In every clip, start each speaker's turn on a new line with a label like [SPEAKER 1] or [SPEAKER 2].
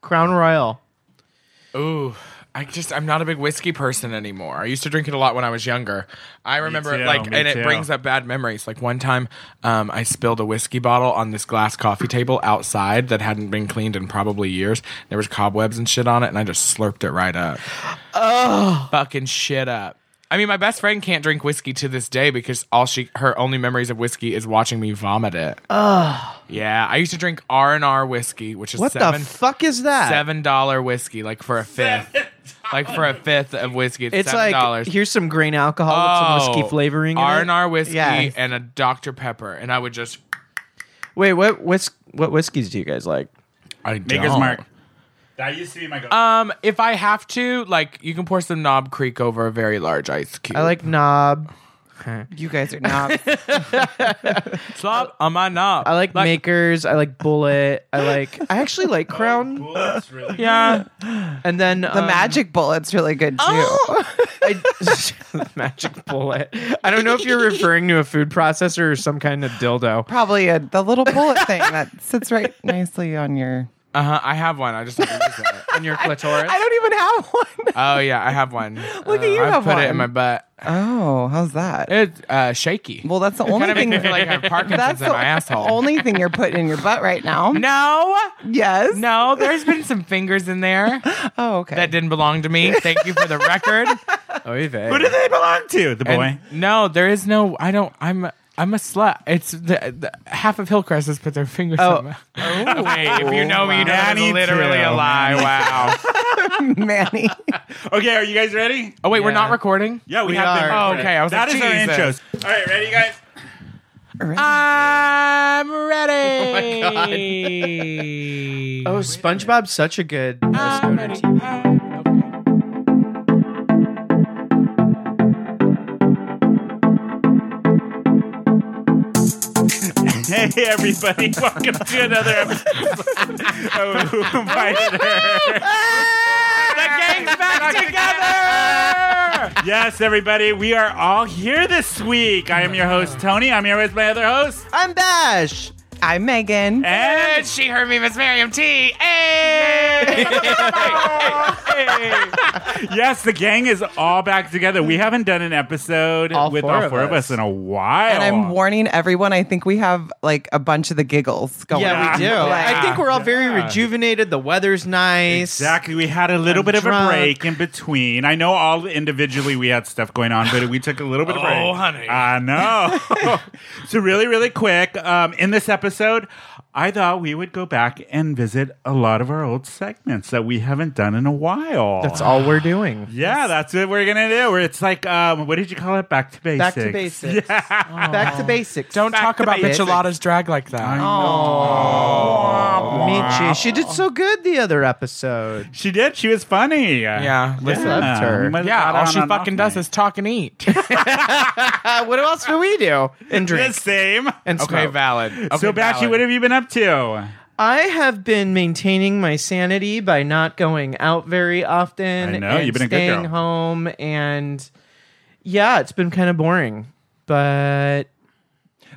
[SPEAKER 1] Crown Royal.
[SPEAKER 2] Ooh, I just I'm not a big whiskey person anymore. I used to drink it a lot when I was younger. I remember
[SPEAKER 3] too,
[SPEAKER 2] like,
[SPEAKER 3] me
[SPEAKER 2] and
[SPEAKER 3] too.
[SPEAKER 2] it brings up bad memories. Like one time, um, I spilled a whiskey bottle on this glass coffee table outside that hadn't been cleaned in probably years. There was cobwebs and shit on it, and I just slurped it right up. Oh, fucking shit up. I mean, my best friend can't drink whiskey to this day because all she her only memories of whiskey is watching me vomit it. Oh, yeah. I used to drink R and R whiskey, which is
[SPEAKER 1] What
[SPEAKER 2] seven,
[SPEAKER 1] the fuck is that?
[SPEAKER 2] seven dollar whiskey, like for a fifth, like for a fifth of whiskey. It's,
[SPEAKER 1] It's
[SPEAKER 2] seven
[SPEAKER 1] like
[SPEAKER 2] dollars. Oh,
[SPEAKER 1] here's some grain alcohol with some whiskey flavoring.
[SPEAKER 2] R
[SPEAKER 1] in
[SPEAKER 2] and
[SPEAKER 1] it.
[SPEAKER 2] R whiskey
[SPEAKER 1] Yeah.
[SPEAKER 2] and a Dr Pepper, and I would just
[SPEAKER 1] Wait, what whis- what whiskeys do you guys like?
[SPEAKER 2] I
[SPEAKER 3] Maker's
[SPEAKER 2] don't.
[SPEAKER 3] Mark. That used to be my go.
[SPEAKER 2] Um, if I have to, like, you can pour some Knob Creek over a very large ice cube.
[SPEAKER 1] I like Knob. You guys are Knob.
[SPEAKER 2] slop on my knob.
[SPEAKER 1] I like, Makers. I like Bullet. I like. I actually like Crown.
[SPEAKER 3] Bullet's really
[SPEAKER 2] Um, Yeah,
[SPEAKER 1] And then um,
[SPEAKER 4] The magic bullet's really good too.
[SPEAKER 1] magic bullet. I don't know if you're referring to a food processor or some kind of dildo.
[SPEAKER 4] Probably a, the little bullet thing that sits right nicely on your.
[SPEAKER 2] uh huh. I have one. I just have to use it.
[SPEAKER 1] On your clitoris.
[SPEAKER 4] I don't even have one.
[SPEAKER 2] Oh yeah, I have one. Look
[SPEAKER 4] at you
[SPEAKER 2] I
[SPEAKER 4] have
[SPEAKER 2] put it in
[SPEAKER 4] one.
[SPEAKER 2] my butt.
[SPEAKER 4] Oh, how's that?
[SPEAKER 2] It's uh, shaky.
[SPEAKER 4] well, that's the only
[SPEAKER 2] kind of
[SPEAKER 4] thing.
[SPEAKER 2] makes me feel like I have Parkinson's
[SPEAKER 4] that's
[SPEAKER 2] in
[SPEAKER 4] the
[SPEAKER 2] my asshole.
[SPEAKER 4] only thing you're putting in your butt right now.
[SPEAKER 2] no,
[SPEAKER 4] Yes.
[SPEAKER 2] no. There's been some fingers in there.
[SPEAKER 4] Oh, okay.
[SPEAKER 2] that didn't belong to me. Thank you for the record.
[SPEAKER 1] Oy vey.
[SPEAKER 3] Who do they belong to? The boy.
[SPEAKER 2] No, there is no. I don't. I'm. I'm a slut. It's the, the half of Hillcrest has put their fingers.
[SPEAKER 1] Oh.
[SPEAKER 2] on my- Hey, if you know me, you know that's
[SPEAKER 3] Manny
[SPEAKER 2] literally
[SPEAKER 3] too.
[SPEAKER 2] a lie. Wow.
[SPEAKER 4] Manny.
[SPEAKER 3] okay, are you guys ready?
[SPEAKER 2] Oh wait, we're not
[SPEAKER 1] Yeah.
[SPEAKER 2] recording.
[SPEAKER 3] Yeah, we,
[SPEAKER 1] We
[SPEAKER 3] have
[SPEAKER 1] are.
[SPEAKER 3] been.
[SPEAKER 2] Oh, okay. I was
[SPEAKER 3] That
[SPEAKER 2] like,
[SPEAKER 3] is our
[SPEAKER 2] Jesus.
[SPEAKER 3] intros. All right, ready, guys?
[SPEAKER 2] I'm ready.
[SPEAKER 1] Oh, my
[SPEAKER 2] my
[SPEAKER 1] Oh, SpongeBob's such a good.
[SPEAKER 2] I'm ready. Okay.
[SPEAKER 3] Hey, everybody. Welcome to another episode of Who Invited Her.
[SPEAKER 2] The gang's back together.
[SPEAKER 3] Yes, everybody. We are all here this week. I am your host, Tony. I'm here with my other host.
[SPEAKER 1] I'm Bash.
[SPEAKER 4] I'm
[SPEAKER 3] And
[SPEAKER 4] Megan.
[SPEAKER 2] And she heard me, Miss Miriam T. Hey!
[SPEAKER 3] yes, the gang is all back together. We haven't done an episode
[SPEAKER 1] All
[SPEAKER 3] with
[SPEAKER 1] four
[SPEAKER 3] all
[SPEAKER 1] of
[SPEAKER 3] four of
[SPEAKER 1] us.
[SPEAKER 3] us in a while.
[SPEAKER 4] And I'm warning everyone, I think we have like a bunch of the giggles going
[SPEAKER 1] Yeah,
[SPEAKER 4] on.
[SPEAKER 1] we do.
[SPEAKER 4] Like,
[SPEAKER 1] I think we're all very rejuvenated. The weather's nice.
[SPEAKER 3] Exactly. We had a little bit of
[SPEAKER 1] drunk.
[SPEAKER 3] a break in between. I know all individually we had stuff going on, but we took a little bit of break.
[SPEAKER 2] Oh, honey.
[SPEAKER 3] I know. so really, really quick. Um, in this episode, I thought we would go back and visit a lot of our old segments that we haven't done in a while.
[SPEAKER 1] That's all we're doing.
[SPEAKER 3] Yeah, that's what we're gonna do. Where it's like, um, what did you call it? Back to basics.
[SPEAKER 1] Back to basics. Back to basics.
[SPEAKER 2] Don't talk
[SPEAKER 3] to
[SPEAKER 2] about
[SPEAKER 3] basics.
[SPEAKER 2] Michelada's drag like that.
[SPEAKER 1] Michi. She did so good the other episode.
[SPEAKER 3] Oh, She did. She was funny. Oh,
[SPEAKER 2] Yeah, listen.
[SPEAKER 1] Loved her.
[SPEAKER 3] We might have
[SPEAKER 2] Yeah,
[SPEAKER 3] got
[SPEAKER 2] all
[SPEAKER 3] on
[SPEAKER 2] she
[SPEAKER 3] an off
[SPEAKER 2] fucking does
[SPEAKER 3] night.
[SPEAKER 2] is talk and eat.
[SPEAKER 1] Uh, what else do we do? And
[SPEAKER 3] the
[SPEAKER 1] drink.
[SPEAKER 3] same.
[SPEAKER 1] And
[SPEAKER 2] okay,
[SPEAKER 1] smoke.
[SPEAKER 2] valid. Okay,
[SPEAKER 3] so, Batchy,
[SPEAKER 2] valid.
[SPEAKER 3] what have you been up to?
[SPEAKER 1] I have been maintaining my sanity by not going out very often.
[SPEAKER 3] I know,
[SPEAKER 1] and
[SPEAKER 3] you've been a good
[SPEAKER 1] staying
[SPEAKER 3] girl.
[SPEAKER 1] home, and yeah, it's been kind of boring. But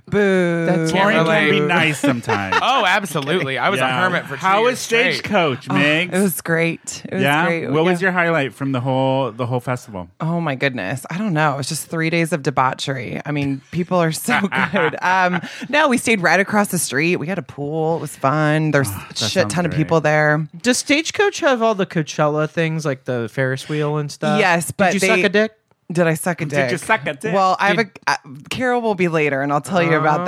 [SPEAKER 4] boo.
[SPEAKER 1] That's-
[SPEAKER 2] Can't
[SPEAKER 3] Boring can be
[SPEAKER 2] relate.
[SPEAKER 3] nice sometimes.
[SPEAKER 2] Oh, absolutely. I was a
[SPEAKER 3] Yeah.
[SPEAKER 2] hermit for two
[SPEAKER 3] How
[SPEAKER 2] years
[SPEAKER 3] was Stagecoach, Migs?
[SPEAKER 4] it was great. It was
[SPEAKER 3] yeah.
[SPEAKER 4] great.
[SPEAKER 3] What was
[SPEAKER 4] Yeah.
[SPEAKER 3] your highlight from the whole the whole festival?
[SPEAKER 4] Oh my goodness. I don't know. It was just three days of debauchery. I mean, people are so good. Um, no, we stayed right across the street. We had a pool. It was fun. There's a shit
[SPEAKER 3] Ah, sounds
[SPEAKER 4] ton of
[SPEAKER 3] great.
[SPEAKER 4] people there.
[SPEAKER 1] does Stagecoach have all the Coachella things like the Ferris wheel and stuff?
[SPEAKER 4] Yes, but
[SPEAKER 1] did you
[SPEAKER 4] they-
[SPEAKER 1] suck a dick?
[SPEAKER 4] Did I suck a dick?
[SPEAKER 3] you suck a dick?
[SPEAKER 4] Well, I have a uh, Carol will be later, and I'll tell you about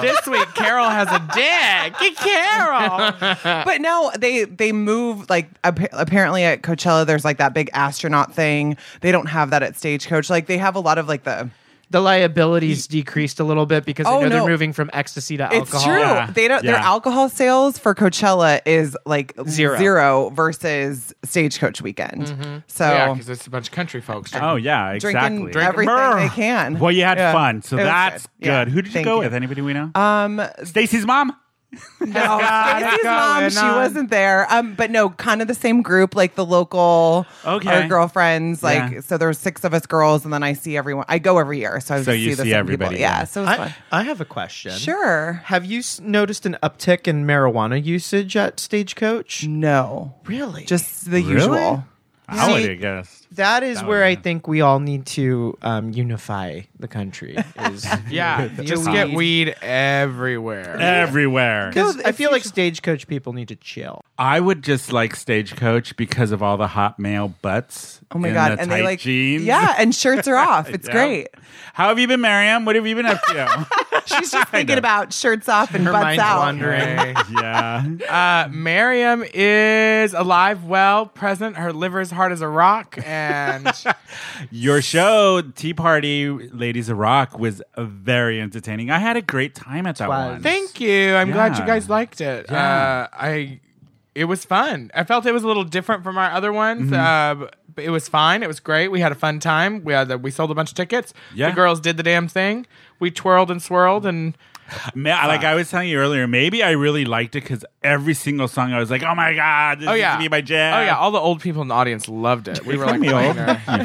[SPEAKER 2] Oh,
[SPEAKER 4] that situation.
[SPEAKER 2] this week Carol has a dick. Carol.
[SPEAKER 3] Oh.
[SPEAKER 4] But no, they they move like appa- apparently at Coachella. There's like that big astronaut thing. They don't have that at Stagecoach. Like they have a lot of like the.
[SPEAKER 1] The liabilities decreased a little bit because I
[SPEAKER 4] Oh,
[SPEAKER 1] know
[SPEAKER 4] no.
[SPEAKER 1] they're moving from ecstasy to
[SPEAKER 4] It's
[SPEAKER 1] alcohol.
[SPEAKER 4] true.
[SPEAKER 3] Yeah.
[SPEAKER 4] They don't. Their
[SPEAKER 3] Yeah.
[SPEAKER 4] alcohol sales for Coachella is like
[SPEAKER 1] Zero.
[SPEAKER 4] zero versus Stagecoach weekend.
[SPEAKER 3] Mm-hmm.
[SPEAKER 4] So
[SPEAKER 2] Yeah, because it's a bunch of country folks.
[SPEAKER 3] Oh yeah,
[SPEAKER 4] drinking
[SPEAKER 3] exactly.
[SPEAKER 4] everything they can.
[SPEAKER 3] Well, you had
[SPEAKER 4] Yeah.
[SPEAKER 3] fun, so
[SPEAKER 4] It was
[SPEAKER 3] that's good.
[SPEAKER 4] Yeah.
[SPEAKER 3] Who did you
[SPEAKER 4] Thank
[SPEAKER 3] go with? Anybody we know?
[SPEAKER 4] Um,
[SPEAKER 3] Stacy's mom.
[SPEAKER 4] No, Stacy's mom, she wasn't there. Um, but no, kind of the same group, like the local
[SPEAKER 3] Okay.
[SPEAKER 4] our girlfriends. Like
[SPEAKER 3] Yeah.
[SPEAKER 4] so there were six of us girls, and then I see everyone I go every year, so I
[SPEAKER 3] So
[SPEAKER 4] see
[SPEAKER 3] you
[SPEAKER 4] the
[SPEAKER 3] see
[SPEAKER 4] same
[SPEAKER 3] everybody,
[SPEAKER 4] people. Yeah.
[SPEAKER 3] yeah.
[SPEAKER 4] so it was
[SPEAKER 1] I,
[SPEAKER 4] fun.
[SPEAKER 1] I have a question.
[SPEAKER 4] Sure.
[SPEAKER 1] Have you s- noticed an uptick in marijuana usage at Stagecoach?
[SPEAKER 4] No.
[SPEAKER 1] Really?
[SPEAKER 4] Just the usual.
[SPEAKER 3] I would
[SPEAKER 1] See-
[SPEAKER 3] have guessed.
[SPEAKER 1] that is
[SPEAKER 3] That
[SPEAKER 1] where
[SPEAKER 3] would
[SPEAKER 1] I
[SPEAKER 3] be-
[SPEAKER 1] think we all need to um, unify the country. Is
[SPEAKER 2] Yeah, just get weed everywhere.
[SPEAKER 3] Everywhere.
[SPEAKER 1] 'Cause I feel like Stagecoach people need to chill.
[SPEAKER 3] I would just like Stagecoach because of all the hot male butts.
[SPEAKER 4] Oh my
[SPEAKER 3] in
[SPEAKER 4] god.
[SPEAKER 3] the
[SPEAKER 4] and
[SPEAKER 3] tight
[SPEAKER 4] they like
[SPEAKER 3] jeans.
[SPEAKER 4] Yeah, and shirts are off. It's
[SPEAKER 3] Yeah.
[SPEAKER 4] great.
[SPEAKER 3] How have you been, Mariam? What have you been up to?
[SPEAKER 4] She's just thinking about shirts off and
[SPEAKER 1] Her
[SPEAKER 4] butts
[SPEAKER 1] mind's
[SPEAKER 4] out.
[SPEAKER 1] wandering.
[SPEAKER 2] Right.
[SPEAKER 3] yeah.
[SPEAKER 2] Uh, Miriam is alive, well, present. Her liver is hard as a rock, and
[SPEAKER 3] Your show, Tea Party Ladies of Rock, was very entertaining. I had a great time at that
[SPEAKER 1] Was.
[SPEAKER 3] one.
[SPEAKER 2] thank you. I'm glad you
[SPEAKER 3] Yeah.
[SPEAKER 2] guys liked it.
[SPEAKER 3] Yeah.
[SPEAKER 2] Uh, I, it was fun. I felt it was a little different from our other ones.
[SPEAKER 3] Mm-hmm.
[SPEAKER 2] Uh, but it was fine. It was great. We had a fun time. We had the, we sold a bunch of tickets.
[SPEAKER 3] Yeah.
[SPEAKER 2] The girls did the damn thing. We twirled and swirled, and
[SPEAKER 3] Ma- like I was telling you earlier, maybe I really liked it because every single song I was like, "Oh my god, this
[SPEAKER 2] oh
[SPEAKER 3] is
[SPEAKER 2] yeah,
[SPEAKER 3] gonna be my jam."
[SPEAKER 2] Oh yeah, all the old people in the audience loved it. We were like,
[SPEAKER 3] Come here,
[SPEAKER 2] playing there.
[SPEAKER 3] you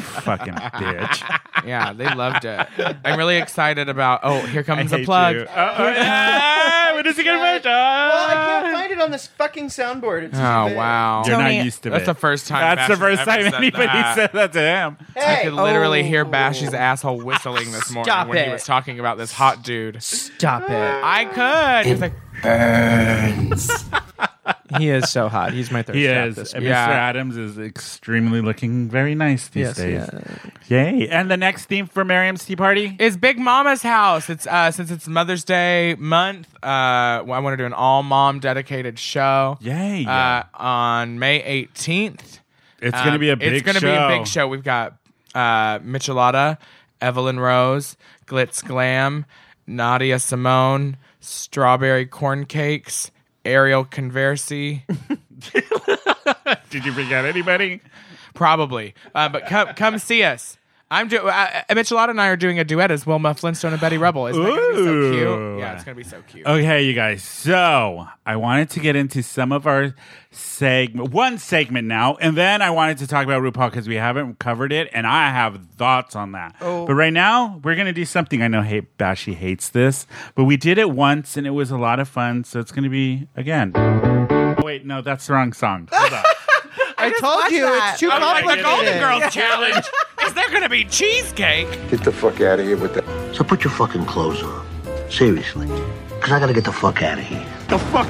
[SPEAKER 3] fucking bitch.
[SPEAKER 2] yeah, they loved it. I'm really excited about. Oh, here comes a
[SPEAKER 3] hate
[SPEAKER 2] plug.
[SPEAKER 3] you. Uh-oh. Ah, when is it gonna finish? Ah.
[SPEAKER 1] find it on this fucking soundboard. It's
[SPEAKER 2] Oh wow.
[SPEAKER 3] You're
[SPEAKER 4] Tony-
[SPEAKER 3] not used to
[SPEAKER 2] That's
[SPEAKER 3] it.
[SPEAKER 2] the first time. Ah.
[SPEAKER 3] That's the
[SPEAKER 2] Bash
[SPEAKER 3] first
[SPEAKER 2] has
[SPEAKER 3] time
[SPEAKER 2] ever
[SPEAKER 3] anybody
[SPEAKER 2] that.
[SPEAKER 3] said that to him.
[SPEAKER 2] I could literally hear
[SPEAKER 1] Oh.
[SPEAKER 2] Bashy's asshole whistling this morning
[SPEAKER 1] Stop
[SPEAKER 2] when he
[SPEAKER 1] it.
[SPEAKER 2] was talking about this hot dude.
[SPEAKER 1] Oh. Stop it.
[SPEAKER 2] I could. He was like,
[SPEAKER 1] He is so hot. He's my third.
[SPEAKER 3] He
[SPEAKER 1] stop
[SPEAKER 3] is.
[SPEAKER 1] This
[SPEAKER 3] And
[SPEAKER 1] week.
[SPEAKER 3] Mr.
[SPEAKER 2] Yeah.
[SPEAKER 3] Adams is extremely looking very nice
[SPEAKER 1] Yes,
[SPEAKER 3] these days. Yay. And the next theme for Miriam's Tea Party?
[SPEAKER 2] "It's Big Mama's house." It's uh, since it's Mother's Day month. Uh, I want to do an all mom dedicated show.
[SPEAKER 3] Yay.
[SPEAKER 2] Uh, on May 18th.
[SPEAKER 3] it's going to be a
[SPEAKER 2] Um,
[SPEAKER 3] big
[SPEAKER 2] It's gonna
[SPEAKER 3] show.
[SPEAKER 2] be a big show. We've got uh, Michelada, Evelyn Rose, Glitz Glam, Nadia Simone, Strawberry Corn Cakes, Ariel Conversi.
[SPEAKER 3] Did you forget anybody?
[SPEAKER 2] Probably, uh, but come come see us. I'm do- uh, Michelada and I are doing a duet as Wilma Flintstone and Betty Rubble. Isn't that gonna be so
[SPEAKER 3] Ooh.
[SPEAKER 2] cute? Yeah, it's gonna be so cute.
[SPEAKER 3] Okay, you guys. So I wanted to get into some of our segment, one segment now, and then I wanted to talk about RuPaul because we haven't covered it, and I have thoughts on that.
[SPEAKER 4] Oh.
[SPEAKER 3] But right now, we're gonna do something. I know hate Bashy hates this, but we did it once, and it was a lot of fun. So it's gonna be again. Oh, Wait, no, that's the wrong song. Hold on.
[SPEAKER 1] I, told
[SPEAKER 4] watched
[SPEAKER 1] you
[SPEAKER 4] that.
[SPEAKER 1] it's too
[SPEAKER 2] I'm like,
[SPEAKER 1] complicated.
[SPEAKER 2] the Golden Girls challenge. Is there gonna be cheesecake?
[SPEAKER 5] Get the fuck out of here with that.
[SPEAKER 6] So put your fucking clothes on. Seriously. Because I gotta get the fuck out of here.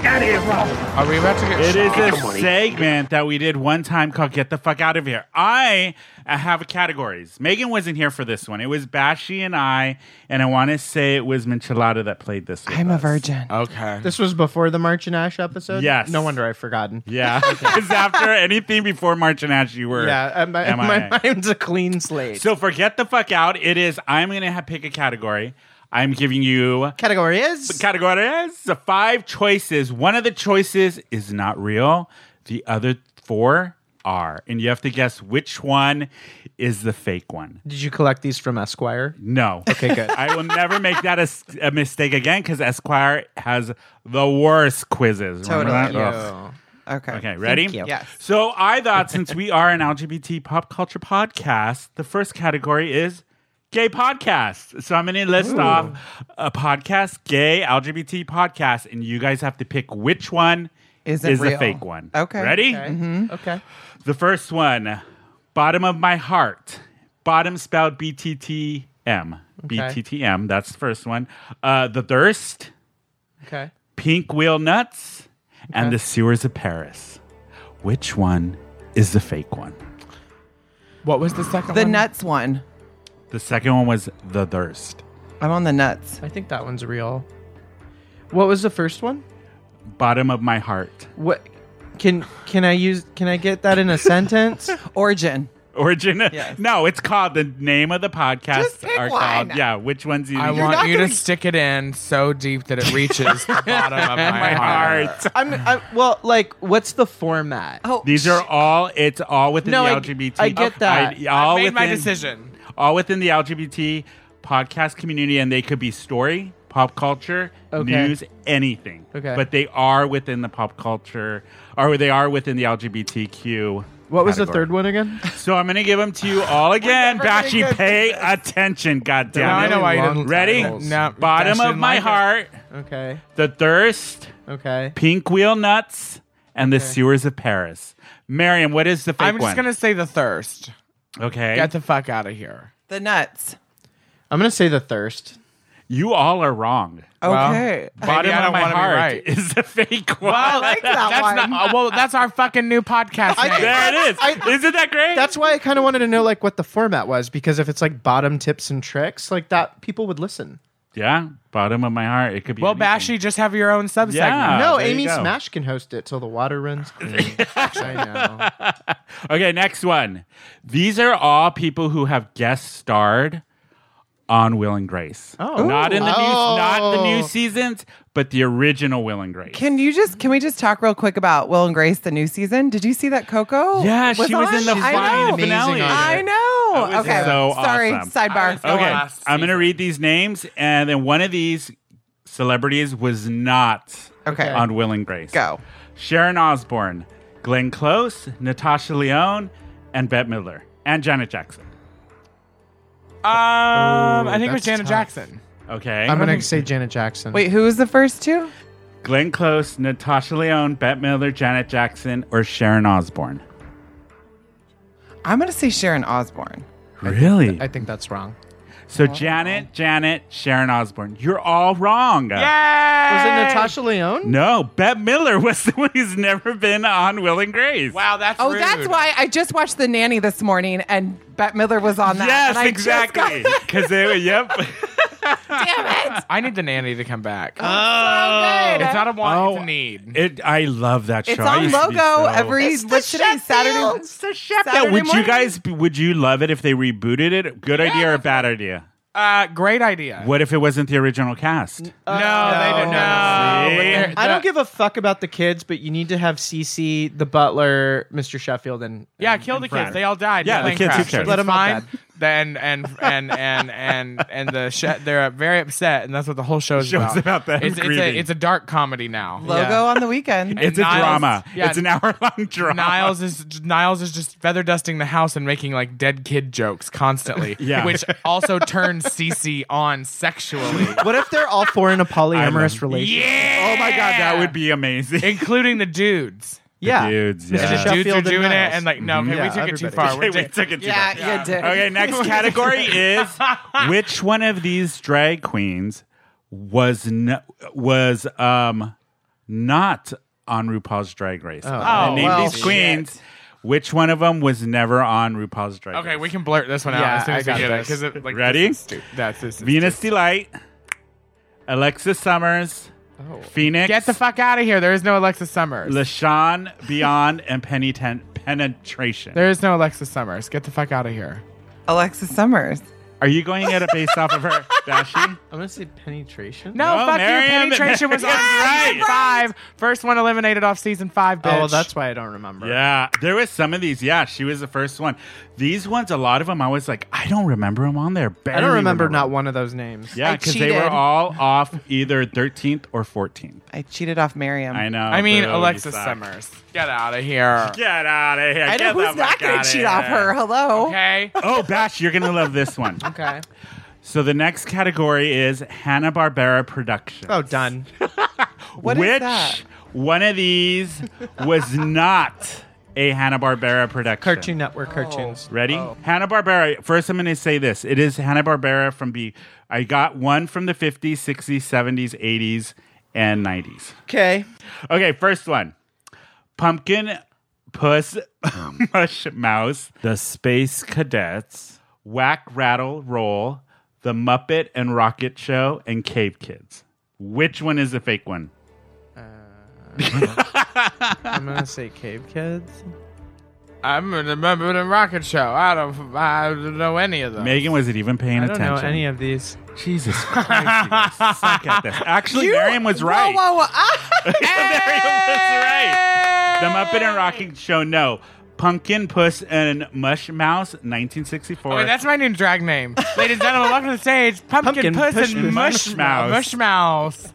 [SPEAKER 2] Are we about to get?
[SPEAKER 3] It is a
[SPEAKER 6] Come on, Eve.
[SPEAKER 3] segment that we did one time called "Get the Fuck Out of Here." I uh, have categories. Megan wasn't here for this one. It was Bashy and I, and I want to say it was Michelada that played this. with
[SPEAKER 4] I'm a
[SPEAKER 3] us.
[SPEAKER 4] virgin.
[SPEAKER 2] okay.
[SPEAKER 1] This was before the March and Ash episode.
[SPEAKER 3] Yes.
[SPEAKER 1] No wonder I've forgotten.
[SPEAKER 3] Yeah, because after anything before March and Ash, you were
[SPEAKER 1] Yeah. uh, My,
[SPEAKER 3] MIA.
[SPEAKER 1] my mind's a clean slate.
[SPEAKER 3] So forget the fuck out. It is. I'm gonna ha- pick a category. I'm giving you
[SPEAKER 1] category is
[SPEAKER 3] categories. So five choices. One of the choices is not real. The other four are, and you have to guess which one is the fake one.
[SPEAKER 1] Did you collect these from Esquire?
[SPEAKER 3] No.
[SPEAKER 1] Okay, good.
[SPEAKER 3] I will never make that a, s- a mistake again because Esquire has the worst quizzes. Remember
[SPEAKER 4] Totally.
[SPEAKER 3] that? Ugh.
[SPEAKER 1] Oh.
[SPEAKER 4] Okay.
[SPEAKER 3] Okay, ready?
[SPEAKER 1] you.
[SPEAKER 4] Yes.
[SPEAKER 3] So I thought since we are an LGBT pop culture podcast, the first category is gay podcasts. So I'm going to list off a podcast, gay LGBT podcast, and you guys have to pick which one
[SPEAKER 4] Is it
[SPEAKER 3] is the
[SPEAKER 4] real?
[SPEAKER 3] fake one.
[SPEAKER 4] Okay. Mm-hmm.
[SPEAKER 3] Ready?
[SPEAKER 1] Okay.
[SPEAKER 3] The first one, bottom of my heart. Bottom spelled B T T M. B T T M. That's the first one. Uh, the thirst.
[SPEAKER 1] Okay.
[SPEAKER 3] Pink Wheel Nuts, and The Sewers of Paris. Which one is the fake one?
[SPEAKER 2] What was the second
[SPEAKER 4] The
[SPEAKER 2] one?
[SPEAKER 4] nuts one.
[SPEAKER 3] The second one was The Thirst.
[SPEAKER 4] I'm on the nuts.
[SPEAKER 1] I think that one's real. What was the first one?
[SPEAKER 3] Bottom of my heart.
[SPEAKER 1] What can can I use? Can I get that in a sentence?
[SPEAKER 4] Origin.
[SPEAKER 3] Origin.
[SPEAKER 4] Yes.
[SPEAKER 3] No, it's called the name of the podcast.
[SPEAKER 4] Just pick
[SPEAKER 3] are
[SPEAKER 4] one.
[SPEAKER 3] called. Yeah, which one's you?
[SPEAKER 2] I
[SPEAKER 4] not
[SPEAKER 2] want you to
[SPEAKER 4] gonna-
[SPEAKER 2] stick it in so deep that it reaches the bottom of my
[SPEAKER 3] my
[SPEAKER 2] heart.
[SPEAKER 3] heart.
[SPEAKER 1] I'm, i well, like, what's the format?
[SPEAKER 4] Oh,
[SPEAKER 3] These are all. It's all within
[SPEAKER 1] No,
[SPEAKER 3] the
[SPEAKER 1] I-
[SPEAKER 3] LGBT.
[SPEAKER 1] I get that.
[SPEAKER 3] I- all
[SPEAKER 2] I made my
[SPEAKER 3] within-
[SPEAKER 2] decision.
[SPEAKER 3] All within the LGBT podcast community, and they could be story, pop culture,
[SPEAKER 1] Okay.
[SPEAKER 3] news, anything.
[SPEAKER 1] Okay.
[SPEAKER 3] But they are within the pop culture, or they are within the LGBTQ.
[SPEAKER 1] What was the
[SPEAKER 3] category.
[SPEAKER 1] third one again?
[SPEAKER 3] So I'm going to give them to you all again. Bashi, pay attention. God damn
[SPEAKER 2] Now
[SPEAKER 3] it.
[SPEAKER 2] I know why you
[SPEAKER 3] Long-
[SPEAKER 2] didn't-
[SPEAKER 3] Ready?
[SPEAKER 2] No, Bash
[SPEAKER 3] Bottom of
[SPEAKER 2] didn't
[SPEAKER 3] my
[SPEAKER 2] like it.
[SPEAKER 3] heart,
[SPEAKER 1] Okay.
[SPEAKER 3] the thirst,
[SPEAKER 1] Okay.
[SPEAKER 3] pink wheel nuts, and the sewers of Paris. Miriam, what is the fake
[SPEAKER 2] I'm just
[SPEAKER 3] one?
[SPEAKER 2] gonna say the thirst.
[SPEAKER 3] Okay.
[SPEAKER 2] Get the fuck out of here.
[SPEAKER 4] The nuts.
[SPEAKER 1] I'm gonna say the thirst.
[SPEAKER 3] you all are wrong.
[SPEAKER 4] Okay.
[SPEAKER 3] Bottom
[SPEAKER 2] Maybe I
[SPEAKER 3] of
[SPEAKER 2] don't
[SPEAKER 3] my
[SPEAKER 2] wanna be
[SPEAKER 3] heart
[SPEAKER 2] right.
[SPEAKER 3] is the fake one.
[SPEAKER 4] like that
[SPEAKER 2] that's not. uh, Well, that's our fucking new podcast.
[SPEAKER 1] I
[SPEAKER 2] name.
[SPEAKER 1] think-
[SPEAKER 3] there it is.
[SPEAKER 1] I-
[SPEAKER 3] Isn't that great?
[SPEAKER 1] That's why I kind of wanted to know like what the format was because if it's like bottom tips and tricks, like that people would listen.
[SPEAKER 3] yeah. Bottom of my heart. It could be.
[SPEAKER 2] well,
[SPEAKER 3] anything.
[SPEAKER 2] Bashy, just have your own Um, sub
[SPEAKER 3] Yeah.
[SPEAKER 2] segment.
[SPEAKER 1] no,
[SPEAKER 3] there you
[SPEAKER 1] Amy
[SPEAKER 3] go.
[SPEAKER 1] Smash can host it till the water runs clean. I
[SPEAKER 3] Okay, next one. These are all people who have guest starred on Will and Grace.
[SPEAKER 1] Oh.
[SPEAKER 3] not in the new,
[SPEAKER 1] Ooh.
[SPEAKER 3] not the new
[SPEAKER 1] Oh.
[SPEAKER 3] seasons, but the original Will and Grace.
[SPEAKER 4] Can you just can we just talk real quick about Will and Grace the new season? Did you see that Coco?
[SPEAKER 3] yeah, she was in the
[SPEAKER 1] She's
[SPEAKER 4] I
[SPEAKER 3] fucking
[SPEAKER 4] know.
[SPEAKER 1] amazing
[SPEAKER 3] finale.
[SPEAKER 1] on
[SPEAKER 4] I know.
[SPEAKER 3] That was
[SPEAKER 4] okay.
[SPEAKER 3] so
[SPEAKER 4] Sorry.
[SPEAKER 3] awesome.
[SPEAKER 4] Sidebar.
[SPEAKER 2] I was-
[SPEAKER 3] Okay,
[SPEAKER 2] last
[SPEAKER 3] I'm gonna read these names, and then one of these celebrities was not
[SPEAKER 4] Okay.
[SPEAKER 3] on Will and Grace.
[SPEAKER 4] Go.
[SPEAKER 3] Sharon Osbourne, Glenn Close, Natasha Leone, and Bette Midler, and Janet Jackson.
[SPEAKER 2] Um, I think it was
[SPEAKER 1] that's
[SPEAKER 2] Janet
[SPEAKER 1] tough.
[SPEAKER 2] Jackson.
[SPEAKER 3] Okay,
[SPEAKER 1] am gonna say Janet Jackson.
[SPEAKER 4] Wait, who was the first two?
[SPEAKER 3] Glenn Close, Natasha Leone, Bette Miller, Janet Jackson, or Sharon Osbourne?
[SPEAKER 4] I'm gonna say Sharon Osbourne.
[SPEAKER 3] Really?
[SPEAKER 1] I think that's wrong.
[SPEAKER 3] so Janet, Janet, Sharon Osbourne. You're all wrong.
[SPEAKER 2] Yeah.
[SPEAKER 1] Was it Natasha Leone?
[SPEAKER 3] No, Bette Miller was the one who's never been on Will and Grace.
[SPEAKER 2] Wow, that's
[SPEAKER 4] Oh,
[SPEAKER 2] rude.
[SPEAKER 4] that's why I just watched The Nanny this morning and Bette Miller was on that.
[SPEAKER 3] Yes,
[SPEAKER 4] and I just got-
[SPEAKER 3] exactly. Because they were, yep.
[SPEAKER 4] damn it.
[SPEAKER 2] I need the nanny to come back.
[SPEAKER 4] Oh,
[SPEAKER 2] it's not a want,
[SPEAKER 3] Oh.
[SPEAKER 2] it's a need.
[SPEAKER 3] It, I love that show.
[SPEAKER 4] It's
[SPEAKER 3] I
[SPEAKER 4] on
[SPEAKER 3] used to
[SPEAKER 4] logo
[SPEAKER 3] be so-
[SPEAKER 4] every what's today? Saturday.
[SPEAKER 2] the chef.
[SPEAKER 4] Saturday
[SPEAKER 3] Would you
[SPEAKER 4] morning?
[SPEAKER 3] guys? be- Would you love it if they rebooted it? Good idea or bad idea?
[SPEAKER 2] Uh, great idea.
[SPEAKER 3] What if it wasn't the original cast?
[SPEAKER 2] No, they didn't.
[SPEAKER 3] no.
[SPEAKER 2] No,
[SPEAKER 3] See?
[SPEAKER 1] I don't give a fuck about the kids, but you need to have Cece, the butler, Mr. Sheffield, and
[SPEAKER 2] Yeah, kill the kids.
[SPEAKER 3] Brad.
[SPEAKER 2] They all died.
[SPEAKER 3] Yeah,
[SPEAKER 2] in
[SPEAKER 3] the kids, who
[SPEAKER 2] plane crash.
[SPEAKER 3] cares?
[SPEAKER 1] Let 'em all
[SPEAKER 2] Fine. Then and and and and and the sh- they're very upset, and that's what the whole show is
[SPEAKER 3] Show's about them
[SPEAKER 2] It's, it's, a,
[SPEAKER 3] grieving.
[SPEAKER 2] it's a dark comedy now.
[SPEAKER 4] Logo on the weekend.
[SPEAKER 3] It's a
[SPEAKER 2] Niles-
[SPEAKER 3] drama.
[SPEAKER 2] yeah.
[SPEAKER 3] It's an hour long drama.
[SPEAKER 2] Niles is Niles is just feather dusting the house and making like dead kid jokes constantly,
[SPEAKER 3] Yeah.
[SPEAKER 2] which also turns Cece on sexually,
[SPEAKER 1] What if they're all four in a polyamorous relationship?
[SPEAKER 2] Yeah.
[SPEAKER 3] Oh my god, that would be amazing.
[SPEAKER 2] including the dudes.
[SPEAKER 1] Yeah.
[SPEAKER 3] dudes,
[SPEAKER 1] Mr.
[SPEAKER 3] yeah.
[SPEAKER 2] The dudes are
[SPEAKER 1] Sheffield
[SPEAKER 2] doing it,
[SPEAKER 1] Niles.
[SPEAKER 2] and like, no, okay,
[SPEAKER 1] Yeah,
[SPEAKER 2] we took it too
[SPEAKER 1] everybody.
[SPEAKER 2] far. We're
[SPEAKER 3] Okay, we
[SPEAKER 2] di-
[SPEAKER 3] took it too
[SPEAKER 4] yeah,
[SPEAKER 3] far.
[SPEAKER 4] you did.
[SPEAKER 3] Okay, next category is which one of these drag queens was n- was um not on RuPaul's Drag Race? Oh, name
[SPEAKER 2] well,
[SPEAKER 3] these queens. Which one of them was never on RuPaul's Drag Race?
[SPEAKER 2] Okay, we can blurt this one out
[SPEAKER 1] Yeah,
[SPEAKER 2] as soon
[SPEAKER 1] I
[SPEAKER 2] as we
[SPEAKER 1] got
[SPEAKER 2] get it.
[SPEAKER 1] this.
[SPEAKER 2] 'cause it, like,
[SPEAKER 3] Ready?
[SPEAKER 2] this is stu- That's this. is
[SPEAKER 3] Venus Delight, Alexa Summers, Phoenix,
[SPEAKER 2] Get the fuck out of here. There is no Alexis Summers.
[SPEAKER 3] LaShawn Beyond, and Penny Ten- Penetration.
[SPEAKER 2] there is no Alexis Summers. Get the fuck out of here.
[SPEAKER 4] Alexis Summers.
[SPEAKER 3] Are you going at a based off of her, Dashi?
[SPEAKER 1] I'm gonna say penetration.
[SPEAKER 2] No,
[SPEAKER 3] No,
[SPEAKER 2] fuck
[SPEAKER 3] Miriam-
[SPEAKER 2] you. Penetration was on
[SPEAKER 3] Yes,
[SPEAKER 2] season
[SPEAKER 3] right.
[SPEAKER 2] five. First one eliminated off season five, bitch.
[SPEAKER 1] Oh, well, that's why I don't remember.
[SPEAKER 3] Yeah, there was some of these. Yeah, she was the first one. These ones, a lot of them, I was like, I don't remember them on there.
[SPEAKER 1] I
[SPEAKER 3] Barely
[SPEAKER 1] don't remember not
[SPEAKER 3] them.
[SPEAKER 1] one of those names.
[SPEAKER 3] Yeah,
[SPEAKER 4] I
[SPEAKER 3] because they were
[SPEAKER 4] cheated.
[SPEAKER 3] all off either 13th or 14th.
[SPEAKER 4] I cheated off Miriam.
[SPEAKER 3] I know.
[SPEAKER 2] I mean,
[SPEAKER 3] boo, you
[SPEAKER 2] Alexis
[SPEAKER 3] suck.
[SPEAKER 2] Summers. Get out of here.
[SPEAKER 3] Get out of here.
[SPEAKER 4] I know
[SPEAKER 3] Get the
[SPEAKER 4] who's not
[SPEAKER 3] fuck
[SPEAKER 4] going
[SPEAKER 3] outta
[SPEAKER 4] to cheat off
[SPEAKER 3] here.
[SPEAKER 4] her. Hello.
[SPEAKER 2] Okay.
[SPEAKER 3] Oh, Bash, you're going to love this one.
[SPEAKER 1] Okay.
[SPEAKER 3] So the next category is Hanna-Barbera production.
[SPEAKER 1] Oh, done.
[SPEAKER 4] What is
[SPEAKER 3] Which
[SPEAKER 4] that?
[SPEAKER 3] one of these was not a Hanna-Barbera production?
[SPEAKER 1] Cartoon Network cartoons.
[SPEAKER 3] Ready? Hanna Barbera. First, I'm going to say this. It is Hanna Barbera from B. I got one from the 50s, 60s, 70s, 80s, and 90s.
[SPEAKER 1] Okay.
[SPEAKER 3] Okay, first one. Pumpkin Puss Mush Mouse, Um. The Space Cadets, Whack Rattle Roll, The Muppet and Rocket Show, and Cave Kids. Which one is the fake one?
[SPEAKER 1] I'm gonna say Cave Kids.
[SPEAKER 2] I'm a member of the Rocket Show. I don't, I don't know any of them.
[SPEAKER 3] Megan, was it even paying
[SPEAKER 1] I don't
[SPEAKER 3] attention?
[SPEAKER 1] know any of these.
[SPEAKER 3] Jesus Christ, you suck at this. Actually, Miriam was right.
[SPEAKER 4] Whoa, whoa, whoa. Ah!
[SPEAKER 3] Miriam was right. The Muppet and Rocket Show, no. Pumpkin Puss and Mush Mouse, 1964.
[SPEAKER 2] Okay, that's my new drag name. Ladies and gentlemen, welcome to the stage. Pumpkin,
[SPEAKER 1] Pumpkin
[SPEAKER 2] Puss
[SPEAKER 1] Push
[SPEAKER 2] and
[SPEAKER 1] and
[SPEAKER 2] Mush
[SPEAKER 3] Mush
[SPEAKER 2] Mouse.
[SPEAKER 3] Mouse.
[SPEAKER 2] Mush Mouse.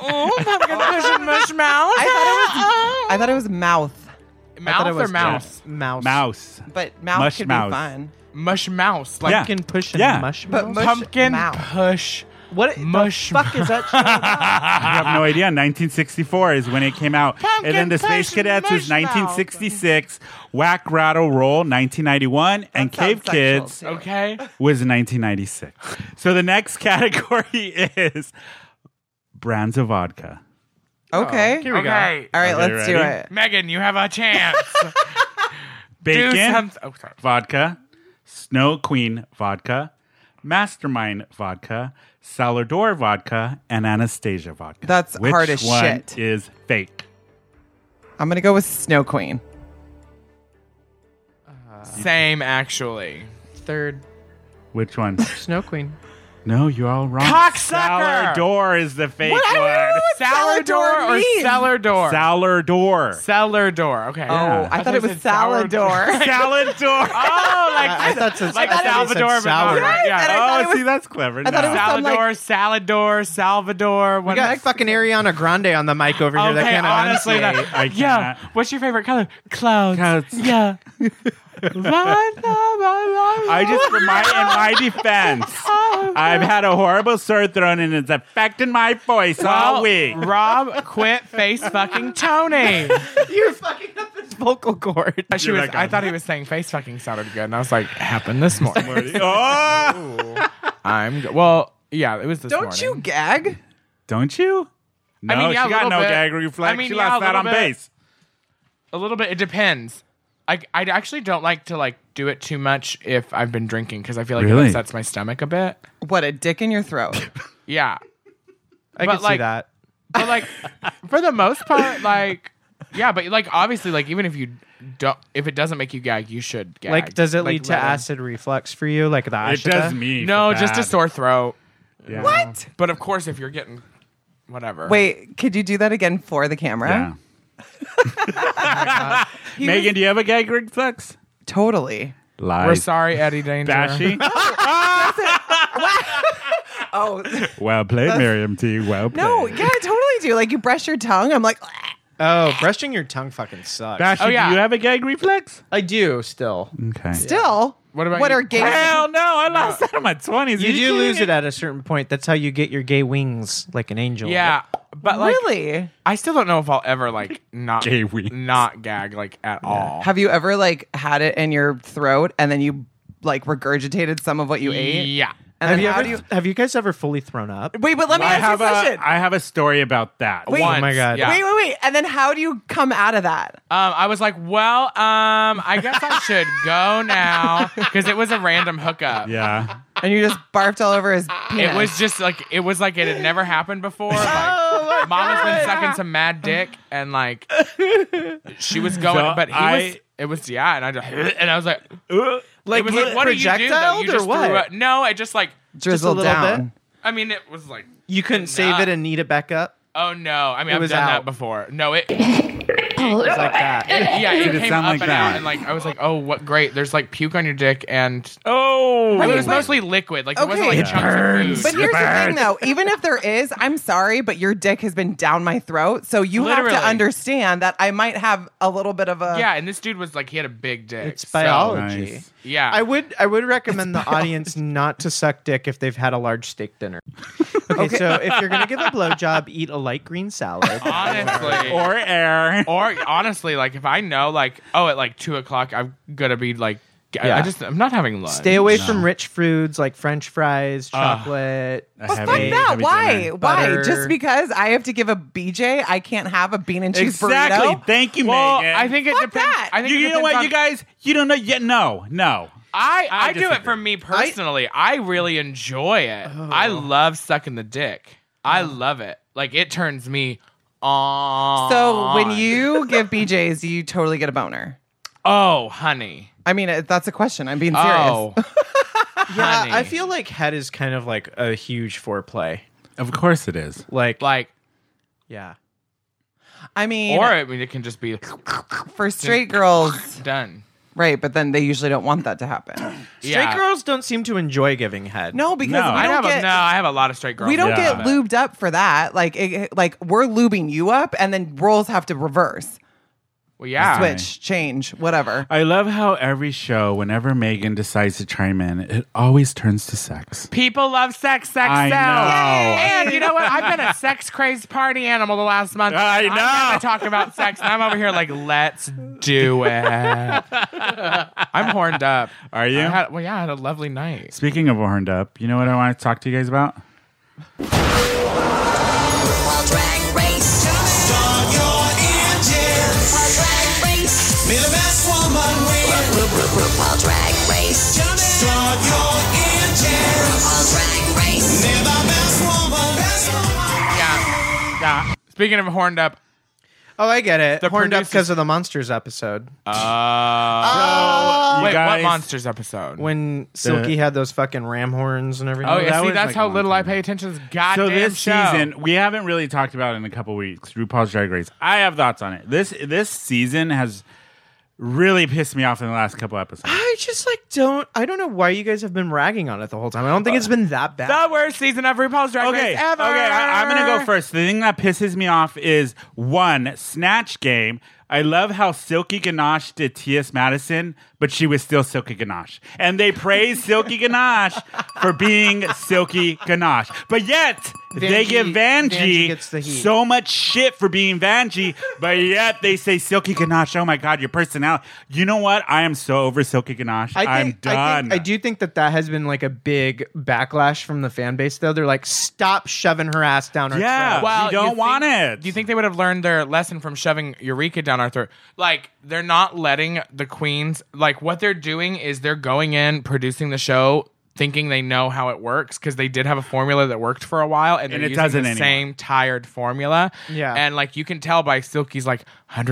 [SPEAKER 2] Oh, Pumpkin Push and Mush Mouse.
[SPEAKER 4] I thought it was I thought it was mouth,
[SPEAKER 1] I thought
[SPEAKER 2] Mouth
[SPEAKER 1] it
[SPEAKER 2] or
[SPEAKER 1] was
[SPEAKER 2] mouse?
[SPEAKER 1] Mouse.
[SPEAKER 3] Mouse.
[SPEAKER 4] but mouth
[SPEAKER 3] Mush
[SPEAKER 4] could
[SPEAKER 3] mouth.
[SPEAKER 4] be fun.
[SPEAKER 2] Mush Mouse. Like
[SPEAKER 3] Yeah.
[SPEAKER 1] Pumpkin push and
[SPEAKER 3] Yeah.
[SPEAKER 1] mush.
[SPEAKER 4] But
[SPEAKER 1] mouse?
[SPEAKER 4] mush-
[SPEAKER 2] Pumpkin
[SPEAKER 4] Mouse.
[SPEAKER 2] Push.
[SPEAKER 1] what
[SPEAKER 2] mush-
[SPEAKER 1] the fuck is that? shit about?
[SPEAKER 3] I have no idea. 1964 is when it came out. and then the
[SPEAKER 2] Pumpkin
[SPEAKER 3] Space
[SPEAKER 2] Push
[SPEAKER 3] Cadets is
[SPEAKER 2] Mush Mouth.
[SPEAKER 3] 1966. Whack Rattle Roll, 1991. and
[SPEAKER 4] That
[SPEAKER 3] Cave
[SPEAKER 4] sounds sexual,
[SPEAKER 3] Kids
[SPEAKER 4] too.
[SPEAKER 2] Okay.
[SPEAKER 3] was 1996. So the next category is brands of vodka.
[SPEAKER 4] Okay.
[SPEAKER 1] Here we go.
[SPEAKER 2] okay.
[SPEAKER 4] All right,
[SPEAKER 3] Okay,
[SPEAKER 4] let's do
[SPEAKER 3] ready?
[SPEAKER 4] it.
[SPEAKER 2] Megan, you have a chance. Do
[SPEAKER 3] Bacon
[SPEAKER 2] something- Oh, sorry.
[SPEAKER 3] vodka, Snow Queen vodka, Mastermind vodka, Salador vodka, and Anastasia vodka.
[SPEAKER 4] That's
[SPEAKER 3] Which
[SPEAKER 4] hard as
[SPEAKER 3] one
[SPEAKER 4] shit.
[SPEAKER 3] Is fake.
[SPEAKER 4] I'm gonna go with Snow Queen.
[SPEAKER 2] Same, actually.
[SPEAKER 1] Third
[SPEAKER 3] Which one?
[SPEAKER 1] Snow Queen.
[SPEAKER 3] no, you're all wrong.
[SPEAKER 2] Cocksucker!
[SPEAKER 3] Salador is the fake
[SPEAKER 4] What? I don't know
[SPEAKER 3] one.
[SPEAKER 4] what
[SPEAKER 2] Cellar
[SPEAKER 4] Cellar
[SPEAKER 2] door
[SPEAKER 4] door
[SPEAKER 2] or
[SPEAKER 4] means.
[SPEAKER 2] cellar door?
[SPEAKER 3] Salador.
[SPEAKER 2] cellar door. Okay.
[SPEAKER 4] Oh, I, thought it was
[SPEAKER 2] said sour-
[SPEAKER 4] Salador.
[SPEAKER 3] Salador.
[SPEAKER 2] Oh, like
[SPEAKER 1] I thought it's
[SPEAKER 2] like
[SPEAKER 1] Salvador.
[SPEAKER 2] Salvador. but not-
[SPEAKER 1] Sour.
[SPEAKER 4] Right? And I thought it
[SPEAKER 3] oh,
[SPEAKER 4] was-
[SPEAKER 3] see, that's clever.
[SPEAKER 4] I thought it was
[SPEAKER 3] now.
[SPEAKER 4] some, like-
[SPEAKER 2] Salvador, Salador, Salvador.
[SPEAKER 1] We
[SPEAKER 2] What
[SPEAKER 1] got
[SPEAKER 2] else?
[SPEAKER 1] fucking Ariana Grande on the mic over here. that
[SPEAKER 2] Okay,
[SPEAKER 1] can't
[SPEAKER 2] honestly,
[SPEAKER 1] enunciate.
[SPEAKER 2] that,
[SPEAKER 3] I
[SPEAKER 2] yeah.
[SPEAKER 3] cannot.
[SPEAKER 2] What's your favorite color? Clouds.
[SPEAKER 3] Clouds.
[SPEAKER 2] Yeah.
[SPEAKER 3] I
[SPEAKER 2] I
[SPEAKER 3] just, for my, in my defense,
[SPEAKER 2] Oh,
[SPEAKER 3] I've had a horrible sore throat and it's affecting my voice all week.
[SPEAKER 2] Rob quit face fucking Tony.
[SPEAKER 1] You're fucking up his vocal cord.
[SPEAKER 2] Uh, She
[SPEAKER 3] You're
[SPEAKER 2] was,
[SPEAKER 3] like,
[SPEAKER 2] I thought he was saying face fucking sounded good, and I was like, happened this morning.
[SPEAKER 3] oh!
[SPEAKER 2] I'm go- well, yeah, it was this
[SPEAKER 4] Don't
[SPEAKER 2] morning.
[SPEAKER 4] you gag?
[SPEAKER 3] Don't you? No,
[SPEAKER 2] I mean, yeah,
[SPEAKER 3] she
[SPEAKER 2] a
[SPEAKER 3] got
[SPEAKER 2] little
[SPEAKER 3] no
[SPEAKER 2] bit.
[SPEAKER 3] gag reflex.
[SPEAKER 2] I mean,
[SPEAKER 3] she
[SPEAKER 2] yeah, a
[SPEAKER 3] lost that
[SPEAKER 2] little
[SPEAKER 3] on
[SPEAKER 2] bit.
[SPEAKER 3] base.
[SPEAKER 2] A little bit. It depends. I, I actually don't like to like do it too much if I've been drinking because I feel like
[SPEAKER 3] Really?
[SPEAKER 2] it upsets my stomach a bit.
[SPEAKER 4] What a dick in your throat.
[SPEAKER 2] Yeah,
[SPEAKER 1] I
[SPEAKER 2] But,
[SPEAKER 1] can see
[SPEAKER 2] like-
[SPEAKER 1] that.
[SPEAKER 2] but like for the most part, like yeah, but like obviously, like even if you don't, if it doesn't make you gag, you should gag.
[SPEAKER 1] Like, does it lead to
[SPEAKER 2] let it-
[SPEAKER 1] acid reflux for you? Like the
[SPEAKER 3] It
[SPEAKER 1] ashita?
[SPEAKER 3] does me.
[SPEAKER 2] No,
[SPEAKER 3] for
[SPEAKER 2] just a
[SPEAKER 3] bad.
[SPEAKER 2] sore throat.
[SPEAKER 3] Yeah.
[SPEAKER 4] What?
[SPEAKER 2] But of course, if you're getting whatever,
[SPEAKER 4] Wait, could you do that again for
[SPEAKER 3] Yeah.
[SPEAKER 4] the camera? He was-
[SPEAKER 3] Megan, do you have a gag reflex?
[SPEAKER 4] totally.
[SPEAKER 2] we're
[SPEAKER 3] Lies.
[SPEAKER 2] sorry, Eddie Danger.
[SPEAKER 3] Bashy.
[SPEAKER 4] Oh
[SPEAKER 3] well played, Miriam T. Well played.
[SPEAKER 4] no, yeah, I totally do. Like you brush your tongue. I'm like, "Ah,
[SPEAKER 1] Oh, brushing your tongue fucking sucks.
[SPEAKER 3] Bashy,
[SPEAKER 2] Oh, yeah.
[SPEAKER 3] do you have a gag reflex?
[SPEAKER 1] I do still.
[SPEAKER 3] Okay.
[SPEAKER 4] still.
[SPEAKER 2] What about
[SPEAKER 4] what
[SPEAKER 2] you?
[SPEAKER 4] are gay?
[SPEAKER 3] Hell no, I lost that in my 20s.
[SPEAKER 1] You do lose it at a certain point. That's how you get your gay wings, like an angel.
[SPEAKER 2] Yeah, but like
[SPEAKER 4] really?
[SPEAKER 2] I still don't know if I'll ever like not
[SPEAKER 3] Gay wings.
[SPEAKER 2] not gag like at all.
[SPEAKER 4] Have you ever like had it in your throat and then you like regurgigitated some of what you ate?
[SPEAKER 2] Yeah.
[SPEAKER 4] And
[SPEAKER 1] Have
[SPEAKER 4] then
[SPEAKER 1] you
[SPEAKER 4] how
[SPEAKER 1] ever?
[SPEAKER 4] do you?
[SPEAKER 1] Have you guys ever fully thrown up?
[SPEAKER 4] Wait, but let me
[SPEAKER 3] I
[SPEAKER 4] ask
[SPEAKER 3] have,
[SPEAKER 4] you a question.
[SPEAKER 3] a, I have a story about that.
[SPEAKER 4] Wait.
[SPEAKER 2] Once,
[SPEAKER 1] Oh my God.
[SPEAKER 2] yeah.
[SPEAKER 4] Wait, wait, wait. And then how do you come out of that?
[SPEAKER 2] Um, I was like, well, um, I guess I should go now because it was a random hookup.
[SPEAKER 3] Yeah.
[SPEAKER 4] And you just barfed all over his penis.
[SPEAKER 2] It was just like it was like it had never happened before. Like, oh Mama's been sucking some mad dick, and like she was going,
[SPEAKER 3] So
[SPEAKER 2] but he was.
[SPEAKER 3] I-
[SPEAKER 2] It was yeah, and I just and I was like,
[SPEAKER 1] Like,
[SPEAKER 2] it was like, what do you do? Though?
[SPEAKER 1] projectiled
[SPEAKER 2] You just
[SPEAKER 1] or what?
[SPEAKER 2] threw up. No, I just like,
[SPEAKER 4] drizzled
[SPEAKER 1] little
[SPEAKER 4] down.
[SPEAKER 1] bit?
[SPEAKER 2] I mean, it was like,
[SPEAKER 1] You couldn't save
[SPEAKER 2] Nah.
[SPEAKER 1] it and knead it back up
[SPEAKER 2] oh no, I mean,
[SPEAKER 1] It
[SPEAKER 2] I've
[SPEAKER 1] was
[SPEAKER 2] done that
[SPEAKER 1] out.
[SPEAKER 2] before. No, it
[SPEAKER 1] like that.
[SPEAKER 2] yeah, it
[SPEAKER 3] it
[SPEAKER 2] came
[SPEAKER 3] sound
[SPEAKER 2] up
[SPEAKER 3] like
[SPEAKER 2] and
[SPEAKER 3] that?
[SPEAKER 2] out, and like I was like, oh, what great. There's like puke on your dick, and
[SPEAKER 3] Oh.
[SPEAKER 2] but it was
[SPEAKER 4] but-
[SPEAKER 2] mostly liquid. Like it wasn't
[SPEAKER 4] Okay.
[SPEAKER 2] like
[SPEAKER 4] It
[SPEAKER 2] chunks of
[SPEAKER 4] But
[SPEAKER 2] food.
[SPEAKER 4] here's the thing, though. Even if there is, I'm sorry, but your dick has been down my throat, so you have
[SPEAKER 2] Literally.
[SPEAKER 4] to understand that I might have a little bit of a.
[SPEAKER 2] yeah, and this dude was like, he had a big dick.
[SPEAKER 1] It's
[SPEAKER 2] so-
[SPEAKER 1] biology.
[SPEAKER 3] Nice.
[SPEAKER 2] yeah,
[SPEAKER 1] I would I would recommend the audience not to suck dick if they've had a large steak dinner. Okay, so if you're gonna give a blowjob, eat a light green salad.
[SPEAKER 2] honestly. or-
[SPEAKER 3] Or air.
[SPEAKER 2] or honestly, like if I know, like oh, at like two o'clock, I'm gonna be like, I- I
[SPEAKER 1] Yeah.
[SPEAKER 2] just I'm not having lunch.
[SPEAKER 1] Stay away from rich foods like French fries, chocolate.
[SPEAKER 4] But fuck that. Why? Why?
[SPEAKER 1] Butter.
[SPEAKER 4] Just because I have to give a BJ, I can't have a bean and cheese
[SPEAKER 3] Exactly.
[SPEAKER 4] burrito.
[SPEAKER 3] Thank you,
[SPEAKER 2] Well,
[SPEAKER 3] Megan.
[SPEAKER 2] I think it
[SPEAKER 4] Fuck
[SPEAKER 2] depends.
[SPEAKER 4] that.
[SPEAKER 2] I think
[SPEAKER 3] you,
[SPEAKER 2] it
[SPEAKER 3] you know
[SPEAKER 2] depends
[SPEAKER 3] what,
[SPEAKER 2] on-
[SPEAKER 3] you guys, you don't know yet. No, no.
[SPEAKER 2] I, I, Oh. do it
[SPEAKER 3] disagree.
[SPEAKER 2] for me personally. I, really enjoy it. I love sucking the dick. I love it. Like it turns me on.
[SPEAKER 4] So when you give BJs, you totally get a boner.
[SPEAKER 2] oh honey,
[SPEAKER 4] I mean, it- that's a question. I'm being serious.
[SPEAKER 2] oh
[SPEAKER 1] Yeah,
[SPEAKER 2] honey,
[SPEAKER 1] I feel like head is kind of like a huge foreplay.
[SPEAKER 3] Of course it is.
[SPEAKER 1] Like,
[SPEAKER 2] like
[SPEAKER 1] yeah.
[SPEAKER 4] I mean,
[SPEAKER 2] Or I mean, it can just be
[SPEAKER 4] for straight girls,
[SPEAKER 2] done.
[SPEAKER 4] right? But then they usually don't want that to happen.
[SPEAKER 2] Yeah.
[SPEAKER 1] Straight girls don't seem to enjoy giving head.
[SPEAKER 4] No, because
[SPEAKER 3] No.
[SPEAKER 4] we
[SPEAKER 2] I
[SPEAKER 4] don't
[SPEAKER 2] have
[SPEAKER 4] get
[SPEAKER 2] a, no. I have a lot of straight girls.
[SPEAKER 4] we don't
[SPEAKER 3] Yeah.
[SPEAKER 4] get lubed up for that. Like, it, like we're lubing you up, and then roles have to reverse,
[SPEAKER 2] Well,
[SPEAKER 3] Ah.
[SPEAKER 2] yeah.
[SPEAKER 4] switch, change, whatever.
[SPEAKER 3] I love how every show, whenever Megan decides to chime in, it always turns to sex.
[SPEAKER 2] People love sex. Sex
[SPEAKER 3] I
[SPEAKER 2] sells.
[SPEAKER 3] know. Yay!
[SPEAKER 2] And you know what? I've been a sex crazed party animal the last month.
[SPEAKER 3] I
[SPEAKER 2] I'm
[SPEAKER 3] know.
[SPEAKER 2] gonna talk about sex, and I'm over here like, let's do it. I'm horned up.
[SPEAKER 3] Are you?
[SPEAKER 2] I had, well, yeah. I had a lovely night.
[SPEAKER 3] Speaking of horned up, you know what I want to talk to you guys about?
[SPEAKER 5] RuPaul Drag Race.
[SPEAKER 7] Start your engines.
[SPEAKER 5] RuPaul Drag Race.
[SPEAKER 7] Be the best woman win.
[SPEAKER 5] Ru- Ru- RuPaul Drag Race.
[SPEAKER 7] Start your engines.
[SPEAKER 5] RuPaul Drag Race.
[SPEAKER 7] Be the best woman. Best woman.
[SPEAKER 2] Yeah. Yeah. Speaking of horned up,
[SPEAKER 1] Oh, I get it.
[SPEAKER 2] The
[SPEAKER 1] Horned up
[SPEAKER 2] producers- Uh,
[SPEAKER 1] because of the monsters episode
[SPEAKER 2] wait,
[SPEAKER 3] Uh, guys-
[SPEAKER 2] what monsters episode?
[SPEAKER 1] when Silky had those fucking ram horns and everything.
[SPEAKER 2] oh yeah,
[SPEAKER 3] that
[SPEAKER 2] see,
[SPEAKER 3] was,
[SPEAKER 2] that's
[SPEAKER 3] like,
[SPEAKER 2] how
[SPEAKER 3] one
[SPEAKER 2] little I
[SPEAKER 3] time.
[SPEAKER 2] pay attention to this goddamn
[SPEAKER 3] so this
[SPEAKER 2] show.
[SPEAKER 3] season, we haven't really talked about it in a couple weeks. RuPaul's Drag Race. I have thoughts on it. This this season has really pissed me off in the last couple episodes.
[SPEAKER 1] I just like don't. I don't know why you guys have been ragging on it the whole time. I don't
[SPEAKER 2] Uh,
[SPEAKER 1] think it's been that bad.
[SPEAKER 2] the worst season of RuPaul's Drag
[SPEAKER 3] Okay,
[SPEAKER 2] Race ever.
[SPEAKER 3] okay, I, I'm gonna go first. The thing that pisses me off is one snatch game. I love how Silky Ganache did T.S. Madison, but she was still Silky Ganache, and they praise Silky Ganache for being Silky Ganache, but yet. they
[SPEAKER 1] Vanjie-
[SPEAKER 3] give Vanjie,
[SPEAKER 1] Vanjie gets the heat.
[SPEAKER 3] so much shit for being Vanjie, but yet they say Silky Ganache. Oh my God, your personality. You know what? I am so over Silky Ganache.
[SPEAKER 1] I
[SPEAKER 3] I'm
[SPEAKER 1] think,
[SPEAKER 3] done.
[SPEAKER 1] I, think, I do think that that has been like a big backlash from the fan base, though. They're like, stop shoving her ass down our
[SPEAKER 3] Yeah.
[SPEAKER 1] throat.
[SPEAKER 3] We don't
[SPEAKER 2] you
[SPEAKER 3] want
[SPEAKER 2] think-
[SPEAKER 3] it.
[SPEAKER 2] Do you think they would have learned their lesson from shoving Eureka down our throat? Like, they're not letting the queens, like, what they're doing is they're going in, producing the show, thinking they know how it works because they did have a formula that worked for a while and,
[SPEAKER 3] And
[SPEAKER 2] they're
[SPEAKER 3] it
[SPEAKER 2] using
[SPEAKER 3] doesn't
[SPEAKER 2] the
[SPEAKER 3] anymore.
[SPEAKER 2] same tired formula.
[SPEAKER 1] Yeah.
[SPEAKER 2] And, like, you can tell by Silky's, like,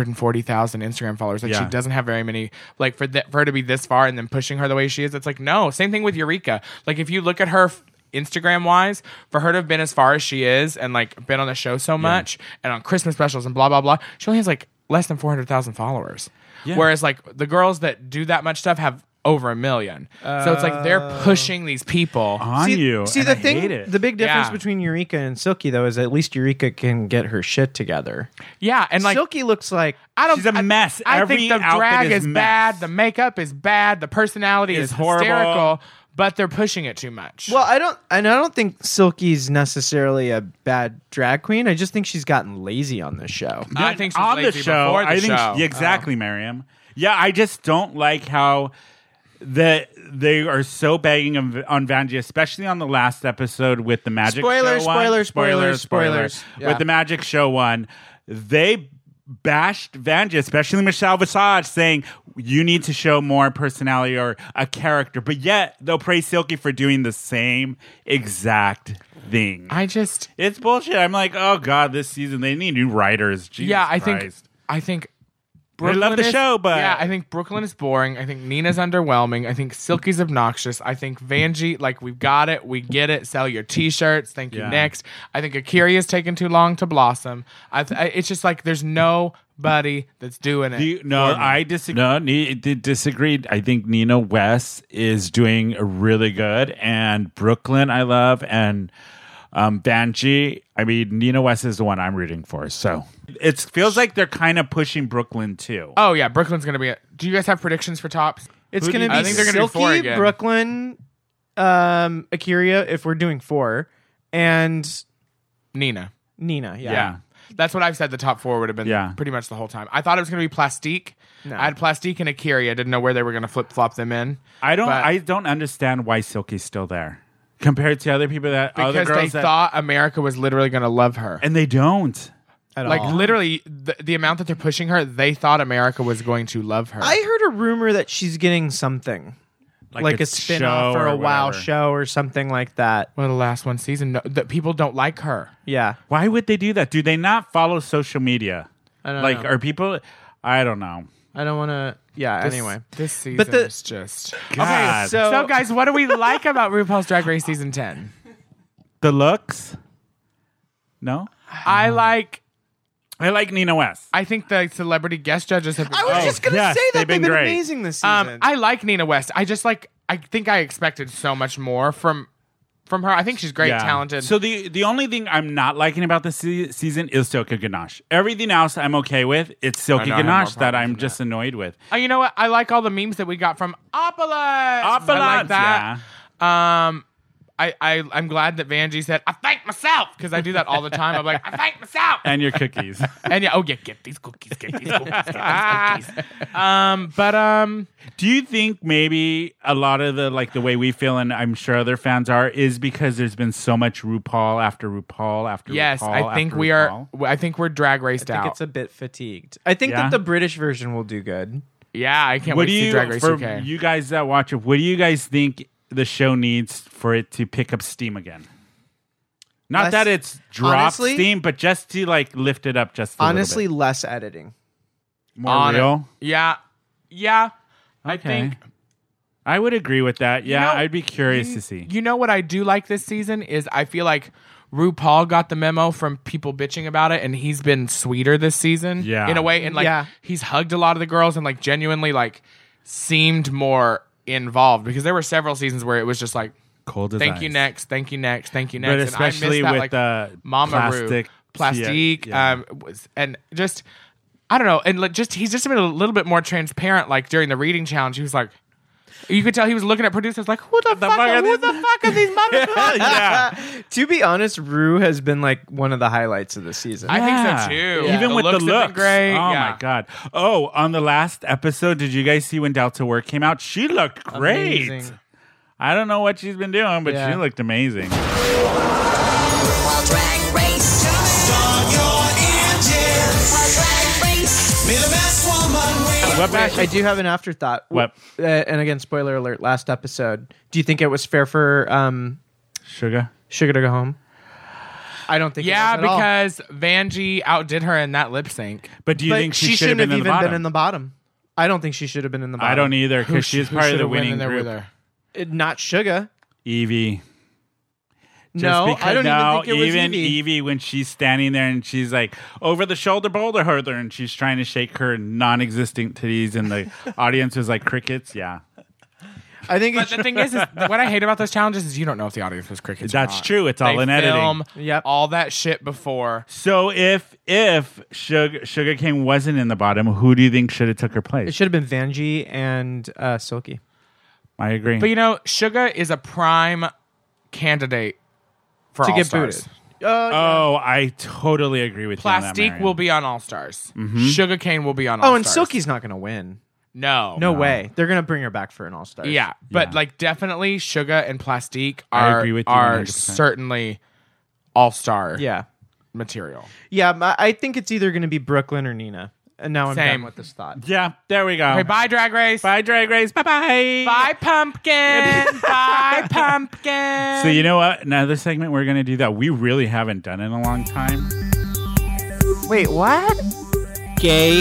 [SPEAKER 2] 140,000 Instagram followers. Like,
[SPEAKER 3] Yeah.
[SPEAKER 2] she doesn't have very many, like, for, th- for her to be this far and then pushing her the way she is, it's like, no. Same thing with Eureka. Like, if you look at her. f- Instagram wise, for her to have been as far as she is and like been on the show so much and on Christmas specials and blah blah blah, she only has like less than four hundred thousand followers. Whereas like the girls that do that much stuff have over a million. so it's like
[SPEAKER 3] Oh.
[SPEAKER 2] they're pushing these people.
[SPEAKER 3] on
[SPEAKER 1] See,
[SPEAKER 3] you.
[SPEAKER 1] see
[SPEAKER 3] and
[SPEAKER 1] the
[SPEAKER 3] I
[SPEAKER 1] thing,
[SPEAKER 3] hate it.
[SPEAKER 1] the big difference
[SPEAKER 2] Yeah.
[SPEAKER 1] between Eureka and Silky though is at least Eureka can get her shit together.
[SPEAKER 2] Yeah, and like
[SPEAKER 1] Silky looks like
[SPEAKER 2] I don't.
[SPEAKER 3] She's a
[SPEAKER 2] I-
[SPEAKER 3] mess.
[SPEAKER 2] I,
[SPEAKER 3] Every
[SPEAKER 2] think the
[SPEAKER 3] outfit
[SPEAKER 2] drag
[SPEAKER 3] is
[SPEAKER 2] is,
[SPEAKER 3] mess.
[SPEAKER 2] bad. The makeup is bad. The personality
[SPEAKER 3] It's
[SPEAKER 2] is,
[SPEAKER 3] horrible.
[SPEAKER 2] hysterical. But they're pushing it too much.
[SPEAKER 1] Well, I don't, and I don't think Silky's necessarily a bad drag queen. I just think she's gotten lazy on this show.
[SPEAKER 3] Uh,
[SPEAKER 2] I think she's
[SPEAKER 3] on the
[SPEAKER 2] lazy
[SPEAKER 3] show.
[SPEAKER 2] before the
[SPEAKER 3] I think
[SPEAKER 2] show.
[SPEAKER 3] yeah, exactly, Miriam. Yeah, I just don't like how that they are so begging on, on Vanjie, especially on the last episode with the magic.
[SPEAKER 1] Spoilers,
[SPEAKER 3] show one.
[SPEAKER 1] spoilers, spoilers, spoilers. Yeah.
[SPEAKER 3] With the magic show one, they bashed Vanjie, especially Michelle Visage, saying you need to show more personality or a character. But yet they'll praise Silky for doing the same exact thing.
[SPEAKER 2] I just
[SPEAKER 3] It's bullshit. I'm like, oh god, this season they need new writers. Jesus
[SPEAKER 2] yeah, I
[SPEAKER 3] Christ.
[SPEAKER 2] think I think
[SPEAKER 3] I love the
[SPEAKER 2] is-
[SPEAKER 3] show, but
[SPEAKER 2] yeah, I think Brooklyn is boring. I think Nina's underwhelming. I think Silky's obnoxious. I think Vanjie, like we've got it, we get it. Sell your T-shirts. Thank you.
[SPEAKER 3] Yeah.
[SPEAKER 2] Next, I think Akiri is taking too long to blossom. I, th- I it's just like there's nobody that's doing it.
[SPEAKER 3] Do you- no, I disagree. No, ne- d- disagreed. I think Nina West is doing really good, and Brooklyn I love, and um, Banshee. I mean, Nina West is the one I'm rooting for. So it feels like they're kind of pushing Brooklyn too.
[SPEAKER 2] oh yeah, Brooklyn's gonna be it. Do you guys have predictions for tops?
[SPEAKER 1] It's
[SPEAKER 3] Who do
[SPEAKER 1] going to be
[SPEAKER 3] you-
[SPEAKER 2] I think they're gonna be
[SPEAKER 1] Silky,
[SPEAKER 2] four again.
[SPEAKER 1] Brooklyn, um, Akira, if we're doing four, and
[SPEAKER 2] Nina.
[SPEAKER 1] Nina. Yeah.
[SPEAKER 3] Yeah.
[SPEAKER 2] That's what I've said the top four would have been
[SPEAKER 3] Yeah.
[SPEAKER 2] pretty much the whole time. I thought it was going to be Plastique. I had Plastique and Akiri. I didn't know where they were going to flip flop them in.
[SPEAKER 3] I don't.
[SPEAKER 2] But-
[SPEAKER 3] I don't understand why Silky's still there compared to other people that other
[SPEAKER 2] because
[SPEAKER 3] girls
[SPEAKER 2] they
[SPEAKER 3] that,
[SPEAKER 2] thought America was literally going to love her.
[SPEAKER 3] and they don't.
[SPEAKER 1] At
[SPEAKER 2] like
[SPEAKER 1] all.
[SPEAKER 2] literally, the, the amount that they're pushing her, they thought America was going to love her.
[SPEAKER 1] I heard a rumor that she's getting something like, a, spin-off
[SPEAKER 3] show
[SPEAKER 1] or a WoW
[SPEAKER 3] whatever.
[SPEAKER 1] show or something like that.
[SPEAKER 2] well, the last one season, no, that people don't like her.
[SPEAKER 1] Yeah.
[SPEAKER 3] Why would they do that? Do they not follow social media?
[SPEAKER 1] I don't
[SPEAKER 3] like,
[SPEAKER 1] know.
[SPEAKER 3] are people? I don't know.
[SPEAKER 1] I don't want to. Yeah.
[SPEAKER 2] This-
[SPEAKER 1] anyway.
[SPEAKER 2] this season
[SPEAKER 1] But the-
[SPEAKER 2] is just
[SPEAKER 3] God.
[SPEAKER 2] okay. So, so, guys, what do we like about RuPaul's Drag Race season ten?
[SPEAKER 3] the looks. No,
[SPEAKER 2] I like
[SPEAKER 3] I like Nina West.
[SPEAKER 2] I think the celebrity guest judges have. Been
[SPEAKER 1] I was
[SPEAKER 2] great.
[SPEAKER 1] just gonna
[SPEAKER 3] Oh, yes,
[SPEAKER 1] say that
[SPEAKER 3] they've been great.
[SPEAKER 1] amazing this season.
[SPEAKER 2] Um, I like Nina West. I just like. I think I expected so much more from from her. I think she's great,
[SPEAKER 3] Yeah.
[SPEAKER 2] talented.
[SPEAKER 3] So the the only thing I'm not liking about this se- season is Silky Ganache. Everything else I'm okay with. It's Silky
[SPEAKER 2] know, I have more
[SPEAKER 3] Ganache that
[SPEAKER 2] problems
[SPEAKER 3] I'm
[SPEAKER 2] than
[SPEAKER 3] just annoyed with.
[SPEAKER 2] Uh, you know what? I like all the memes that we got from Opala. I
[SPEAKER 3] Opulence,
[SPEAKER 2] like that. Um, I, I I'm glad that Vanjie said I thank myself because I do that all the time. I'm like I thank myself.
[SPEAKER 3] And your cookies.
[SPEAKER 2] And yeah, oh yeah, get these cookies, get these cookies, get these cookies. um, but um,
[SPEAKER 3] Do you think maybe a lot of the like the way we feel, and I'm sure other fans are, is because there's been so much RuPaul after RuPaul after
[SPEAKER 2] yes,
[SPEAKER 3] RuPaul?
[SPEAKER 2] I think
[SPEAKER 3] after
[SPEAKER 2] we
[SPEAKER 3] RuPaul?
[SPEAKER 2] are. I think we're drag
[SPEAKER 1] I
[SPEAKER 2] raced
[SPEAKER 1] think
[SPEAKER 2] out.
[SPEAKER 1] it's a bit fatigued. I think
[SPEAKER 3] Yeah.
[SPEAKER 1] that the British version will do good.
[SPEAKER 2] yeah, I can't wait
[SPEAKER 3] What do
[SPEAKER 2] to see
[SPEAKER 3] you
[SPEAKER 2] Drag Race
[SPEAKER 3] for
[SPEAKER 2] UK.
[SPEAKER 3] you guys that watch it? What do you guys think the show needs for it to pick up steam again? Not
[SPEAKER 1] Less-
[SPEAKER 3] that it's dropped
[SPEAKER 1] Honestly-
[SPEAKER 3] steam, but just to like lift it up just a little
[SPEAKER 1] Honestly,
[SPEAKER 3] bit.
[SPEAKER 1] less editing.
[SPEAKER 3] more
[SPEAKER 2] On it.
[SPEAKER 3] real.
[SPEAKER 2] Yeah, yeah. I
[SPEAKER 3] Okay.
[SPEAKER 2] think
[SPEAKER 3] I would agree with that. Yeah,
[SPEAKER 2] know,
[SPEAKER 3] I'd be curious to see.
[SPEAKER 2] You know what I do like this season is I feel like RuPaul got the memo from people bitching about it, and he's been sweeter this season.
[SPEAKER 3] Yeah.
[SPEAKER 2] in a way, and like
[SPEAKER 1] Yeah.
[SPEAKER 2] he's hugged a lot of the girls and like genuinely like seemed more involved because there were several seasons where it was just like
[SPEAKER 3] Cold as
[SPEAKER 2] thank you
[SPEAKER 3] ice.
[SPEAKER 2] next, thank you next, thank you next, and
[SPEAKER 3] But
[SPEAKER 2] I miss
[SPEAKER 3] especially
[SPEAKER 2] that,
[SPEAKER 3] with
[SPEAKER 2] like,
[SPEAKER 3] the
[SPEAKER 2] Mama
[SPEAKER 3] plastic-
[SPEAKER 2] Ru, plastique,
[SPEAKER 3] yeah, yeah.
[SPEAKER 2] Um, was- and just. I don't know, and like just he's just been a little bit more transparent. Like during the reading challenge, he was like, you could tell he was looking at producers like, who the, fuck,
[SPEAKER 3] fuck
[SPEAKER 2] are,
[SPEAKER 3] are
[SPEAKER 2] who the
[SPEAKER 3] these-
[SPEAKER 2] fuck are these motherfuckers?
[SPEAKER 3] yeah.
[SPEAKER 1] To be honest, Rue has been like one of the highlights of the season.
[SPEAKER 2] I think
[SPEAKER 3] Yeah.
[SPEAKER 2] so too.
[SPEAKER 3] Even with the
[SPEAKER 2] looks have been
[SPEAKER 3] looks,
[SPEAKER 2] great.
[SPEAKER 3] Oh
[SPEAKER 2] yeah.
[SPEAKER 3] my god! Oh, on the last episode, did you guys see when Delta Work came out? She looked great.
[SPEAKER 1] Amazing.
[SPEAKER 3] I don't know what she's been doing, but
[SPEAKER 1] Yeah.
[SPEAKER 3] she looked amazing.
[SPEAKER 5] RuPaul Drag Race.
[SPEAKER 7] Start your engines.
[SPEAKER 5] RuPaul Drag Race.
[SPEAKER 7] Be the best woman wins.
[SPEAKER 3] What
[SPEAKER 1] Wait, I
[SPEAKER 3] fashion?
[SPEAKER 1] do have an afterthought.
[SPEAKER 3] What?
[SPEAKER 1] Uh, and again, spoiler alert. Last episode. Do you think it was fair for um,
[SPEAKER 3] Sugar.
[SPEAKER 1] Sugar to go home? I don't think.
[SPEAKER 2] Yeah,
[SPEAKER 1] it was at all.
[SPEAKER 2] because Vanjie outdid her in that lip sync.
[SPEAKER 3] But do you
[SPEAKER 1] But
[SPEAKER 3] think she, should have
[SPEAKER 1] shouldn't
[SPEAKER 3] been,
[SPEAKER 1] have
[SPEAKER 3] in the
[SPEAKER 1] even
[SPEAKER 3] bottom?
[SPEAKER 1] been in the bottom. I don't think she should have been in the bottom.
[SPEAKER 3] I don't e- either
[SPEAKER 2] Who
[SPEAKER 3] because she's
[SPEAKER 2] sh- who
[SPEAKER 3] part of the
[SPEAKER 2] should've went
[SPEAKER 3] winning
[SPEAKER 2] in there
[SPEAKER 3] group.
[SPEAKER 2] with her?
[SPEAKER 1] It- not Sugar.
[SPEAKER 3] Evie. Just
[SPEAKER 1] no, I don't even
[SPEAKER 3] no,
[SPEAKER 1] think it was
[SPEAKER 3] even
[SPEAKER 1] Evie.
[SPEAKER 3] Evie when she's standing there and she's like over the shoulder boulder hurdler and she's trying to shake her non-existent titties and the audience was like crickets. Yeah,
[SPEAKER 1] I think it
[SPEAKER 2] But the thing is, is what I hate about those challenges is you don't know if the audience was crickets. or
[SPEAKER 3] That's
[SPEAKER 2] not.
[SPEAKER 3] true. It's all
[SPEAKER 2] They
[SPEAKER 3] in editing.
[SPEAKER 2] film
[SPEAKER 1] Yep.
[SPEAKER 2] All that shit before.
[SPEAKER 3] So if if Sugar Sugar King wasn't in the bottom, who do you think should have took her
[SPEAKER 1] It
[SPEAKER 3] place?
[SPEAKER 1] should have been Vanjie and uh, Silky.
[SPEAKER 3] I agree.
[SPEAKER 2] But you know, Sugar is a prime candidate for
[SPEAKER 1] to
[SPEAKER 2] All
[SPEAKER 1] get
[SPEAKER 2] Stars.
[SPEAKER 1] booted. Uh,
[SPEAKER 3] oh, I totally agree with you.
[SPEAKER 2] Plastique will be on All Stars.
[SPEAKER 3] Mm-hmm.
[SPEAKER 2] Sugar Cane will be on All
[SPEAKER 1] oh,
[SPEAKER 2] Stars.
[SPEAKER 1] and Silky's not going to win.
[SPEAKER 2] No.
[SPEAKER 1] No, way. They're going to bring her back for an All Star.
[SPEAKER 2] Yeah, but
[SPEAKER 3] Yeah.
[SPEAKER 2] like definitely Sugar and Plastique
[SPEAKER 3] I
[SPEAKER 2] are
[SPEAKER 3] agree with you
[SPEAKER 2] are
[SPEAKER 3] 100%.
[SPEAKER 2] certainly all star
[SPEAKER 1] Yeah.
[SPEAKER 2] material.
[SPEAKER 1] Yeah. my- I think it's either going to be Brooklyn or Nina. And now I'm
[SPEAKER 2] Same.
[SPEAKER 1] done with this thought.
[SPEAKER 3] Yeah, there we go.
[SPEAKER 2] Okay, bye Drag Race.
[SPEAKER 3] bye, Drag Race. Bye, bye,
[SPEAKER 2] Bye, pumpkin. bye pumpkin.
[SPEAKER 3] So you know what? Another segment we're gonna do that we really haven't done in a long time.
[SPEAKER 4] Wait, what?
[SPEAKER 8] Gay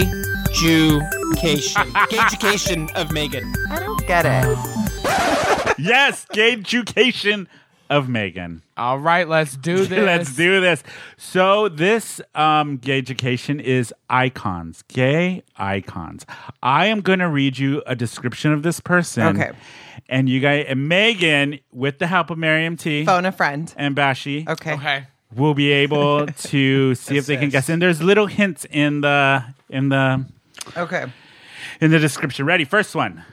[SPEAKER 8] education. Gay education of Megan.
[SPEAKER 4] I don't get it.
[SPEAKER 3] yes, gay education of Megan.
[SPEAKER 2] All right, let's do this.
[SPEAKER 3] Let's do this. So this um, gay education is icons, gay icons. I am going to read you a description of this person.
[SPEAKER 4] Okay.
[SPEAKER 3] And you guys, and Megan, with the help of Miriam T.
[SPEAKER 4] Phone a friend.
[SPEAKER 3] and Bashi,
[SPEAKER 4] Okay.
[SPEAKER 2] Okay.
[SPEAKER 3] will be able to see if they can guess. And there's little hints in the in the
[SPEAKER 4] Okay.
[SPEAKER 3] in the description. Ready? First one.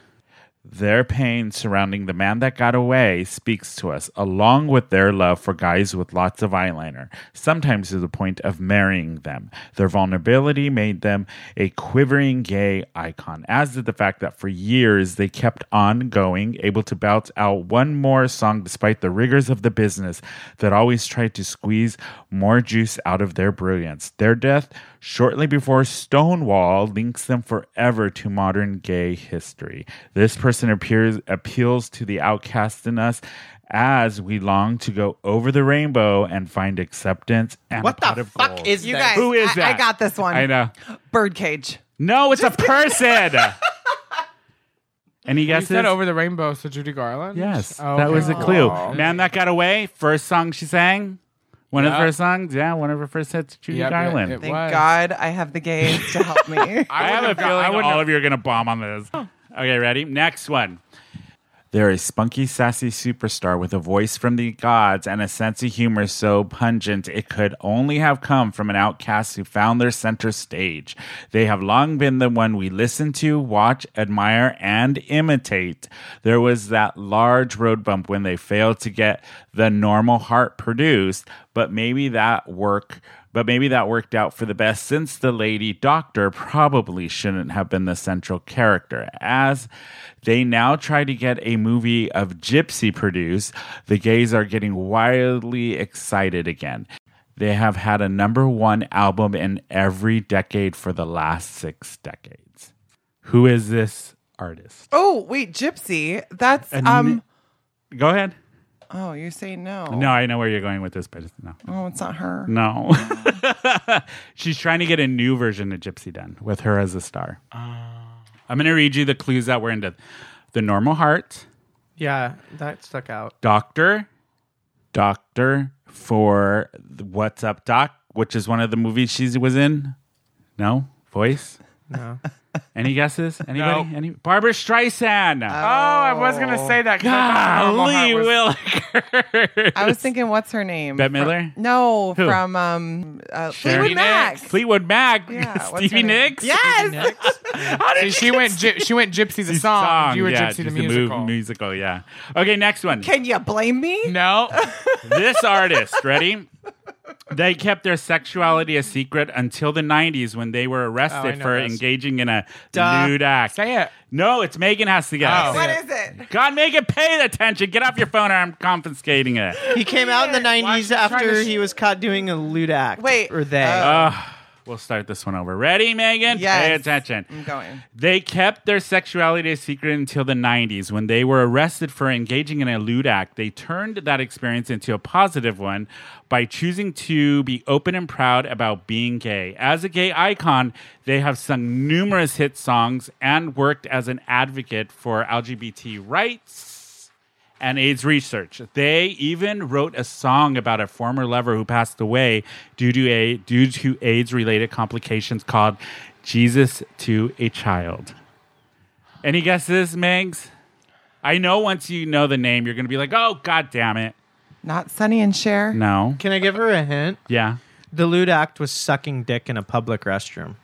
[SPEAKER 3] Their pain surrounding the man that got away speaks to us, along with their love for guys with lots of eyeliner, sometimes to the point of marrying them. Their vulnerability made them a quivering gay icon, as did the fact that for years they kept on going, able to belt out one more song despite the rigors of the business that always tried to squeeze more juice out of their brilliance. Their death shortly before Stonewall links them forever to modern gay history. This person appears appeals to the outcast in us as we long to go over the rainbow and find acceptance and
[SPEAKER 1] What
[SPEAKER 3] a pot
[SPEAKER 1] the
[SPEAKER 3] of
[SPEAKER 1] fuck
[SPEAKER 3] gold.
[SPEAKER 1] is
[SPEAKER 4] You
[SPEAKER 1] that?
[SPEAKER 4] guys.
[SPEAKER 3] Who is
[SPEAKER 4] I-
[SPEAKER 3] that?
[SPEAKER 4] I got this one.
[SPEAKER 3] I know.
[SPEAKER 4] Birdcage.
[SPEAKER 3] No, it's a person. Any
[SPEAKER 2] You
[SPEAKER 3] guesses?
[SPEAKER 2] said over the rainbow, so Judy Garland.
[SPEAKER 3] yes,
[SPEAKER 2] Oh,
[SPEAKER 3] that
[SPEAKER 2] okay.
[SPEAKER 3] was a clue.
[SPEAKER 2] Aw.
[SPEAKER 3] Man, that got away. First song she sang One of
[SPEAKER 2] Yeah.
[SPEAKER 3] her first songs, yeah, one of her first hits, Judy
[SPEAKER 2] Yep, it-
[SPEAKER 3] Garland.
[SPEAKER 2] it
[SPEAKER 4] Thank
[SPEAKER 2] was.
[SPEAKER 4] God I have the gays to help me.
[SPEAKER 3] I have a
[SPEAKER 2] wouldn't got- I
[SPEAKER 3] feeling
[SPEAKER 2] wouldn't
[SPEAKER 3] all
[SPEAKER 2] have-
[SPEAKER 3] of you are going to bomb on this. Okay, ready? Next one. They're a spunky, sassy superstar with a voice from the gods and a sense of humor so pungent it could only have come from an outcast who found their center stage. They have long been the one we listen to, watch, admire, and imitate. There was that large road bump when they failed to get the normal heart produced, but maybe that work but maybe that worked out for the best since the lady doctor probably shouldn't have been the central character. As they now try to get a movie of Gypsy produced, the gays are getting wildly excited again. They have had a number one album in every decade for the last six decades. Who is this artist?
[SPEAKER 4] oh wait, Gypsy. That's
[SPEAKER 3] And-
[SPEAKER 4] um.
[SPEAKER 3] Go ahead.
[SPEAKER 4] Oh, you're saying no?
[SPEAKER 3] No, I know where you're going with this, but it's no.
[SPEAKER 4] Oh, it's not her.
[SPEAKER 3] No. She's trying to get a new version of Gypsy done with her as a star. I'm going to read you the clues that were into The Normal Heart,
[SPEAKER 1] Yeah, that stuck out.
[SPEAKER 3] Doctor, Doctor for the What's Up Doc, which is one of the movies she was in. No? Voice?
[SPEAKER 1] No.
[SPEAKER 3] Any guesses? Anybody? Any? Barbara
[SPEAKER 2] Oh,
[SPEAKER 3] Streisand.
[SPEAKER 2] I was gonna say that. 'cause I thought Normal Heart
[SPEAKER 3] Golly,
[SPEAKER 2] was-
[SPEAKER 3] Will.
[SPEAKER 4] I was thinking, what's her name?
[SPEAKER 3] Bette Midler?
[SPEAKER 4] No,
[SPEAKER 3] Who?
[SPEAKER 4] from um uh,
[SPEAKER 2] Sherry
[SPEAKER 4] Fleetwood Mac.
[SPEAKER 3] Fleetwood Mac.
[SPEAKER 4] Yeah, what's her
[SPEAKER 3] Stevie
[SPEAKER 4] name?
[SPEAKER 3] Nicks.
[SPEAKER 4] Yes.
[SPEAKER 2] See, she went. Gy- she went. Gypsy the song. You were
[SPEAKER 3] yeah,
[SPEAKER 2] Gypsy the
[SPEAKER 3] just a move-
[SPEAKER 2] musical.
[SPEAKER 3] musical, yeah. Okay, next one.
[SPEAKER 4] Can you blame me?
[SPEAKER 2] no.
[SPEAKER 3] this artist, ready? They kept their sexuality a secret until the 90s when they were
[SPEAKER 2] Oh, I
[SPEAKER 3] arrested
[SPEAKER 2] know
[SPEAKER 3] for
[SPEAKER 2] this.
[SPEAKER 3] engaging in a
[SPEAKER 2] Duh.
[SPEAKER 3] nude act.
[SPEAKER 2] Say it.
[SPEAKER 3] No, it's Megan has to guess.
[SPEAKER 2] Oh.
[SPEAKER 4] What is it?
[SPEAKER 3] God, Megan, pay attention. Get off your phone or I'm confiscating it.
[SPEAKER 1] He came out in the
[SPEAKER 2] Why is
[SPEAKER 1] nineties
[SPEAKER 2] he trying
[SPEAKER 1] after
[SPEAKER 2] to sh-
[SPEAKER 1] he was caught doing a lewd act.
[SPEAKER 4] Wait,
[SPEAKER 1] or they?
[SPEAKER 4] uh,
[SPEAKER 3] We'll start this one over. Ready, Megan?
[SPEAKER 4] Yes.
[SPEAKER 3] Pay attention.
[SPEAKER 4] I'm going.
[SPEAKER 3] They kept their sexuality a secret until the 90s when they were arrested for engaging in a lewd act. They turned that experience into a positive one by choosing to be open and proud about being gay. As a gay icon, they have sung numerous hit songs and worked as an advocate for LGBT rights and AIDS research. They even wrote a song about a former lover who passed away due to a due to AIDS related complications called Jesus to a Child. Any guesses, Megs? I know once you know the name, you're gonna be like, oh god damn it.
[SPEAKER 4] Not Sunny and Cher.
[SPEAKER 3] No.
[SPEAKER 1] Can I give her a hint?
[SPEAKER 3] Yeah.
[SPEAKER 1] The lewd act was sucking dick in a public restroom.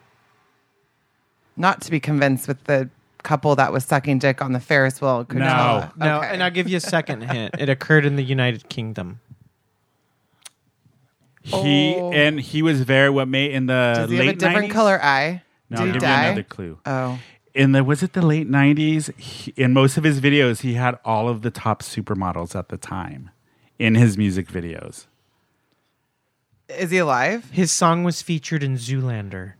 [SPEAKER 4] Not to be convinced with the couple that was sucking dick on the Ferris wheel. at
[SPEAKER 3] No.
[SPEAKER 4] Coachella.
[SPEAKER 1] No,
[SPEAKER 4] Okay.
[SPEAKER 1] and I'll give you a second hint. It occurred in the United Kingdom.
[SPEAKER 3] He
[SPEAKER 4] Oh.
[SPEAKER 3] and he was very what made in the
[SPEAKER 4] Does he
[SPEAKER 3] Uh, late
[SPEAKER 4] have a different
[SPEAKER 3] 90s?
[SPEAKER 4] color eye?
[SPEAKER 3] No,
[SPEAKER 4] Did
[SPEAKER 3] I'll
[SPEAKER 4] he
[SPEAKER 3] give
[SPEAKER 4] die?
[SPEAKER 3] you another clue.
[SPEAKER 4] Oh,
[SPEAKER 3] in the was it the late 90s he, in most of his videos he had all of the top supermodels at the time in his music videos
[SPEAKER 4] is he alive?
[SPEAKER 1] His song was featured in Zoolander.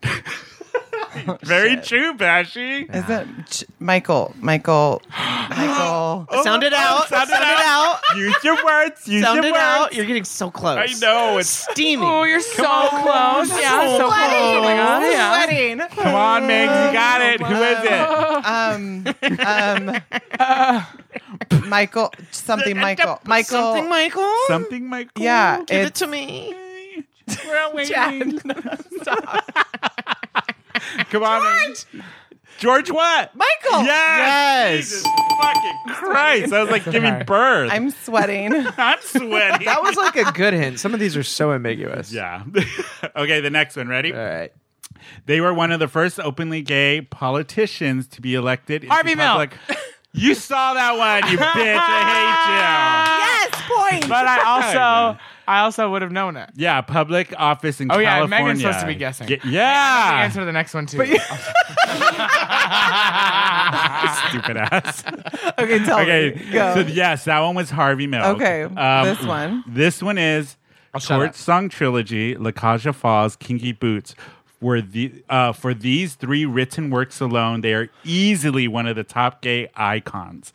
[SPEAKER 3] very true bashy
[SPEAKER 4] Is it Ch- Michael? Michael? Michael?
[SPEAKER 1] sound it out.
[SPEAKER 3] sound it
[SPEAKER 1] out.
[SPEAKER 3] Oh, use your words use
[SPEAKER 1] Sound
[SPEAKER 3] your
[SPEAKER 1] it
[SPEAKER 3] words
[SPEAKER 1] out. You're getting so close.
[SPEAKER 3] i know it's
[SPEAKER 1] Steamy.
[SPEAKER 8] Oh, you're so close. Yeah, so close. Oh my God, yeah.
[SPEAKER 4] Sweating.
[SPEAKER 3] come on megs you got it who is it
[SPEAKER 4] Um, um, Michael, something Michael. Michael.
[SPEAKER 1] Something Michael.
[SPEAKER 3] something michael
[SPEAKER 4] Yeah,
[SPEAKER 1] Give it
[SPEAKER 4] it's-
[SPEAKER 1] to me.
[SPEAKER 3] we're waiting come on george george what
[SPEAKER 4] Michael.
[SPEAKER 3] yes,
[SPEAKER 1] Yes.
[SPEAKER 3] Jesus fucking christ i was like giving birth
[SPEAKER 4] I'm sweating.
[SPEAKER 3] i'm sweating
[SPEAKER 1] That was like a good hint. Some of these are so ambiguous.
[SPEAKER 3] Yeah. okay, the next one. Ready?
[SPEAKER 1] All right.
[SPEAKER 3] They were one of the first openly gay politicians to be elected. into
[SPEAKER 8] Harvey Milk.
[SPEAKER 3] public- You saw that one, you bitch. I hate you.
[SPEAKER 4] yes, point.
[SPEAKER 8] But I also, I also would have known it.
[SPEAKER 3] Yeah, public office in
[SPEAKER 8] Oh, yeah,
[SPEAKER 3] California.
[SPEAKER 8] Megan's supposed to be guessing.
[SPEAKER 3] Ge-
[SPEAKER 8] The
[SPEAKER 3] yeah.
[SPEAKER 8] answer to the next one too.
[SPEAKER 3] Stupid ass.
[SPEAKER 4] okay, tell
[SPEAKER 3] okay.
[SPEAKER 4] me. Go.
[SPEAKER 3] So yes, that one was Harvey Milk. Um,
[SPEAKER 4] Okay, this one.
[SPEAKER 3] This one is short song trilogy, La Caja Falls, Kinky Boots. Were the uh, for these three written works alone, they are easily one of the top gay icons.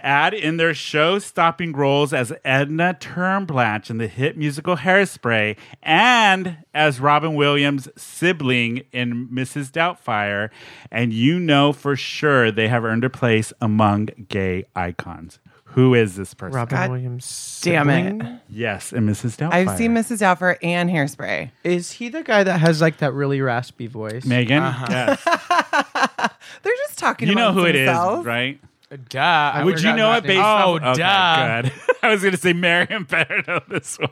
[SPEAKER 3] Add in their show-stopping roles as Edna Turnblanch in the hit musical *Hairspray* and as Robin Williams' sibling in *Mrs. Doubtfire*, and you know for sure they have earned a place among gay icons. Who is this person?
[SPEAKER 1] Robin
[SPEAKER 4] God
[SPEAKER 1] Williams.
[SPEAKER 4] damn it.
[SPEAKER 1] sibling?
[SPEAKER 3] Yes, and Mrs. Doubtfire.
[SPEAKER 4] I've seen Mrs. Doubtfire and Hairspray.
[SPEAKER 1] Is he the guy that has like that really raspy voice?
[SPEAKER 3] Megan. Yes.
[SPEAKER 4] They're just talking.
[SPEAKER 3] Uh-huh. you know
[SPEAKER 4] amongst
[SPEAKER 3] who it is,
[SPEAKER 4] themselves.
[SPEAKER 3] right?
[SPEAKER 2] Oh, Duh. I
[SPEAKER 1] Would
[SPEAKER 3] Would you
[SPEAKER 2] forgot
[SPEAKER 3] know
[SPEAKER 2] that
[SPEAKER 3] it
[SPEAKER 2] name. Oh,
[SPEAKER 3] based off? okay,
[SPEAKER 2] duh.
[SPEAKER 3] good. I was going to say Marion better know this one.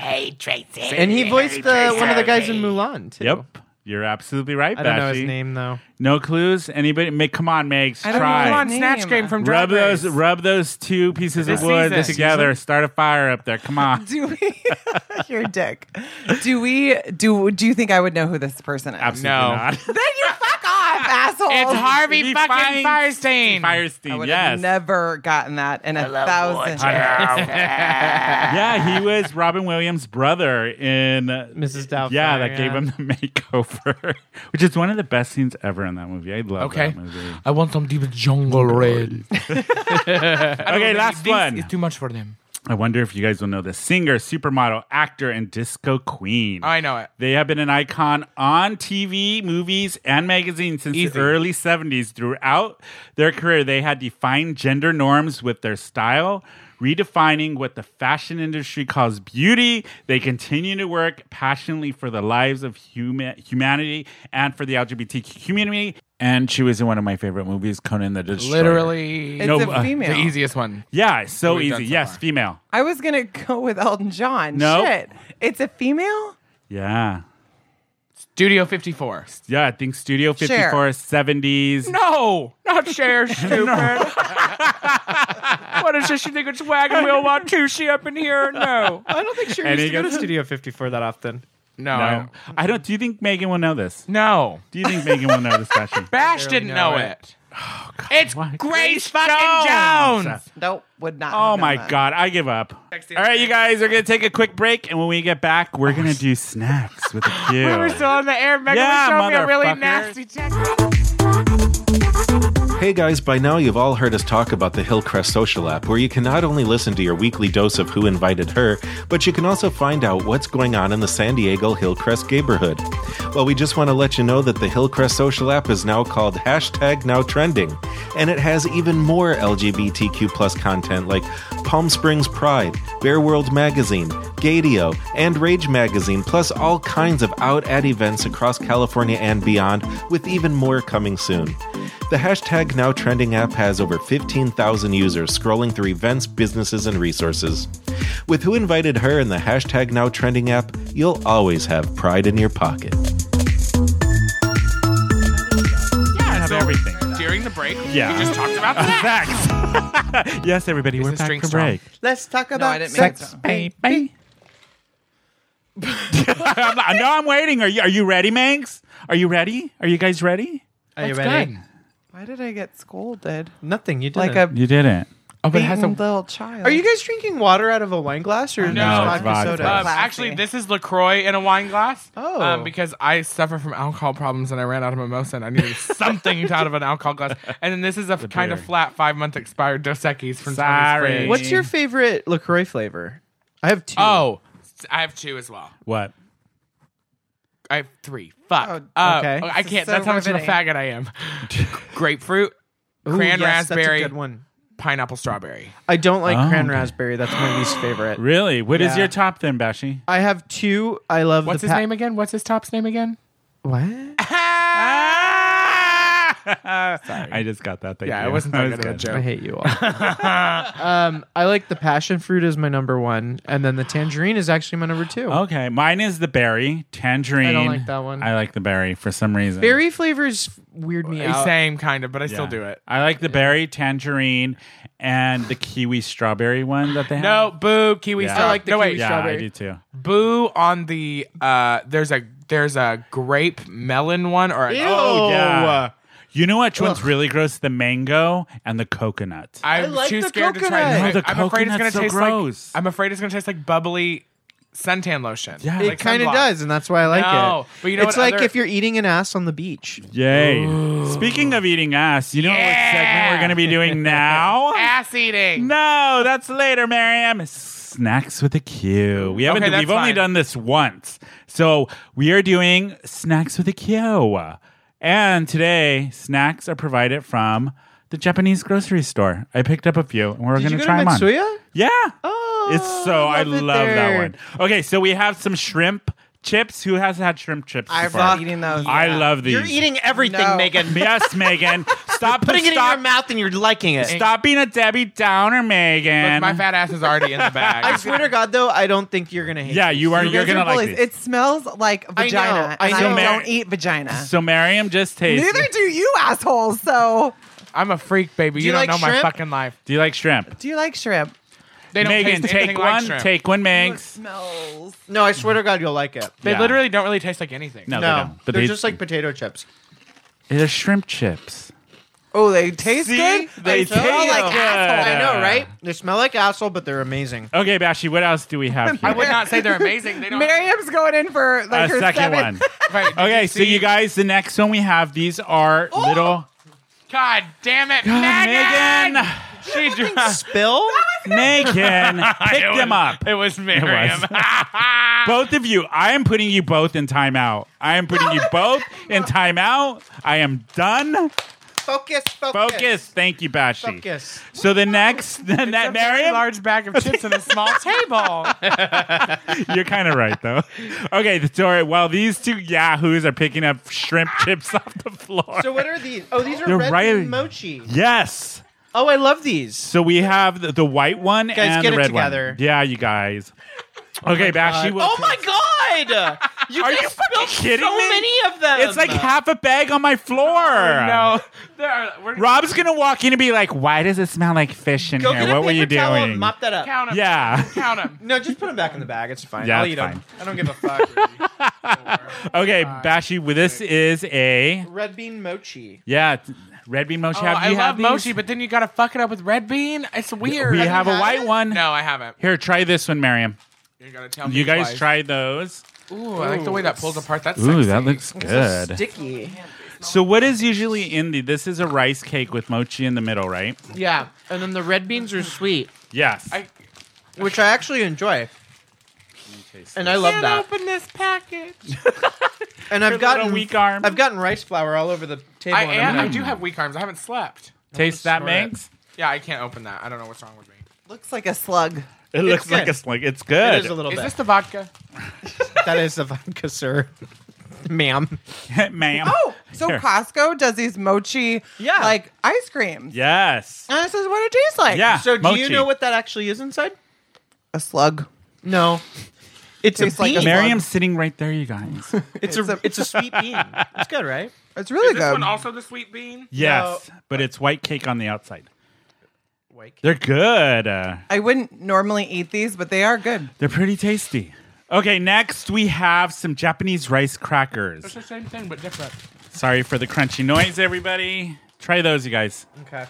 [SPEAKER 1] And he voiced the, one of the guys in Mulan too.
[SPEAKER 3] Yep. You're absolutely right,
[SPEAKER 1] I don't know
[SPEAKER 3] Bashy.
[SPEAKER 1] his name though.
[SPEAKER 3] No clues? Anybody? Meg, come on, Megs.
[SPEAKER 4] I don't know
[SPEAKER 3] Try.
[SPEAKER 4] his
[SPEAKER 2] Come on,
[SPEAKER 4] Name.
[SPEAKER 2] Snatch Game from Drag
[SPEAKER 3] Rub those,
[SPEAKER 2] Race.
[SPEAKER 3] rub those two pieces
[SPEAKER 2] This
[SPEAKER 3] of wood
[SPEAKER 2] season.
[SPEAKER 3] together. Start a fire up there. Come on.
[SPEAKER 4] Do we? Your dick. Do we? Do Do you think I would know who this person is?
[SPEAKER 3] Absolutely
[SPEAKER 2] No.
[SPEAKER 3] not.
[SPEAKER 4] Then you fuck off, asshole.
[SPEAKER 2] It's Harvey
[SPEAKER 3] He
[SPEAKER 2] fucking
[SPEAKER 3] finds-
[SPEAKER 2] Firestein.
[SPEAKER 4] I
[SPEAKER 3] Firestein,
[SPEAKER 4] would
[SPEAKER 3] yes.
[SPEAKER 4] have never gotten that in a thousand.
[SPEAKER 3] yeah, he was Robin Williams' brother in
[SPEAKER 1] Mrs. Doubtfire.
[SPEAKER 3] Yeah, that gave him the makeover, which is one of the best scenes ever in that movie. I love
[SPEAKER 2] Okay.
[SPEAKER 3] that movie.
[SPEAKER 2] I want some deep jungle red.
[SPEAKER 3] Okay, last one.
[SPEAKER 2] It's too much for them.
[SPEAKER 3] I wonder if you guys will know this singer, supermodel, actor, and disco queen.
[SPEAKER 2] I know it.
[SPEAKER 3] They have been an icon on TV, movies, and magazines since
[SPEAKER 2] Easy.
[SPEAKER 3] the early 70s. Throughout their career, they had defined gender norms with their style, redefining what the fashion industry calls beauty. They continue to work passionately for the lives of human- humanity and for the LGBTQ community. And she was in one of my favorite movies, Conan the Destroyer.
[SPEAKER 2] Literally.
[SPEAKER 4] It's
[SPEAKER 3] No,
[SPEAKER 4] a
[SPEAKER 3] uh,
[SPEAKER 4] female.
[SPEAKER 2] The easiest one.
[SPEAKER 3] Yeah, it's so
[SPEAKER 2] We've done
[SPEAKER 3] easy.
[SPEAKER 2] so
[SPEAKER 3] yes,
[SPEAKER 2] far.
[SPEAKER 3] female.
[SPEAKER 4] I was gonna go with Elton John.
[SPEAKER 3] Nope.
[SPEAKER 4] Shit. It's a female.
[SPEAKER 3] Yeah.
[SPEAKER 2] Studio 54.
[SPEAKER 3] Yeah, I think Studio 54,
[SPEAKER 4] Cher.
[SPEAKER 3] 70s.
[SPEAKER 2] No, not Cher, stupid. what is this? You think it's Wagon Wheel Watusi up in here? No.
[SPEAKER 1] I don't think she
[SPEAKER 3] And
[SPEAKER 1] used
[SPEAKER 3] he
[SPEAKER 1] to go to
[SPEAKER 3] goes-
[SPEAKER 1] Studio 54 that often.
[SPEAKER 2] No. I
[SPEAKER 3] No.
[SPEAKER 2] don't-
[SPEAKER 3] I don't. Do you think Megan will know this?
[SPEAKER 2] No.
[SPEAKER 3] Do you think Megan will know this fashion?
[SPEAKER 2] Bash didn't
[SPEAKER 1] know
[SPEAKER 2] know,
[SPEAKER 1] it.
[SPEAKER 2] it. it's
[SPEAKER 3] What?
[SPEAKER 2] Grace fucking Jones.
[SPEAKER 4] Nope. Would not.
[SPEAKER 3] Oh
[SPEAKER 4] have known
[SPEAKER 3] my
[SPEAKER 4] that.
[SPEAKER 3] God. I give up. All right, you guys are going to take a quick break. And when we get back, we're going to do snacks with a Q.
[SPEAKER 2] We were still on the air. Megan
[SPEAKER 3] Yeah,
[SPEAKER 2] showed me a really
[SPEAKER 3] motherfucker.
[SPEAKER 2] nasty text.
[SPEAKER 9] Hey guys, by now you've all heard us talk about the Hillcrest Social app, where you can not only listen to your weekly dose of Who Invited Her, but you can also find out what's going on in the San Diego Hillcrest neighborhood. Well, we just want to let you know that the Hillcrest Social app is now called hashtag now trending, and it has even more LGBTQ plus content like Palm Springs Pride, Bear World Magazine, Gadio, and Rage Magazine, plus all kinds of out at events across California and beyond, with even more coming soon. The hashtag Now Trending app has over 15,000 users scrolling through events, businesses, and resources. With Who Invited Her and the hashtag Now Trending app, you'll always have pride in your pocket.
[SPEAKER 3] I have everything.
[SPEAKER 2] During the break,
[SPEAKER 3] Yeah.
[SPEAKER 2] we just talked about that.
[SPEAKER 3] Snacks. yes, everybody. we're
[SPEAKER 2] this
[SPEAKER 3] back
[SPEAKER 2] drink
[SPEAKER 3] from
[SPEAKER 2] strong?
[SPEAKER 3] break.
[SPEAKER 1] Let's talk
[SPEAKER 4] No, I
[SPEAKER 1] about
[SPEAKER 4] didn't make
[SPEAKER 1] sex.
[SPEAKER 4] it.
[SPEAKER 3] Baby. I'm not, no, I'm waiting. Are you, are you ready, Manx? Are you ready? Are you guys ready?
[SPEAKER 1] Are you
[SPEAKER 2] It's
[SPEAKER 1] ready?
[SPEAKER 2] good.
[SPEAKER 4] Why did I get scolded?
[SPEAKER 1] Nothing. You didn't.
[SPEAKER 4] Like a
[SPEAKER 3] You didn't.
[SPEAKER 2] Oh, but it has
[SPEAKER 4] beaten
[SPEAKER 2] a.
[SPEAKER 4] little child.
[SPEAKER 1] Are you guys drinking water out of a wine glass or
[SPEAKER 2] No,
[SPEAKER 1] just
[SPEAKER 2] it's
[SPEAKER 1] vodka
[SPEAKER 3] vodka.
[SPEAKER 1] soda?
[SPEAKER 2] Um,
[SPEAKER 4] Classy.
[SPEAKER 2] actually, this is Lacroix in a wine glass.
[SPEAKER 1] Oh.
[SPEAKER 2] um, because I suffer from alcohol problems and I ran out of mimosa and I needed something out of an alcohol glass. And then this is a kind of
[SPEAKER 3] beer.
[SPEAKER 2] flat five month expired Dos Equis from
[SPEAKER 3] Sorry.
[SPEAKER 2] Sorry.
[SPEAKER 1] What's your favorite Lacroix flavor? I have two.
[SPEAKER 2] Oh, I have two as well.
[SPEAKER 3] What?
[SPEAKER 2] I have three. Fuck.
[SPEAKER 4] Oh,
[SPEAKER 2] Uh,
[SPEAKER 1] okay.
[SPEAKER 2] I
[SPEAKER 4] This is
[SPEAKER 2] can't.
[SPEAKER 4] so
[SPEAKER 2] that's how much of a
[SPEAKER 4] riveting.
[SPEAKER 2] faggot I am. Grapefruit,
[SPEAKER 1] Ooh,
[SPEAKER 2] cran
[SPEAKER 1] yes,
[SPEAKER 2] raspberry,
[SPEAKER 1] That's a good one.
[SPEAKER 2] pineapple strawberry.
[SPEAKER 1] I don't like
[SPEAKER 3] Oh,
[SPEAKER 1] cran
[SPEAKER 3] okay.
[SPEAKER 1] raspberry. That's my least favorite.
[SPEAKER 3] Really? What is
[SPEAKER 1] Yeah.
[SPEAKER 3] your top then, Bashy?
[SPEAKER 1] I have two. I love
[SPEAKER 2] What's
[SPEAKER 1] the
[SPEAKER 2] his
[SPEAKER 1] pa-
[SPEAKER 2] name again? What's his top's name again?
[SPEAKER 1] What?
[SPEAKER 3] I just got that. Thank
[SPEAKER 2] Yeah,
[SPEAKER 3] you.
[SPEAKER 2] it wasn't that good of a
[SPEAKER 1] I
[SPEAKER 2] joke.
[SPEAKER 1] hate you all. um, I like the passion fruit is my number one, and then the tangerine is actually my number two.
[SPEAKER 3] Okay, mine is the berry tangerine.
[SPEAKER 1] I don't like that one.
[SPEAKER 3] I like the berry for some reason.
[SPEAKER 1] Berry flavors weird me out.
[SPEAKER 2] Same kind of, but I
[SPEAKER 3] Yeah.
[SPEAKER 2] still do it.
[SPEAKER 3] I like the berry tangerine and the kiwi strawberry one that they
[SPEAKER 2] No,
[SPEAKER 3] have.
[SPEAKER 2] boo, kiwi
[SPEAKER 3] Yeah.
[SPEAKER 2] strawberry.
[SPEAKER 3] I like
[SPEAKER 1] the
[SPEAKER 2] no, wait,
[SPEAKER 1] kiwi
[SPEAKER 3] yeah,
[SPEAKER 1] strawberry.
[SPEAKER 3] I do too.
[SPEAKER 2] boo on the uh there's a there's a grape melon one or an,
[SPEAKER 3] Oh
[SPEAKER 1] Ew.
[SPEAKER 3] yeah. You know which one's really gross? The mango and the coconut.
[SPEAKER 2] I'm
[SPEAKER 1] I like
[SPEAKER 2] too
[SPEAKER 1] the
[SPEAKER 2] scared to try
[SPEAKER 1] coconut.
[SPEAKER 2] this.
[SPEAKER 3] No, Oh, the
[SPEAKER 2] I'm afraid it's
[SPEAKER 3] coconut's
[SPEAKER 2] gonna
[SPEAKER 3] so
[SPEAKER 2] taste
[SPEAKER 3] gross.
[SPEAKER 2] like I'm afraid it's gonna taste like bubbly suntan lotion.
[SPEAKER 3] Yeah.
[SPEAKER 1] It
[SPEAKER 2] like
[SPEAKER 1] kind of
[SPEAKER 2] sunblock.
[SPEAKER 1] does, and that's why I like
[SPEAKER 2] No,
[SPEAKER 1] it.
[SPEAKER 2] but you know
[SPEAKER 1] it's
[SPEAKER 2] what
[SPEAKER 1] like
[SPEAKER 2] other-
[SPEAKER 1] if you're eating an ass on the beach.
[SPEAKER 3] Yay. Speaking of eating ass, you know
[SPEAKER 2] Yeah.
[SPEAKER 3] what segment we're going to be doing now?
[SPEAKER 2] Ass eating.
[SPEAKER 3] No, that's later, Miriam. Snacks with a Q. We haven't.
[SPEAKER 2] Okay, that's
[SPEAKER 3] we've only
[SPEAKER 2] fine.
[SPEAKER 3] done this once, so we are doing snacks with a Q. And today, snacks are provided from the Japanese grocery store. I picked up a few, and we're
[SPEAKER 1] Did
[SPEAKER 3] gonna
[SPEAKER 1] you go
[SPEAKER 3] try
[SPEAKER 1] to
[SPEAKER 3] them on.
[SPEAKER 1] Mitsuya?
[SPEAKER 3] Yeah.
[SPEAKER 1] Oh,
[SPEAKER 3] it's so I
[SPEAKER 1] I
[SPEAKER 3] love,
[SPEAKER 1] love it
[SPEAKER 3] that
[SPEAKER 1] there.
[SPEAKER 3] one. Okay, so we have some shrimp chips. Who has had shrimp chips?
[SPEAKER 4] I've
[SPEAKER 3] before?
[SPEAKER 4] been eating those.
[SPEAKER 3] I love these.
[SPEAKER 1] You're eating everything,
[SPEAKER 4] No.
[SPEAKER 1] Megan.
[SPEAKER 3] Yes, Megan. Stop
[SPEAKER 1] Putting it in
[SPEAKER 3] stop,
[SPEAKER 1] your mouth and you're liking it.
[SPEAKER 3] Stop being a Debbie Downer, Megan.
[SPEAKER 2] Look, my fat ass is already in the bag.
[SPEAKER 1] I swear to God, though, I don't think you're gonna hate.
[SPEAKER 3] yeah,
[SPEAKER 1] it.
[SPEAKER 3] you are.
[SPEAKER 4] You
[SPEAKER 3] You're
[SPEAKER 4] guys are
[SPEAKER 3] gonna like
[SPEAKER 4] bullies.
[SPEAKER 3] these.
[SPEAKER 4] It smells like
[SPEAKER 1] I
[SPEAKER 4] vagina.
[SPEAKER 1] know, I
[SPEAKER 4] and
[SPEAKER 1] know.
[SPEAKER 4] I
[SPEAKER 3] Mar-
[SPEAKER 4] don't eat vagina.
[SPEAKER 3] So Miriam just tasted.
[SPEAKER 4] Neither do you, assholes. So,
[SPEAKER 2] I'm a freak,
[SPEAKER 1] Do
[SPEAKER 2] baby.
[SPEAKER 1] you
[SPEAKER 2] you, don't
[SPEAKER 1] like
[SPEAKER 2] know my
[SPEAKER 1] shrimp?
[SPEAKER 2] fucking life.
[SPEAKER 3] Do you like shrimp?
[SPEAKER 4] do you like shrimp?
[SPEAKER 2] They don't
[SPEAKER 3] Megan,
[SPEAKER 2] taste
[SPEAKER 3] take
[SPEAKER 2] anything
[SPEAKER 3] one.
[SPEAKER 2] like shrimp.
[SPEAKER 3] take one,
[SPEAKER 4] It
[SPEAKER 3] Manx.
[SPEAKER 4] smells.
[SPEAKER 1] No, I swear to God, you'll like it.
[SPEAKER 2] They
[SPEAKER 3] Yeah.
[SPEAKER 2] literally don't really taste like anything.
[SPEAKER 3] No, they
[SPEAKER 1] No,
[SPEAKER 3] don't.
[SPEAKER 1] but
[SPEAKER 3] But
[SPEAKER 1] they're
[SPEAKER 3] they,
[SPEAKER 1] just like potato chips.
[SPEAKER 3] they're shrimp chips.
[SPEAKER 4] Oh, they taste
[SPEAKER 3] See?
[SPEAKER 4] good.
[SPEAKER 3] They
[SPEAKER 1] smell
[SPEAKER 3] taste
[SPEAKER 1] like
[SPEAKER 3] good.
[SPEAKER 1] asshole. I know, right? They smell like asshole, but they're amazing.
[SPEAKER 3] Okay, Bashi, what else do we have
[SPEAKER 2] I
[SPEAKER 3] here?
[SPEAKER 2] would not say they're amazing. They don't.
[SPEAKER 4] Miriam's going in for like
[SPEAKER 3] A
[SPEAKER 4] her
[SPEAKER 3] second
[SPEAKER 4] seventh.
[SPEAKER 3] one.
[SPEAKER 2] Right, did
[SPEAKER 3] Okay, so
[SPEAKER 2] see-
[SPEAKER 3] you guys, the next one we have, these are little.
[SPEAKER 2] God damn it, Megan!
[SPEAKER 3] Megan!
[SPEAKER 2] She dropped.
[SPEAKER 1] Spill.
[SPEAKER 3] Megan! Pick them up.
[SPEAKER 2] It was
[SPEAKER 3] Miriam. Both of you, I am putting you both in timeout. I am putting you both in timeout. I am done.
[SPEAKER 1] Focus. Focus.
[SPEAKER 3] Focus. Thank you, Bashi.
[SPEAKER 1] Focus.
[SPEAKER 3] So the next, the next, Miriam,
[SPEAKER 2] large bag of chips and a small table.
[SPEAKER 3] You're kind of right, though. Okay, the story. While these two yahoos are picking up shrimp chips off the floor.
[SPEAKER 1] So what are these? Oh, these are
[SPEAKER 3] They're
[SPEAKER 1] red
[SPEAKER 3] right-
[SPEAKER 1] bean mochi.
[SPEAKER 3] yes.
[SPEAKER 1] Oh, I love these.
[SPEAKER 3] So we have the, the white one and
[SPEAKER 1] get
[SPEAKER 3] the
[SPEAKER 1] it
[SPEAKER 3] red
[SPEAKER 1] together.
[SPEAKER 3] one. Yeah, you guys. Okay, Bashi. will-
[SPEAKER 1] Oh my God! You
[SPEAKER 3] Are
[SPEAKER 1] just
[SPEAKER 3] you fucking
[SPEAKER 1] spilled
[SPEAKER 3] kidding
[SPEAKER 1] so
[SPEAKER 3] me?
[SPEAKER 1] many of them.
[SPEAKER 3] It's like half a bag on my floor.
[SPEAKER 1] Oh,
[SPEAKER 2] no, there are, we're gonna
[SPEAKER 3] Rob's gonna walk in and be like, "Why does it smell like fish in
[SPEAKER 1] Go
[SPEAKER 3] here?
[SPEAKER 1] get a
[SPEAKER 3] What were you
[SPEAKER 1] paper towel and
[SPEAKER 3] doing?"
[SPEAKER 1] Mop that up.
[SPEAKER 2] count them.
[SPEAKER 3] Yeah.
[SPEAKER 2] count them.
[SPEAKER 1] No, just put them back in the bag. It's fine.
[SPEAKER 3] Yeah,
[SPEAKER 1] I'll
[SPEAKER 3] it's
[SPEAKER 1] eat 'em. I don't give a fuck.
[SPEAKER 3] Okay, Bashi. well, This is a
[SPEAKER 1] red bean mochi.
[SPEAKER 3] yeah. t- Red bean mochi.
[SPEAKER 2] Oh,
[SPEAKER 3] have
[SPEAKER 2] I
[SPEAKER 3] you
[SPEAKER 2] love
[SPEAKER 3] had these?
[SPEAKER 2] mochi, but then you gotta fuck it up with red bean. It's weird.
[SPEAKER 3] we have a
[SPEAKER 1] had
[SPEAKER 3] white
[SPEAKER 1] it?
[SPEAKER 3] one.
[SPEAKER 2] no, I haven't.
[SPEAKER 3] Here, try this one, Miriam.
[SPEAKER 2] You gotta tell me.
[SPEAKER 3] You guys
[SPEAKER 2] twice.
[SPEAKER 3] try those.
[SPEAKER 2] Ooh, I like the way that pulls apart. That's
[SPEAKER 3] Ooh,
[SPEAKER 2] sexy.
[SPEAKER 3] that looks good.
[SPEAKER 1] Sticky.
[SPEAKER 3] So what is usually in the this is a rice cake with mochi in the middle, right?
[SPEAKER 8] Yeah, and then the red beans are sweet.
[SPEAKER 3] Yes.
[SPEAKER 2] I
[SPEAKER 1] Which I actually enjoy. And I love
[SPEAKER 2] can't
[SPEAKER 1] that.
[SPEAKER 2] open this package.
[SPEAKER 1] And I've
[SPEAKER 3] little
[SPEAKER 1] gotten
[SPEAKER 3] weak arm.
[SPEAKER 1] I've gotten rice flour all over the table.
[SPEAKER 2] I
[SPEAKER 1] and
[SPEAKER 2] am.
[SPEAKER 1] I'm
[SPEAKER 2] I
[SPEAKER 1] like,
[SPEAKER 2] do have weak arms. I haven't slept.
[SPEAKER 3] Taste that,
[SPEAKER 1] snort it.
[SPEAKER 3] Manx.
[SPEAKER 2] Yeah, I can't open that. I don't know what's wrong with me.
[SPEAKER 4] Looks like a slug.
[SPEAKER 3] It looks like
[SPEAKER 1] good.
[SPEAKER 3] a slug. It's good.
[SPEAKER 1] It is a little
[SPEAKER 2] Is
[SPEAKER 1] bit.
[SPEAKER 2] this the vodka?
[SPEAKER 1] that is the vodka, sir, ma'am.
[SPEAKER 3] ma'am.
[SPEAKER 4] Oh, so
[SPEAKER 3] Here.
[SPEAKER 4] Costco does these mochi
[SPEAKER 1] Yeah.
[SPEAKER 4] like ice creams.
[SPEAKER 3] Yes.
[SPEAKER 4] And this is what it tastes like.
[SPEAKER 3] Yeah.
[SPEAKER 1] So do you
[SPEAKER 3] Ah, mochi.
[SPEAKER 1] know what that actually is inside?
[SPEAKER 4] A slug.
[SPEAKER 1] No. It's
[SPEAKER 4] Tastes
[SPEAKER 1] a
[SPEAKER 4] like
[SPEAKER 1] bean.
[SPEAKER 4] a
[SPEAKER 3] Miriam's sitting right there, you guys.
[SPEAKER 1] it's a it's a sweet bean. It's good, right?
[SPEAKER 4] It's really
[SPEAKER 2] Is this
[SPEAKER 4] good.
[SPEAKER 2] one also the sweet bean?
[SPEAKER 3] yes, but it's white cake on the outside.
[SPEAKER 1] White cake.
[SPEAKER 3] They're good. Uh,
[SPEAKER 4] I wouldn't normally eat these, but they are good.
[SPEAKER 3] they're pretty tasty. Okay, next we have some Japanese rice
[SPEAKER 2] It's
[SPEAKER 3] crackers.
[SPEAKER 2] the same thing but different.
[SPEAKER 3] Sorry for the crunchy noise, everybody. Try those, you guys.
[SPEAKER 1] Okay.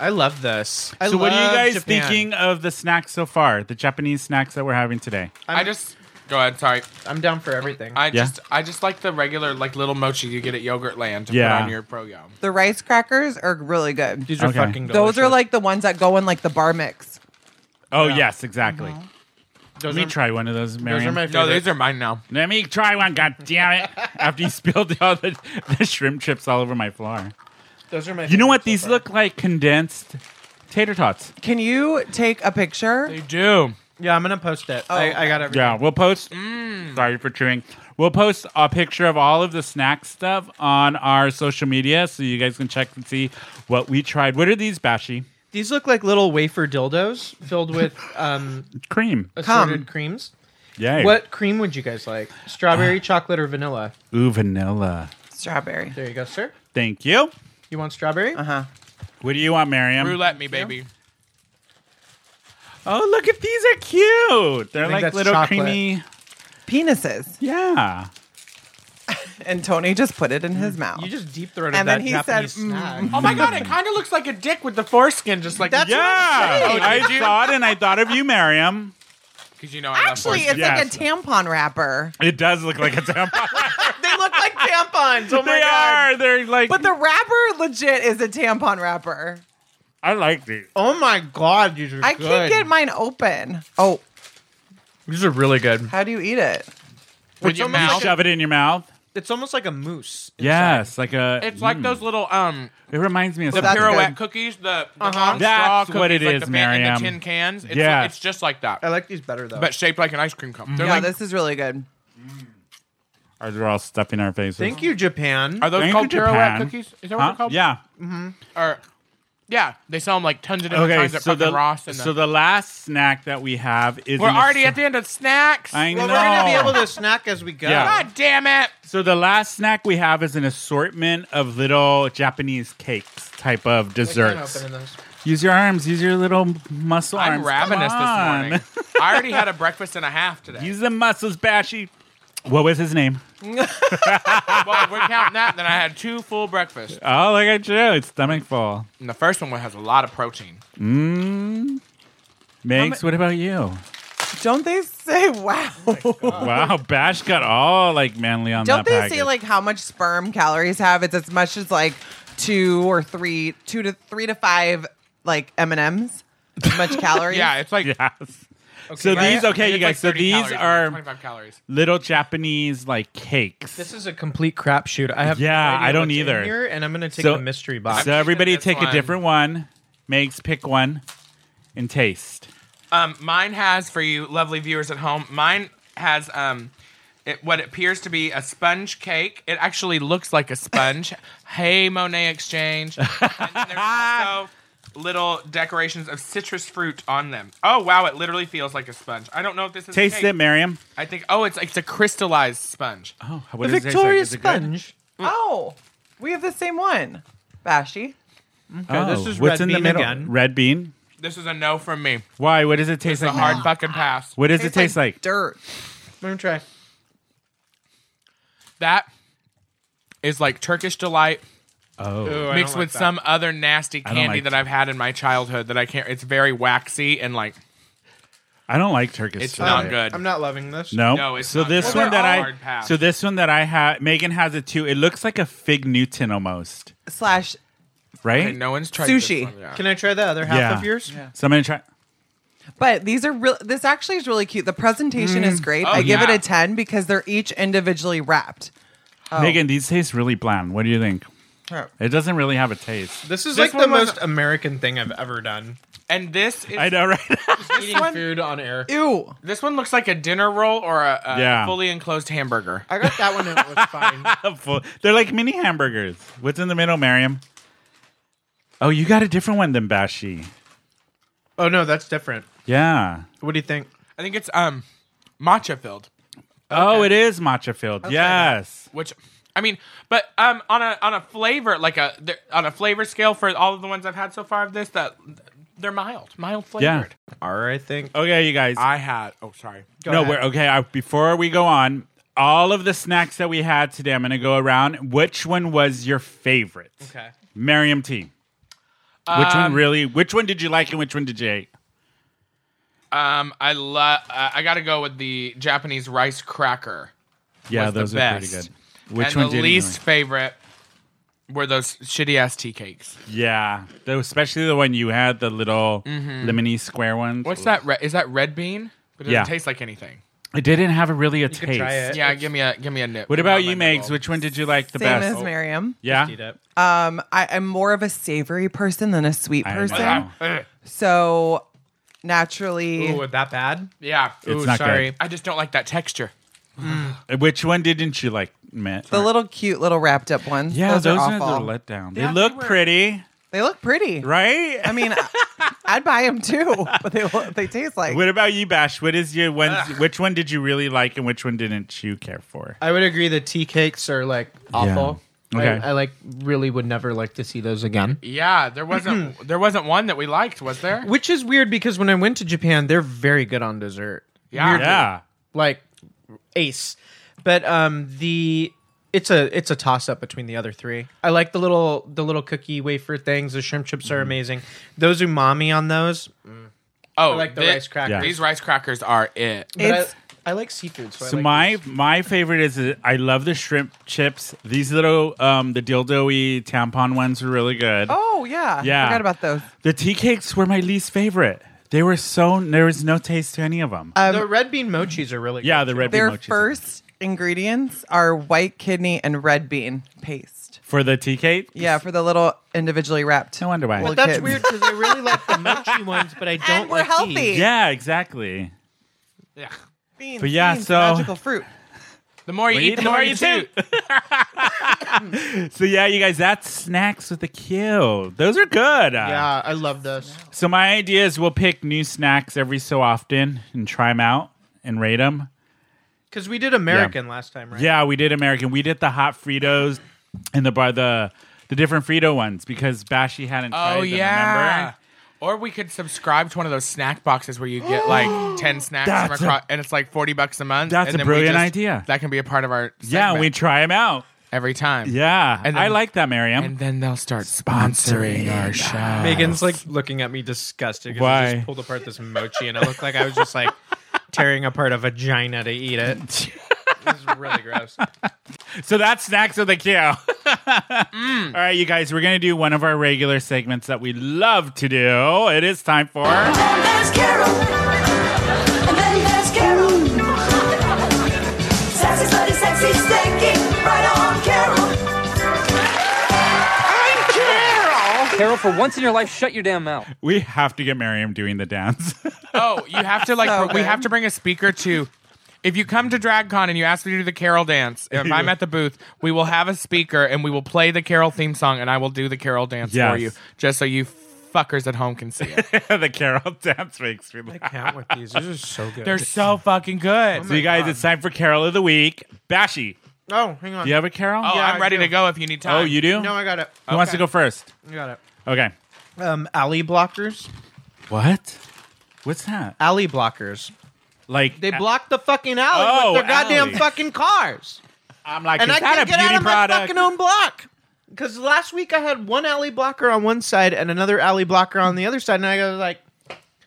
[SPEAKER 1] I love this. I
[SPEAKER 3] so, what are you
[SPEAKER 1] love
[SPEAKER 3] guys
[SPEAKER 1] Japan.
[SPEAKER 3] thinking of the snacks so far? The Japanese snacks that we're having today.
[SPEAKER 1] I'm,
[SPEAKER 2] I just go ahead. Sorry,
[SPEAKER 1] I'm down for everything.
[SPEAKER 2] I
[SPEAKER 3] Yeah.
[SPEAKER 2] just I just like the regular like little mochi you get at Yogurtland to
[SPEAKER 3] Yeah.
[SPEAKER 2] put on your program.
[SPEAKER 4] The rice crackers are really good.
[SPEAKER 1] These are
[SPEAKER 3] Okay.
[SPEAKER 1] fucking delicious.
[SPEAKER 4] Those are like the ones that go in like the bar mix.
[SPEAKER 3] Oh yes, exactly.
[SPEAKER 1] Uh-huh. those
[SPEAKER 3] Let
[SPEAKER 1] are-
[SPEAKER 3] me try one of those,
[SPEAKER 1] Those are
[SPEAKER 3] Miriam.
[SPEAKER 1] my favorite.
[SPEAKER 2] No, these are mine now.
[SPEAKER 3] Let me try one. God damn it! After you spilled all the, the shrimp chips all over my floor.
[SPEAKER 1] those are my.
[SPEAKER 3] You know what?
[SPEAKER 1] favorites so
[SPEAKER 3] These
[SPEAKER 1] far.
[SPEAKER 3] look like condensed tater tots.
[SPEAKER 4] Can you take a picture?
[SPEAKER 2] They do.
[SPEAKER 1] Yeah, I'm gonna post it. I, I got everything.
[SPEAKER 3] Yeah, we'll post. mm, Sorry for chewing. We'll post a picture of all of the snack stuff on our social media, so you guys can check and see what we tried. What are these, Bashi?
[SPEAKER 1] These look like little wafer dildos filled with um,
[SPEAKER 3] Cream.
[SPEAKER 1] assorted creams.
[SPEAKER 3] Yay.
[SPEAKER 1] What cream would you guys like? Strawberry, chocolate, or vanilla?
[SPEAKER 3] Ooh, vanilla.
[SPEAKER 4] Strawberry.
[SPEAKER 1] There you go, sir.
[SPEAKER 3] Thank you.
[SPEAKER 1] You want strawberry?
[SPEAKER 4] Uh huh.
[SPEAKER 3] What do you want, Miriam?
[SPEAKER 2] Roulette me, baby.
[SPEAKER 3] Oh, look at these are cute. They're
[SPEAKER 1] think
[SPEAKER 3] like
[SPEAKER 1] that's
[SPEAKER 3] little
[SPEAKER 1] chocolate.
[SPEAKER 3] creamy.
[SPEAKER 4] Penises.
[SPEAKER 3] Yeah.
[SPEAKER 4] And Tony just put it in his mouth.
[SPEAKER 1] You just deep throated
[SPEAKER 4] And
[SPEAKER 1] that
[SPEAKER 4] then he
[SPEAKER 1] Japanese
[SPEAKER 4] said,
[SPEAKER 1] snack.
[SPEAKER 2] Oh my god, it kind of looks like a dick with the foreskin, just
[SPEAKER 1] mm.
[SPEAKER 2] like
[SPEAKER 1] That's-
[SPEAKER 3] Yeah.
[SPEAKER 2] what I'm saying.
[SPEAKER 3] I saw it and I thought of you, Miriam.
[SPEAKER 2] because you know I love
[SPEAKER 4] Actually,
[SPEAKER 2] foreskin.
[SPEAKER 4] it's
[SPEAKER 3] Yes.
[SPEAKER 4] like a tampon wrapper.
[SPEAKER 3] It does look like a tampon.
[SPEAKER 1] they look like tampons. Oh my
[SPEAKER 3] they
[SPEAKER 1] god!
[SPEAKER 3] are. They're like.
[SPEAKER 4] But the wrapper legit is a tampon wrapper.
[SPEAKER 3] I like these.
[SPEAKER 1] Oh my god, these are
[SPEAKER 4] I
[SPEAKER 1] good.
[SPEAKER 4] can't get mine open. Oh,
[SPEAKER 1] these are really good.
[SPEAKER 4] how do you eat it?
[SPEAKER 2] with your mouth.
[SPEAKER 1] Oh,
[SPEAKER 3] Shove it in your mouth.
[SPEAKER 1] It's almost like a moose.
[SPEAKER 3] Yes, like a.
[SPEAKER 2] It's like those little um
[SPEAKER 3] It reminds me of
[SPEAKER 2] the
[SPEAKER 3] something.
[SPEAKER 2] pirouette cookies, the, the long
[SPEAKER 3] That's
[SPEAKER 2] straw
[SPEAKER 3] what
[SPEAKER 2] cookies,
[SPEAKER 3] it
[SPEAKER 2] like
[SPEAKER 3] is,
[SPEAKER 2] the pan- and
[SPEAKER 3] Miriam.
[SPEAKER 2] the tin cans. It's,
[SPEAKER 3] Yeah.
[SPEAKER 2] it's just like that,
[SPEAKER 1] I like these better though.
[SPEAKER 2] but shaped like an ice cream cup. They're
[SPEAKER 4] Yeah,
[SPEAKER 2] like,
[SPEAKER 4] this is really good.
[SPEAKER 3] Ours Are all stuffing our faces?
[SPEAKER 1] Thank you, Japan.
[SPEAKER 2] are those
[SPEAKER 3] Thank you,
[SPEAKER 2] called pirouette
[SPEAKER 3] Japan.
[SPEAKER 2] cookies? Is that what
[SPEAKER 3] Huh?
[SPEAKER 2] they're called?
[SPEAKER 3] Yeah.
[SPEAKER 2] Or, yeah, they sell them like tons of different
[SPEAKER 3] Okay.
[SPEAKER 2] kinds at
[SPEAKER 3] So the
[SPEAKER 2] fucking Ross. And
[SPEAKER 3] so
[SPEAKER 2] the,
[SPEAKER 3] the last snack that we have is
[SPEAKER 2] we're
[SPEAKER 3] in
[SPEAKER 2] already
[SPEAKER 3] the,
[SPEAKER 2] at the end of snacks.
[SPEAKER 3] I
[SPEAKER 1] well,
[SPEAKER 3] know.
[SPEAKER 1] we're gonna be able to snack as we go.
[SPEAKER 3] Yeah.
[SPEAKER 2] God damn it!
[SPEAKER 3] So the last snack we have is an assortment of little Japanese cakes type of desserts. Use your arms. Use your little muscle
[SPEAKER 2] I'm
[SPEAKER 3] arms.
[SPEAKER 2] ravenous
[SPEAKER 3] Come
[SPEAKER 2] this
[SPEAKER 3] on.
[SPEAKER 2] morning. I already had a breakfast and a half today.
[SPEAKER 3] Use the muscles, Bashy. What was his name?
[SPEAKER 2] well, if we're counting that, then I had two full breakfasts.
[SPEAKER 3] Oh, look at you. It's stomach full.
[SPEAKER 2] And the first one has a lot of protein.
[SPEAKER 3] Minx, what about you?
[SPEAKER 4] Don't they say wow?
[SPEAKER 3] Wow, Bash got all like manly on
[SPEAKER 4] Don't
[SPEAKER 3] that
[SPEAKER 4] they
[SPEAKER 3] package.
[SPEAKER 4] say like how much sperm calories have? It's as much as like two or three, two to three to five like M and M's. As much calories.
[SPEAKER 2] Yeah, it's like.
[SPEAKER 3] yes. so these, okay,
[SPEAKER 2] it's
[SPEAKER 3] you
[SPEAKER 2] like
[SPEAKER 3] guys. So
[SPEAKER 2] 30
[SPEAKER 3] these
[SPEAKER 2] calories, like
[SPEAKER 3] are
[SPEAKER 2] 25 calories.
[SPEAKER 3] little Japanese like cakes.
[SPEAKER 1] This is a complete crapshoot. I have no
[SPEAKER 3] Yeah,
[SPEAKER 1] idea
[SPEAKER 3] I don't
[SPEAKER 1] what's in
[SPEAKER 3] either.
[SPEAKER 1] here, and I'm gonna take
[SPEAKER 3] So-
[SPEAKER 1] the mystery box.
[SPEAKER 3] so everybody
[SPEAKER 2] This
[SPEAKER 3] take a
[SPEAKER 2] one.
[SPEAKER 3] different one. Minx, pick one and taste.
[SPEAKER 2] Um, mine has for you lovely viewers at home. Mine has um, it, what appears to be a sponge cake. It actually looks like a sponge. hey, Monet Exchange. And then there's also little decorations of citrus fruit on them. Oh wow, it literally feels like a sponge. I don't know if this is
[SPEAKER 3] Taste
[SPEAKER 2] cake.
[SPEAKER 3] it, Miriam.
[SPEAKER 2] I think oh, it's it's a crystallized sponge.
[SPEAKER 3] Oh,
[SPEAKER 1] the
[SPEAKER 3] what does it taste like?
[SPEAKER 1] Victoria
[SPEAKER 3] Is it good?
[SPEAKER 1] sponge.
[SPEAKER 4] Oh, we have the same one, Bashy.
[SPEAKER 1] Okay,
[SPEAKER 3] Oh,
[SPEAKER 1] this is
[SPEAKER 3] what's
[SPEAKER 1] red
[SPEAKER 3] in the
[SPEAKER 1] bean
[SPEAKER 3] middle?
[SPEAKER 1] again.
[SPEAKER 3] Red bean.
[SPEAKER 2] This is a no from me.
[SPEAKER 3] Why? What does it taste
[SPEAKER 2] It's a
[SPEAKER 3] like?
[SPEAKER 2] hard
[SPEAKER 3] now?
[SPEAKER 2] fucking pass.
[SPEAKER 3] What does it taste like?
[SPEAKER 4] dirt.
[SPEAKER 1] Let me try.
[SPEAKER 2] That is like Turkish delight
[SPEAKER 3] Oh,
[SPEAKER 1] Ooh, I
[SPEAKER 2] mixed
[SPEAKER 1] don't
[SPEAKER 2] with
[SPEAKER 1] like that.
[SPEAKER 2] some other nasty
[SPEAKER 3] don't
[SPEAKER 2] candy
[SPEAKER 3] like
[SPEAKER 2] that I've had in my childhood that I can't. It's very waxy and like
[SPEAKER 3] I don't like Turkish.
[SPEAKER 2] it's
[SPEAKER 3] delight.
[SPEAKER 2] not good.
[SPEAKER 1] I'm not loving this.
[SPEAKER 3] No,
[SPEAKER 2] No, it's
[SPEAKER 3] so
[SPEAKER 2] not
[SPEAKER 3] this
[SPEAKER 2] good.
[SPEAKER 3] one that
[SPEAKER 2] They're
[SPEAKER 3] I
[SPEAKER 2] all hard pass.
[SPEAKER 3] so this one that I had Megan has it too. It looks like a fig Newton almost,
[SPEAKER 4] slash
[SPEAKER 3] right?
[SPEAKER 2] Okay, no one's tried
[SPEAKER 4] Sushi.
[SPEAKER 2] This one, yeah.
[SPEAKER 1] Can I try the other half
[SPEAKER 3] Yeah.
[SPEAKER 1] of yours?
[SPEAKER 3] So I'm gonna try.
[SPEAKER 4] But these are real. This actually is really cute. The presentation is great. I give
[SPEAKER 2] yeah.
[SPEAKER 4] it a ten because they're each individually wrapped.
[SPEAKER 2] Oh.
[SPEAKER 3] Megan, these taste really bland. What do you think?
[SPEAKER 4] Oh.
[SPEAKER 3] It doesn't really have a taste.
[SPEAKER 1] This is
[SPEAKER 2] This
[SPEAKER 1] like the
[SPEAKER 2] one was-
[SPEAKER 1] most American thing I've ever done.
[SPEAKER 2] And this is
[SPEAKER 3] I know, right?
[SPEAKER 1] Eating food on air.
[SPEAKER 4] Ew.
[SPEAKER 2] this one looks like a dinner roll or a, a
[SPEAKER 3] Yeah.
[SPEAKER 2] fully enclosed hamburger.
[SPEAKER 1] I got that one and it was fine.
[SPEAKER 3] Full- They're like mini hamburgers. What's in the middle, Miriam? Oh, you got a different one than Bashi.
[SPEAKER 1] Oh no, that's different.
[SPEAKER 3] Yeah.
[SPEAKER 1] What do you think?
[SPEAKER 2] I think it's um matcha filled,
[SPEAKER 3] Oh, it is matcha filled. Yes.
[SPEAKER 2] which I mean, but um on a on a flavor like a there- on a flavor scale for all of the ones I've had so far of this that they're mild, mild
[SPEAKER 3] Yeah.
[SPEAKER 2] flavored.
[SPEAKER 1] R, I think.
[SPEAKER 3] Okay, you guys.
[SPEAKER 2] I had oh sorry.
[SPEAKER 3] no,
[SPEAKER 1] ahead.
[SPEAKER 3] we're okay. I, before we go on, all of the snacks that we had today, I'm going to go around. Which one was your favorite?
[SPEAKER 2] Okay.
[SPEAKER 3] Miriam T. which one really? Which one did you like and which one did you hate?
[SPEAKER 2] Um, I love. Uh, I got to go with the Japanese rice cracker.
[SPEAKER 3] Yeah,
[SPEAKER 2] was the
[SPEAKER 3] those are pretty
[SPEAKER 2] best.
[SPEAKER 3] good. Which
[SPEAKER 2] and
[SPEAKER 3] one
[SPEAKER 2] the
[SPEAKER 3] did
[SPEAKER 2] least
[SPEAKER 3] you
[SPEAKER 2] favorite were those shitty ass tea cakes.
[SPEAKER 3] like? Yeah, the, especially the one you had, the little lemony square one.
[SPEAKER 2] What's that? Re- is that red bean? But it doesn't
[SPEAKER 3] Yeah.
[SPEAKER 2] taste like anything.
[SPEAKER 3] It didn't have a, really a
[SPEAKER 1] could
[SPEAKER 3] taste.
[SPEAKER 1] try it.
[SPEAKER 2] Yeah, give me a give me a nip.
[SPEAKER 3] What about you,
[SPEAKER 2] Megs?
[SPEAKER 3] Megs? Which one did you like the
[SPEAKER 4] Same
[SPEAKER 3] best?
[SPEAKER 4] as Miriam.
[SPEAKER 3] yeah,
[SPEAKER 1] Eat it.
[SPEAKER 4] Um, I, I'm more of a savory person than a sweet
[SPEAKER 3] I
[SPEAKER 4] person.
[SPEAKER 3] know.
[SPEAKER 4] So naturally,
[SPEAKER 1] Ooh, that bad?
[SPEAKER 2] Yeah,
[SPEAKER 3] It's
[SPEAKER 2] Ooh,
[SPEAKER 3] not
[SPEAKER 2] sorry.
[SPEAKER 3] good.
[SPEAKER 2] I just don't like that texture.
[SPEAKER 3] Which one didn't you like, Matt?
[SPEAKER 4] the little cute little wrapped up ones.
[SPEAKER 3] yeah,
[SPEAKER 4] those,
[SPEAKER 3] those,
[SPEAKER 4] are
[SPEAKER 3] the
[SPEAKER 4] awful.
[SPEAKER 3] letdown. They
[SPEAKER 2] Yeah,
[SPEAKER 3] look
[SPEAKER 2] they were-
[SPEAKER 3] pretty,
[SPEAKER 4] they look pretty.
[SPEAKER 3] right?
[SPEAKER 4] I mean, I- I'd buy them too, but they look- they taste like
[SPEAKER 3] What about you, Bash? What is your one? Which one did you really like, and which one didn't you care for?
[SPEAKER 1] I would agree the tea cakes are like awful.
[SPEAKER 3] Okay.
[SPEAKER 1] I, I like really would never like to see those again.
[SPEAKER 2] Yeah, there wasn't there wasn't one that we liked, was there?
[SPEAKER 1] Which is weird because when I went to Japan, they're very good on dessert.
[SPEAKER 2] Yeah,
[SPEAKER 3] Yeah,
[SPEAKER 1] Like ace. But um the it's a it's a toss up between the other three. I like the little the little cookie wafer things. The shrimp chips are amazing. Those umami on those.
[SPEAKER 2] Oh,
[SPEAKER 1] I like the
[SPEAKER 2] thi-
[SPEAKER 1] rice crackers.
[SPEAKER 3] Yeah.
[SPEAKER 2] These rice crackers are it.
[SPEAKER 1] But
[SPEAKER 4] It's-
[SPEAKER 1] I, I like seafood. So, I
[SPEAKER 3] So
[SPEAKER 1] like
[SPEAKER 3] my my favorite is uh, I love the shrimp chips. These little um the dildo-y tampon ones were really good.
[SPEAKER 4] oh yeah,
[SPEAKER 3] Yeah.
[SPEAKER 4] Forgot about those.
[SPEAKER 3] The tea cakes were my least favorite. They were so there was no taste to any of them.
[SPEAKER 1] the red bean mochis are really
[SPEAKER 3] yeah,
[SPEAKER 1] good.
[SPEAKER 3] the red bean
[SPEAKER 4] Their
[SPEAKER 3] mochis.
[SPEAKER 4] first ingredients are white kidney and red bean paste.
[SPEAKER 3] For the tea cake?
[SPEAKER 4] Yeah, for the little individually wrapped.
[SPEAKER 3] No wonder why.
[SPEAKER 4] little
[SPEAKER 3] But
[SPEAKER 1] That's
[SPEAKER 4] kids.
[SPEAKER 1] weird because I really like the mochi ones, but I don't
[SPEAKER 4] And we're
[SPEAKER 1] like
[SPEAKER 4] healthy.
[SPEAKER 1] these.
[SPEAKER 3] Yeah, exactly.
[SPEAKER 4] Beans,
[SPEAKER 3] But yeah,
[SPEAKER 4] beans,
[SPEAKER 3] so-
[SPEAKER 4] magical fruit.
[SPEAKER 2] The more you
[SPEAKER 3] We
[SPEAKER 2] eat, the more you
[SPEAKER 3] toot.
[SPEAKER 2] toot.
[SPEAKER 3] So yeah, you guys, that's snacks with a Q. Those are good.
[SPEAKER 1] Yeah, I love this.
[SPEAKER 3] So my idea is we'll pick new snacks every so often and try them out and rate them.
[SPEAKER 1] Because we did American last time, right?
[SPEAKER 3] Yeah, we did American. We did the hot Fritos and the bar the the different Frito ones because Bashy hadn't tried
[SPEAKER 2] Oh
[SPEAKER 3] them.
[SPEAKER 2] yeah.
[SPEAKER 3] Remember?
[SPEAKER 2] Or we could subscribe to one of those snack boxes where you get like ten snacks from
[SPEAKER 3] That's a-
[SPEAKER 2] across, and it's like forty bucks a month.
[SPEAKER 3] That's
[SPEAKER 2] and
[SPEAKER 3] a
[SPEAKER 2] we
[SPEAKER 3] brilliant idea.
[SPEAKER 2] That can be a part of our
[SPEAKER 3] Yeah, we
[SPEAKER 2] segment
[SPEAKER 3] try them out.
[SPEAKER 2] every time.
[SPEAKER 3] Yeah,
[SPEAKER 2] And
[SPEAKER 3] I
[SPEAKER 2] then-
[SPEAKER 3] like that, Miriam.
[SPEAKER 2] and then they'll start sponsoring our show.
[SPEAKER 1] Megan's like looking at me disgusted because
[SPEAKER 3] Why?
[SPEAKER 1] I just pulled apart this mochi and it looked like I was just like tearing apart a vagina to eat it. This is really gross.
[SPEAKER 3] So that's snacks of the queue. All right, you guys, we're gonna do one of our regular segments that we love to do. It is time for
[SPEAKER 5] And there's Carol. And then there's Carol. Sassy, slutty, sexy, stinky. Right on, Carol.
[SPEAKER 10] Carol, for once in your life, shut your damn mouth.
[SPEAKER 3] we have to get Miriam doing the dance.
[SPEAKER 2] Oh, you have to like
[SPEAKER 4] So
[SPEAKER 2] br- we
[SPEAKER 4] good.
[SPEAKER 2] have to bring a speaker to if you come to DragCon and you ask me to do the carol dance, if I'm at the booth, we will have a speaker and we will play the carol theme song and I will do the carol dance for
[SPEAKER 3] Yes.
[SPEAKER 2] you just so you fuckers at home can see it.
[SPEAKER 3] the Carol dance makes me laugh.
[SPEAKER 1] Count with these. These are so good.
[SPEAKER 2] They're so fucking good.
[SPEAKER 3] So you guys, it's time for Carol of the week. Bashy,
[SPEAKER 1] oh, hang on.
[SPEAKER 3] do you have a Carol?
[SPEAKER 2] oh,
[SPEAKER 1] Yeah, I
[SPEAKER 2] I'm ready
[SPEAKER 1] do.
[SPEAKER 2] to go if you need time.
[SPEAKER 3] Oh, you do?
[SPEAKER 1] No, I got it.
[SPEAKER 3] Who wants to go first?
[SPEAKER 1] I got it.
[SPEAKER 3] Okay.
[SPEAKER 1] Um, alley blockers.
[SPEAKER 3] What? What's that?
[SPEAKER 1] Alley blockers.
[SPEAKER 3] Like
[SPEAKER 1] They block the fucking alley
[SPEAKER 3] Oh,
[SPEAKER 1] with their goddamn
[SPEAKER 3] alley.
[SPEAKER 1] fucking cars.
[SPEAKER 3] I'm like,
[SPEAKER 1] and
[SPEAKER 3] is
[SPEAKER 1] I
[SPEAKER 3] that a
[SPEAKER 1] can't get out
[SPEAKER 3] beauty
[SPEAKER 1] of my
[SPEAKER 3] product?
[SPEAKER 1] fucking own block. Because last week I had one alley blocker on one side and another alley blocker on the other side, and I was like,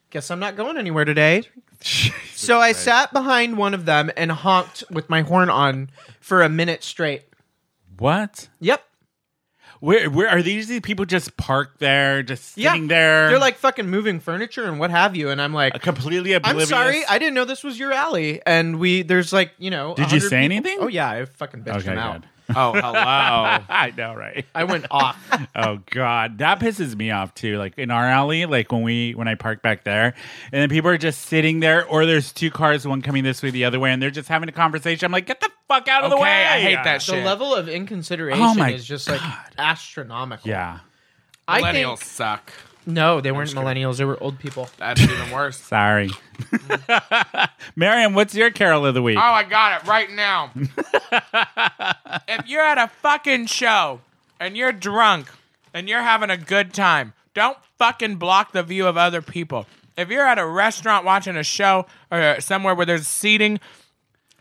[SPEAKER 1] "Guess I'm not going anywhere today." so I sat behind one of them and honked with my horn on for a minute straight.
[SPEAKER 3] what?
[SPEAKER 1] Yep.
[SPEAKER 3] Where? Where are these? These people just parked there, just
[SPEAKER 1] Yeah.
[SPEAKER 3] sitting there.
[SPEAKER 1] They're like fucking moving furniture and what have you, and I'm like,
[SPEAKER 3] completely
[SPEAKER 1] I'm
[SPEAKER 3] oblivious.
[SPEAKER 1] sorry, I didn't know this was your alley. And we there's like you know.
[SPEAKER 3] Did you
[SPEAKER 1] 100
[SPEAKER 3] say
[SPEAKER 1] people-
[SPEAKER 3] anything?
[SPEAKER 1] Oh yeah, I fucking bitched
[SPEAKER 3] Okay,
[SPEAKER 1] him out.
[SPEAKER 3] good.
[SPEAKER 2] Oh, hello.
[SPEAKER 3] I know, right?
[SPEAKER 1] I went off.
[SPEAKER 3] Oh God, that pisses me off too. Like in our alley, like when we when I park back there, and then people are just sitting there, or there's two cars, one coming this way, the other way, and they're just having a conversation. I'm like, get the fuck out of the
[SPEAKER 2] Okay,
[SPEAKER 3] way!
[SPEAKER 2] I hate that
[SPEAKER 1] the
[SPEAKER 2] shit.
[SPEAKER 1] level of inconsideration
[SPEAKER 3] Oh my
[SPEAKER 1] is just like astronomical.
[SPEAKER 3] Yeah,
[SPEAKER 1] I
[SPEAKER 2] Millennials
[SPEAKER 1] think
[SPEAKER 2] suck.
[SPEAKER 1] no, they weren't millennials; they were old people.
[SPEAKER 2] That's even worse.
[SPEAKER 3] sorry. Miriam, what's your Carol of the week?
[SPEAKER 1] Uh,
[SPEAKER 2] Oh, I got it right now. if you're at a fucking show and you're drunk and you're having a good time, don't fucking block the view of other people. If you're at a restaurant watching a show or somewhere where there's seating,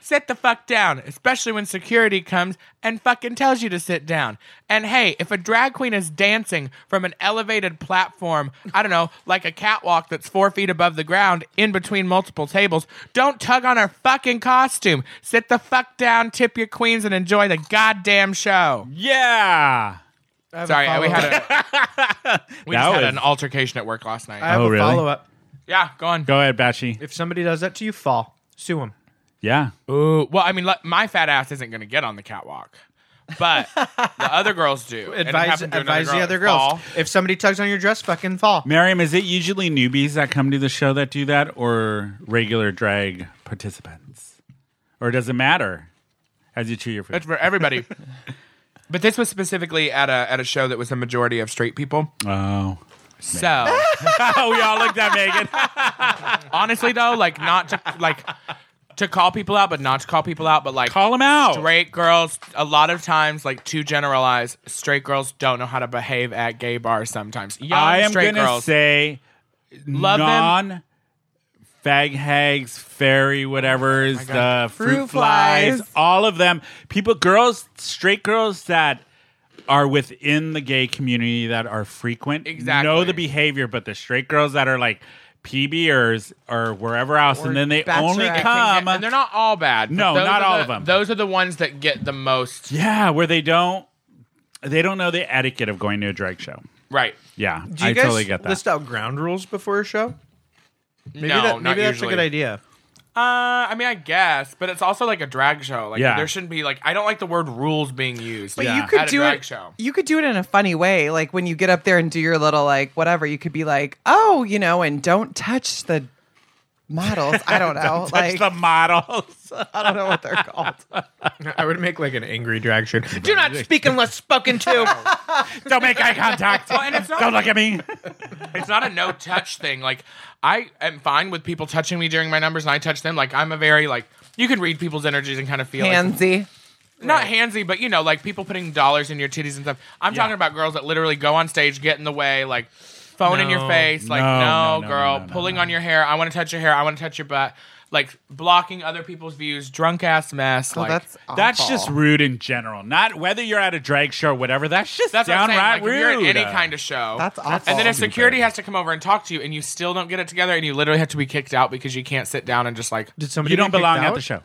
[SPEAKER 2] sit the fuck down, especially when security comes and fucking tells you to sit down. And hey, if a drag queen is dancing from an elevated platform, I don't know, like a catwalk that's four feet above the ground in between multiple tables, don't tug on her fucking costume. Sit the fuck down, tip your queens, and enjoy the goddamn show.
[SPEAKER 3] yeah.
[SPEAKER 2] Sorry, we had a we just
[SPEAKER 3] That
[SPEAKER 2] had
[SPEAKER 3] was-
[SPEAKER 2] an altercation at work last night.
[SPEAKER 1] I have
[SPEAKER 3] Oh,
[SPEAKER 1] a
[SPEAKER 3] really?
[SPEAKER 1] follow up.
[SPEAKER 2] yeah, go on.
[SPEAKER 3] Go ahead, Bashy.
[SPEAKER 1] If somebody does that to you, fall, sue them.
[SPEAKER 3] Yeah.
[SPEAKER 2] Ooh, well, I mean, like, my fat ass isn't going to get on the catwalk, but the other girls do. And it
[SPEAKER 1] Advise,
[SPEAKER 2] happened to another
[SPEAKER 1] advise
[SPEAKER 2] girl.
[SPEAKER 1] the other girls.
[SPEAKER 2] Fall.
[SPEAKER 1] If somebody tugs on your dress, fucking fall.
[SPEAKER 3] Miriam, is it usually newbies that come to the show that do that, or regular drag participants, or does it matter? As you chew your food.
[SPEAKER 2] That's for everybody. but this was specifically at a at a show that was a majority of straight people.
[SPEAKER 3] Oh.
[SPEAKER 2] So
[SPEAKER 3] we all looked Oh, at Megan.
[SPEAKER 2] honestly, though, like not to like to call people out, but not to call people out, but like
[SPEAKER 3] Call them out.
[SPEAKER 2] straight girls. A lot of times, like to generalize, straight girls don't know how to behave at gay bars. Sometimes young
[SPEAKER 3] I am
[SPEAKER 2] straight
[SPEAKER 3] going to
[SPEAKER 2] girls.
[SPEAKER 3] say
[SPEAKER 2] Love them.
[SPEAKER 3] non fag hags, fairy whatever's,
[SPEAKER 2] Oh
[SPEAKER 3] the fruit,
[SPEAKER 4] Fruit
[SPEAKER 3] flies,
[SPEAKER 4] flies.
[SPEAKER 3] all of them. People, girls, straight girls that are within the gay community that are frequent
[SPEAKER 2] Exactly.
[SPEAKER 3] know the behavior, but the straight girls that are like PBers or wherever else, and then they only
[SPEAKER 4] bachelorette.
[SPEAKER 3] come.
[SPEAKER 2] and they're not all bad. but
[SPEAKER 3] Um, No,
[SPEAKER 2] those
[SPEAKER 3] not
[SPEAKER 2] are
[SPEAKER 3] all
[SPEAKER 2] the-
[SPEAKER 3] of them.
[SPEAKER 2] Those are the ones that get the most
[SPEAKER 3] yeah, where they don't. They don't know the etiquette of going to a drag show.
[SPEAKER 2] right.
[SPEAKER 3] Yeah,
[SPEAKER 1] Do you
[SPEAKER 3] I
[SPEAKER 1] guys
[SPEAKER 3] totally get that.
[SPEAKER 1] list out ground rules before a show? Maybe
[SPEAKER 2] no,
[SPEAKER 1] that, maybe
[SPEAKER 2] not
[SPEAKER 1] that's
[SPEAKER 2] usually.
[SPEAKER 1] a good idea.
[SPEAKER 2] Uh, I mean, I guess, but it's also like a drag show. Like,
[SPEAKER 3] Yeah.
[SPEAKER 2] there shouldn't be like I don't like the word rules being used.
[SPEAKER 4] But
[SPEAKER 2] yeah.
[SPEAKER 4] you could
[SPEAKER 2] at a
[SPEAKER 4] do
[SPEAKER 2] drag
[SPEAKER 4] it.
[SPEAKER 2] show.
[SPEAKER 4] You could do it in a funny way, like when you get up there and do your little like whatever. You could be like, "Oh, you know," and don't touch the models. I don't know. like
[SPEAKER 3] Touch the models.
[SPEAKER 4] I don't know what they're called.
[SPEAKER 1] I would make like an angry drag shirt. Do not speak unless spoken to.
[SPEAKER 3] Don't make eye contact.
[SPEAKER 2] and it's not-
[SPEAKER 3] Don't look at me.
[SPEAKER 2] It's not a no touch thing. Like I am fine with people touching me during my numbers, and I touch them. Like I'm a very like you can read people's energies and kind of feel like,
[SPEAKER 4] Handsy.
[SPEAKER 2] not handsy, but you know, like people putting dollars in your titties and stuff. I'm talking about girls that literally go on stage, get in the way, like phone in your
[SPEAKER 1] No.
[SPEAKER 2] face, like
[SPEAKER 3] No,
[SPEAKER 2] no,
[SPEAKER 3] no, no,
[SPEAKER 2] girl,
[SPEAKER 3] no, no,
[SPEAKER 2] pulling
[SPEAKER 3] no.
[SPEAKER 2] on your hair. I want to touch your hair. I want to touch your butt. Like blocking other people's views, drunk ass mess.
[SPEAKER 4] Oh,
[SPEAKER 2] like
[SPEAKER 4] that's awful.
[SPEAKER 3] That's just rude in general. Not whether you're at a drag show or whatever. That's just
[SPEAKER 2] That's what I'm saying.
[SPEAKER 3] downright
[SPEAKER 2] Like, if you're
[SPEAKER 3] rude.
[SPEAKER 2] at any kind of show,
[SPEAKER 4] That's awful.
[SPEAKER 2] And then if
[SPEAKER 4] Stupid.
[SPEAKER 2] security has to come over and talk to you, and you still don't get it together, and you literally have to be kicked out because you can't sit down and just like.
[SPEAKER 1] Did somebody
[SPEAKER 3] you don't
[SPEAKER 1] get kicked
[SPEAKER 3] belong at
[SPEAKER 1] out?
[SPEAKER 3] the show.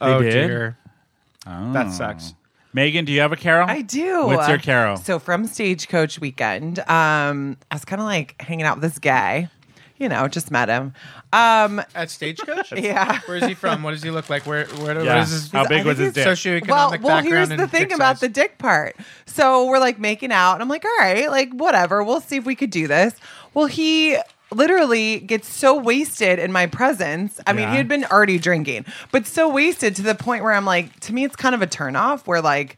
[SPEAKER 1] Oh
[SPEAKER 3] They did?
[SPEAKER 1] dear, that sucks.
[SPEAKER 3] Megan, do you have a carol?
[SPEAKER 4] I do.
[SPEAKER 3] What's
[SPEAKER 1] Uh,
[SPEAKER 3] your carol?
[SPEAKER 4] So from Stagecoach Weekend, um, I was kind of like hanging out with this guy. You know, just met him. Um,
[SPEAKER 1] At stagecoach?
[SPEAKER 4] Yeah.
[SPEAKER 1] Where's he from? What does he look like? Where? Where? what
[SPEAKER 3] Yeah.
[SPEAKER 1] is his?
[SPEAKER 3] How big
[SPEAKER 4] I
[SPEAKER 3] was his
[SPEAKER 4] think
[SPEAKER 3] dick?
[SPEAKER 1] socioeconomic
[SPEAKER 4] well, well,
[SPEAKER 1] background
[SPEAKER 4] here's
[SPEAKER 1] and
[SPEAKER 4] the thing
[SPEAKER 1] dick
[SPEAKER 4] about the
[SPEAKER 1] size.
[SPEAKER 4] dick part. So we're like making out, and I'm like, all right, like whatever, we'll see if we could do this. Well, he literally gets so wasted in my presence. I mean,
[SPEAKER 3] Yeah.
[SPEAKER 4] he had been already drinking, but so wasted to the point where I'm like, to me, it's kind of a turnoff where like.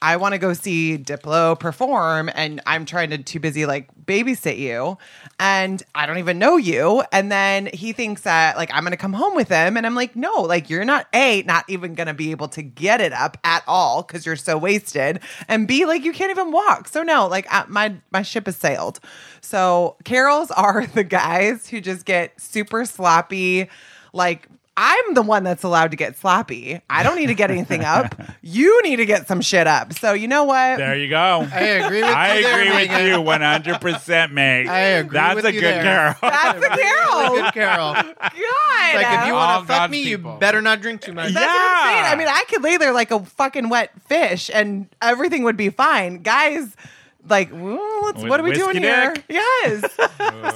[SPEAKER 4] I want to go see Diplo perform, and I'm trying to too busy like babysit you, and I don't even know you. And then he thinks that like I'm gonna come home with him, and I'm like, no, like you're not a not even gonna be able to get it up at all because you're so wasted, and b like you can't even walk. So no, like I, my my ship has sailed. So carols are the guys who just get super sloppy, like I'm the one that's allowed to get sloppy. I don't need to get anything up. You need to get some shit up. So you know what?
[SPEAKER 3] There you go.
[SPEAKER 1] I agree with
[SPEAKER 3] I
[SPEAKER 1] you. there,
[SPEAKER 3] agree with
[SPEAKER 1] Megan.
[SPEAKER 3] you 100%, Meg.
[SPEAKER 1] I agree
[SPEAKER 3] That's
[SPEAKER 1] with
[SPEAKER 3] a
[SPEAKER 1] you
[SPEAKER 3] good
[SPEAKER 1] there.
[SPEAKER 3] girl.
[SPEAKER 4] That's the Carol.
[SPEAKER 1] Really good, Carol.
[SPEAKER 4] God.
[SPEAKER 1] Like if you
[SPEAKER 2] All
[SPEAKER 1] want to fuck
[SPEAKER 2] God's
[SPEAKER 1] me,
[SPEAKER 2] people.
[SPEAKER 1] you better not drink too much.
[SPEAKER 3] Yeah.
[SPEAKER 4] that's what I'm saying. I mean, I could lay there like a fucking wet fish and everything would be fine. Guys, like, "Ooh, let's,
[SPEAKER 3] With
[SPEAKER 4] what are we doing
[SPEAKER 3] whiskey
[SPEAKER 4] here?
[SPEAKER 3] dick.
[SPEAKER 4] Yes.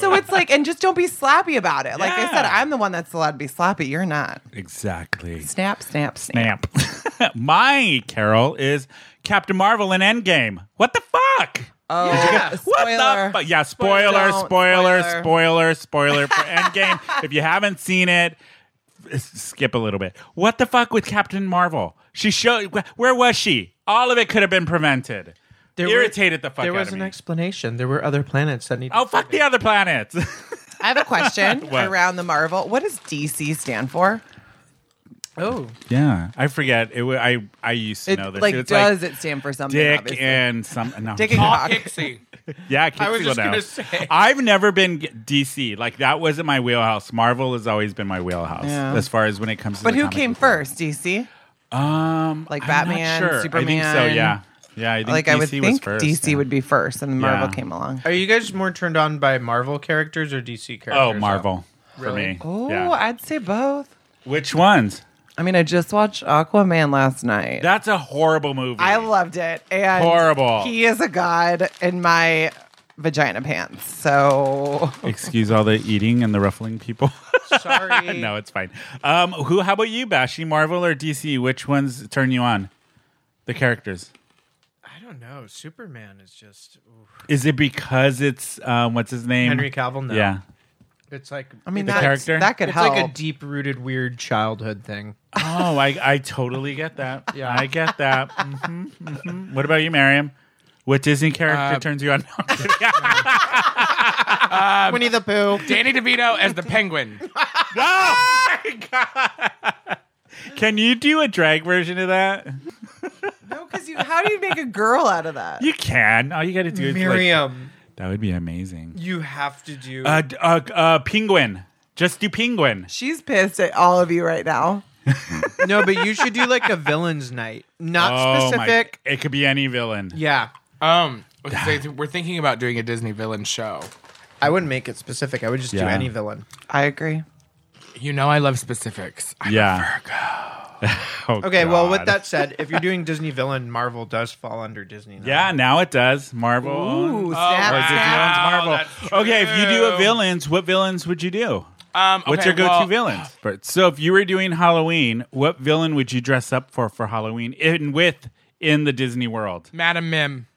[SPEAKER 4] so it's like, and just don't be sloppy about it. Like I said,
[SPEAKER 3] Yeah.
[SPEAKER 4] I'm the one that's allowed to be sloppy. You're not.
[SPEAKER 3] Exactly.
[SPEAKER 4] Snap, snap, snap.
[SPEAKER 3] Snap. My Carol is Captain Marvel in Endgame. What the fuck?
[SPEAKER 4] Oh,
[SPEAKER 3] What
[SPEAKER 4] spoiler.
[SPEAKER 3] the fuck? Yeah, spoiler,
[SPEAKER 4] Don't.
[SPEAKER 3] spoiler, spoiler,
[SPEAKER 4] Spoiler.
[SPEAKER 3] spoiler for Endgame. if you haven't seen it, s- skip a little bit. What the fuck with Captain Marvel? She showed. wh- Where was she? All of it could have been prevented.
[SPEAKER 1] were-
[SPEAKER 3] Irritated the fuck
[SPEAKER 1] There
[SPEAKER 3] out
[SPEAKER 1] was
[SPEAKER 3] of
[SPEAKER 1] an
[SPEAKER 3] me.
[SPEAKER 1] explanation. There were other planets that needed.
[SPEAKER 3] oh fuck the other planets.
[SPEAKER 4] I have a question
[SPEAKER 3] What?
[SPEAKER 4] around the Marvel. What does DC stand for?
[SPEAKER 1] Oh,
[SPEAKER 3] yeah, I forget. It. wa- I I used to
[SPEAKER 4] It,
[SPEAKER 3] know this.
[SPEAKER 4] like,
[SPEAKER 3] It's
[SPEAKER 4] does it stand for something?
[SPEAKER 3] Dick
[SPEAKER 4] obviously?
[SPEAKER 3] and some no.
[SPEAKER 4] Dick and cock.
[SPEAKER 2] Pixie.
[SPEAKER 3] Yeah, kids
[SPEAKER 1] I was
[SPEAKER 3] will
[SPEAKER 1] just
[SPEAKER 3] know.
[SPEAKER 1] gonna say.
[SPEAKER 3] I've never been g- DC. Like that wasn't my wheelhouse. Marvel has always been my wheelhouse
[SPEAKER 4] Yeah.
[SPEAKER 3] as far as when it comes to.
[SPEAKER 4] But
[SPEAKER 3] the
[SPEAKER 4] who
[SPEAKER 3] comic
[SPEAKER 4] came
[SPEAKER 3] book.
[SPEAKER 4] first, DC?
[SPEAKER 3] Um,
[SPEAKER 4] Like
[SPEAKER 3] I'm not
[SPEAKER 4] Batman,
[SPEAKER 3] I think so.
[SPEAKER 4] Superman.
[SPEAKER 3] Yeah, yeah. I think
[SPEAKER 4] Like
[SPEAKER 3] DC
[SPEAKER 4] I would
[SPEAKER 3] was
[SPEAKER 4] think
[SPEAKER 3] first,
[SPEAKER 4] DC
[SPEAKER 3] yeah.
[SPEAKER 4] would be first, and then Marvel
[SPEAKER 3] Yeah.
[SPEAKER 4] came along.
[SPEAKER 1] are you guys more turned on by Marvel characters or DC characters?
[SPEAKER 3] Oh, Marvel
[SPEAKER 1] Really?
[SPEAKER 3] for me.
[SPEAKER 4] Oh,
[SPEAKER 3] yeah.
[SPEAKER 4] I'd say both.
[SPEAKER 3] Which ones?
[SPEAKER 4] I mean, I just watched Aquaman last night.
[SPEAKER 3] That's a horrible movie.
[SPEAKER 4] I loved it, and
[SPEAKER 3] Horrible.
[SPEAKER 4] He is a god in my vagina pants. So
[SPEAKER 3] Excuse all the eating and the ruffling, people.
[SPEAKER 1] Sorry.
[SPEAKER 3] no, it's fine. Um, who? How about you, Bashi? Marvel or DC? Which ones turn you on? The characters.
[SPEAKER 1] I don't know. Superman is just
[SPEAKER 3] Is it because it's um, what's his name?
[SPEAKER 1] Henry Cavill. No,
[SPEAKER 3] Yeah.
[SPEAKER 1] it's like
[SPEAKER 4] I mean,
[SPEAKER 3] The
[SPEAKER 4] that
[SPEAKER 3] character?
[SPEAKER 4] that could
[SPEAKER 1] it's
[SPEAKER 4] help.
[SPEAKER 1] like a deep-rooted weird childhood thing.
[SPEAKER 3] Oh, I, I totally get that. Yeah,
[SPEAKER 1] Yeah.
[SPEAKER 3] I get that. hmm hmm What about you, Miriam? What Disney character
[SPEAKER 2] Uh,
[SPEAKER 3] turns you on? Um,
[SPEAKER 1] Winnie the Pooh.
[SPEAKER 2] Danny DeVito as the Penguin.
[SPEAKER 3] no! Can you do a drag version of that?
[SPEAKER 4] Because you, how do you make a girl out of that?
[SPEAKER 3] You can. All you got to do is like-
[SPEAKER 1] Miriam,
[SPEAKER 3] that would be amazing.
[SPEAKER 1] you have to do.
[SPEAKER 3] Uh, d- uh, uh, penguin. Just do penguin.
[SPEAKER 4] She's pissed at all of you right now.
[SPEAKER 1] no, but you should do like a villains night, not specific.
[SPEAKER 3] Oh My, it could be any villain.
[SPEAKER 1] Yeah,
[SPEAKER 2] Um, they- we're thinking about doing a Disney villain show.
[SPEAKER 1] I wouldn't make it specific. I would just do
[SPEAKER 3] Yeah.
[SPEAKER 1] any villain.
[SPEAKER 4] I agree.
[SPEAKER 2] You know, I love specifics. I
[SPEAKER 3] Yeah. Oh,
[SPEAKER 1] Okay, well, with
[SPEAKER 3] God.
[SPEAKER 1] that said, if you're doing Disney villain, Marvel does fall under Disney. now.
[SPEAKER 3] Yeah, now it does. Marvel. owns-
[SPEAKER 4] Ooh, snap,
[SPEAKER 3] Or Disney
[SPEAKER 4] snap.
[SPEAKER 3] owns
[SPEAKER 2] Wow,
[SPEAKER 3] Marvel.
[SPEAKER 2] that's
[SPEAKER 3] Okay, if you do a
[SPEAKER 2] true.
[SPEAKER 3] villains, what villains would you do?
[SPEAKER 2] Um,
[SPEAKER 3] What's
[SPEAKER 2] okay,
[SPEAKER 3] your go-to
[SPEAKER 2] well,
[SPEAKER 3] villains? Bert? So if you were doing Halloween, what villain would you dress up for for Halloween in with in the Disney World?
[SPEAKER 2] Madam Mim.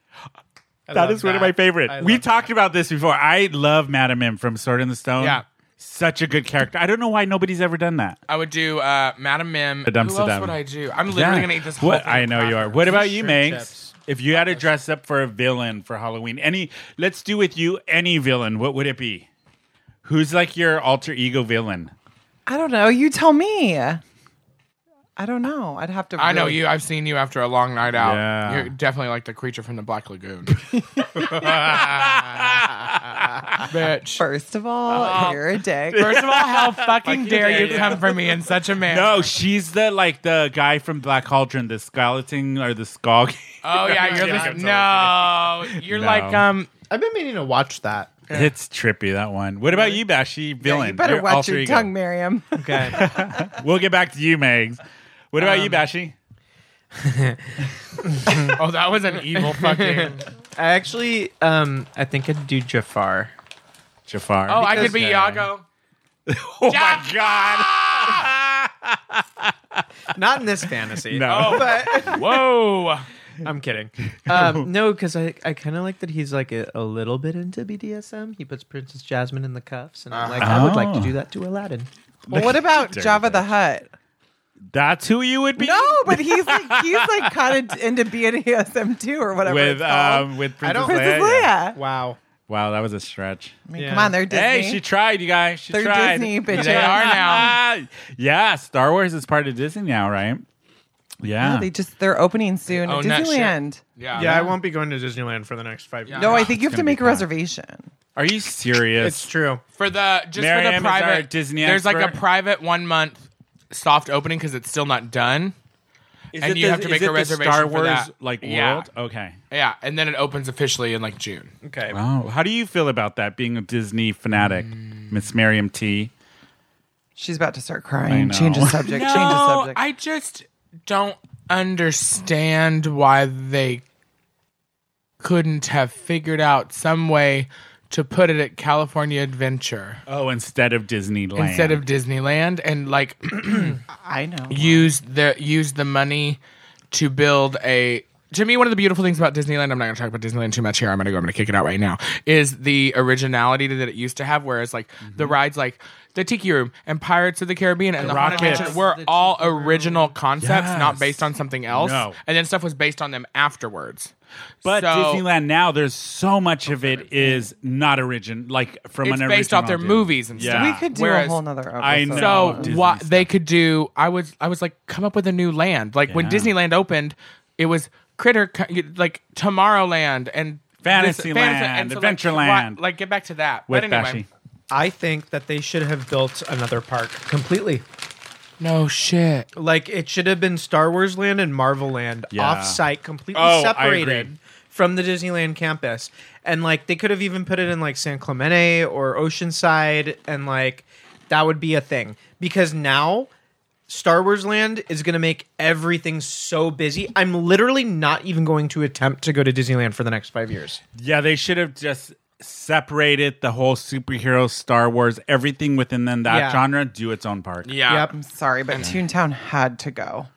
[SPEAKER 3] that
[SPEAKER 1] love
[SPEAKER 3] is one of
[SPEAKER 1] that.
[SPEAKER 3] my
[SPEAKER 1] I
[SPEAKER 3] favorite. We
[SPEAKER 1] love
[SPEAKER 3] talked about this before. I love Madame Mim from Sword in the Stone.
[SPEAKER 2] Yeah.
[SPEAKER 3] Such a good character. I don't know why nobody's ever done that.
[SPEAKER 2] I would do uh, Madam Mim. Who
[SPEAKER 3] Madame
[SPEAKER 2] else
[SPEAKER 3] Saddam.
[SPEAKER 2] would I do? I'm literally
[SPEAKER 3] Yeah.
[SPEAKER 2] gonna eat this whole
[SPEAKER 3] What
[SPEAKER 2] thing
[SPEAKER 3] I know you are. What about you,
[SPEAKER 1] Shrimp
[SPEAKER 3] Manx?
[SPEAKER 1] chips.
[SPEAKER 3] If you had to dress up for a villain for Halloween, any let's do with you any villain. What would it be? Who's like your alter ego villain?
[SPEAKER 4] I don't know. You tell me. I don't know. I'd have to.
[SPEAKER 2] I know
[SPEAKER 4] really-
[SPEAKER 2] you. I've seen you after a long night out.
[SPEAKER 3] Yeah.
[SPEAKER 2] You're definitely like the creature from the Black Lagoon. Bitch.
[SPEAKER 4] First of all, Uh-huh. you're a dick.
[SPEAKER 2] First of all, how fucking dare
[SPEAKER 1] dare
[SPEAKER 2] you
[SPEAKER 1] you.
[SPEAKER 2] come for me in such a manner?
[SPEAKER 3] No, she's the like the guy from Black Cauldron, the skeleton or the skull.
[SPEAKER 2] Oh yeah, you're
[SPEAKER 3] Yeah.
[SPEAKER 2] the, no. You're
[SPEAKER 3] No.
[SPEAKER 2] like um.
[SPEAKER 1] I've been meaning to watch that.
[SPEAKER 3] It's trippy that one. What about you, Bashy?
[SPEAKER 4] Yeah,
[SPEAKER 3] Villain.
[SPEAKER 4] you better
[SPEAKER 3] your
[SPEAKER 4] watch
[SPEAKER 3] alter
[SPEAKER 4] your
[SPEAKER 3] ego.
[SPEAKER 4] tongue, Miriam.
[SPEAKER 1] Okay.
[SPEAKER 3] We'll get back to you, Megs. What about
[SPEAKER 2] Um,
[SPEAKER 3] you, Bashy?
[SPEAKER 2] Oh, that was an evil fucking.
[SPEAKER 1] I actually, um, I think I'd do Jafar.
[SPEAKER 3] Jafar.
[SPEAKER 2] Oh, I could be
[SPEAKER 3] Yeah.
[SPEAKER 2] Yago.
[SPEAKER 3] Oh my god.
[SPEAKER 1] Not in this fantasy.
[SPEAKER 3] No.
[SPEAKER 1] but
[SPEAKER 2] Whoa.
[SPEAKER 1] I'm kidding. Um, no, because I, I kind of like that he's like a, a little bit into BDSM. He puts Princess Jasmine in the cuffs, and I'm like, I would like
[SPEAKER 3] Ah.
[SPEAKER 1] to do that to Aladdin.
[SPEAKER 4] Well, what about
[SPEAKER 3] Dirty
[SPEAKER 4] Java the Hutt?
[SPEAKER 3] That's who you would be.
[SPEAKER 4] No, but he's like he's like kind of into E BDSM too, or whatever.
[SPEAKER 3] with
[SPEAKER 4] it's called.
[SPEAKER 3] um with Princess,
[SPEAKER 1] don't-
[SPEAKER 4] Princess
[SPEAKER 3] Leia. Yeah.
[SPEAKER 4] Leia.
[SPEAKER 1] Wow.
[SPEAKER 3] Wow, that was a stretch.
[SPEAKER 4] I mean,
[SPEAKER 1] Yeah.
[SPEAKER 4] come on, they're Disney.
[SPEAKER 3] Hey, she tried, you guys. She
[SPEAKER 4] They're
[SPEAKER 3] tried.
[SPEAKER 4] Disney, bitches.
[SPEAKER 2] They are now.
[SPEAKER 3] yeah, Star Wars is part of Disney now, right? Yeah.
[SPEAKER 4] Yeah, Oh, they just they're opening soon
[SPEAKER 2] Oh,
[SPEAKER 4] at
[SPEAKER 2] nut shit.
[SPEAKER 4] Disneyland.
[SPEAKER 2] Yeah.
[SPEAKER 1] Yeah, I won't be going to Disneyland for the next five years.
[SPEAKER 4] No, I
[SPEAKER 2] Yeah,
[SPEAKER 4] think you have
[SPEAKER 3] gonna
[SPEAKER 4] to
[SPEAKER 3] be
[SPEAKER 4] make a
[SPEAKER 3] fun.
[SPEAKER 4] reservation.
[SPEAKER 3] Are you serious?
[SPEAKER 1] It's true.
[SPEAKER 2] For the just
[SPEAKER 3] Mary
[SPEAKER 2] for
[SPEAKER 3] Ann
[SPEAKER 2] the
[SPEAKER 3] is our
[SPEAKER 2] private
[SPEAKER 3] Disney
[SPEAKER 2] There's like
[SPEAKER 3] expert.
[SPEAKER 2] a private one month soft opening because it's still not done.
[SPEAKER 3] Is
[SPEAKER 2] and
[SPEAKER 3] it
[SPEAKER 2] you
[SPEAKER 3] the-
[SPEAKER 2] have to
[SPEAKER 3] is
[SPEAKER 2] make
[SPEAKER 3] it
[SPEAKER 2] a
[SPEAKER 3] the
[SPEAKER 2] reservation
[SPEAKER 3] Star
[SPEAKER 2] for
[SPEAKER 3] Wars
[SPEAKER 2] that.
[SPEAKER 3] like world.
[SPEAKER 2] Yeah.
[SPEAKER 3] Okay.
[SPEAKER 2] Yeah, and then it opens officially in like June.
[SPEAKER 1] Okay.
[SPEAKER 3] Wow. How do you feel about that being a Disney fanatic, Miss Miriam T?
[SPEAKER 4] She's about to start
[SPEAKER 3] I
[SPEAKER 4] crying. Change
[SPEAKER 3] know.
[SPEAKER 4] the subject. change the subject.
[SPEAKER 2] I just don't understand why they couldn't have figured out some way to put it at California Adventure
[SPEAKER 3] Oh, instead of Disneyland.
[SPEAKER 2] instead of Disneyland, and like
[SPEAKER 4] I know.
[SPEAKER 2] use the use the money to build a to me one of the beautiful things about disneyland i'm not going to talk about disneyland too much here i'm going to go i'm going to kick it out right now is the originality that it used to have whereas like
[SPEAKER 3] Mm-hmm.
[SPEAKER 2] the rides like the tiki room and pirates of the caribbean and the, haunted
[SPEAKER 3] Rockets.
[SPEAKER 2] mansion were all original concepts not
[SPEAKER 3] Yes.
[SPEAKER 2] based on something else
[SPEAKER 3] No.
[SPEAKER 2] and then stuff was based on them afterwards
[SPEAKER 3] But
[SPEAKER 2] So,
[SPEAKER 3] Disneyland now, there's so much of it is not origin, like from
[SPEAKER 2] It's
[SPEAKER 3] an
[SPEAKER 2] based off their
[SPEAKER 3] original deal.
[SPEAKER 2] movies and stuff.
[SPEAKER 4] we could do
[SPEAKER 2] Whereas-
[SPEAKER 4] a whole nother episode.
[SPEAKER 3] Ah, I know.
[SPEAKER 2] So
[SPEAKER 3] Oh, Disney
[SPEAKER 2] what
[SPEAKER 3] stuff.
[SPEAKER 2] they could do, I was I was like, come up with a new land. Like when
[SPEAKER 3] Yeah.
[SPEAKER 2] Disneyland opened, it was Critter, Co- like Tomorrowland and this-
[SPEAKER 3] Fantasyland,
[SPEAKER 2] and so, like,
[SPEAKER 3] Adventureland.
[SPEAKER 2] why- Like get back to that.
[SPEAKER 3] Wet
[SPEAKER 2] But anyway,
[SPEAKER 3] Bashy.
[SPEAKER 1] I think that they should have built another park completely.
[SPEAKER 2] no shit.
[SPEAKER 1] Like it should have been Star Wars Land and Marvel Land
[SPEAKER 3] Yeah.
[SPEAKER 1] off site, completely
[SPEAKER 3] Oh, I agree.
[SPEAKER 1] separated from the Disneyland campus. And like they could have even put it in like San Clemente or Oceanside and like that would be a thing. Because now Star Wars Land is going to make everything so busy. I'm literally not even going to attempt to go to Disneyland for the next 5 years.
[SPEAKER 3] Yeah, they should have just separated the whole superhero Star Wars, everything within then that
[SPEAKER 1] Yeah.
[SPEAKER 3] genre, do its own park.
[SPEAKER 2] Yeah,
[SPEAKER 1] Yep.
[SPEAKER 4] I'm sorry, but Toontown had to go.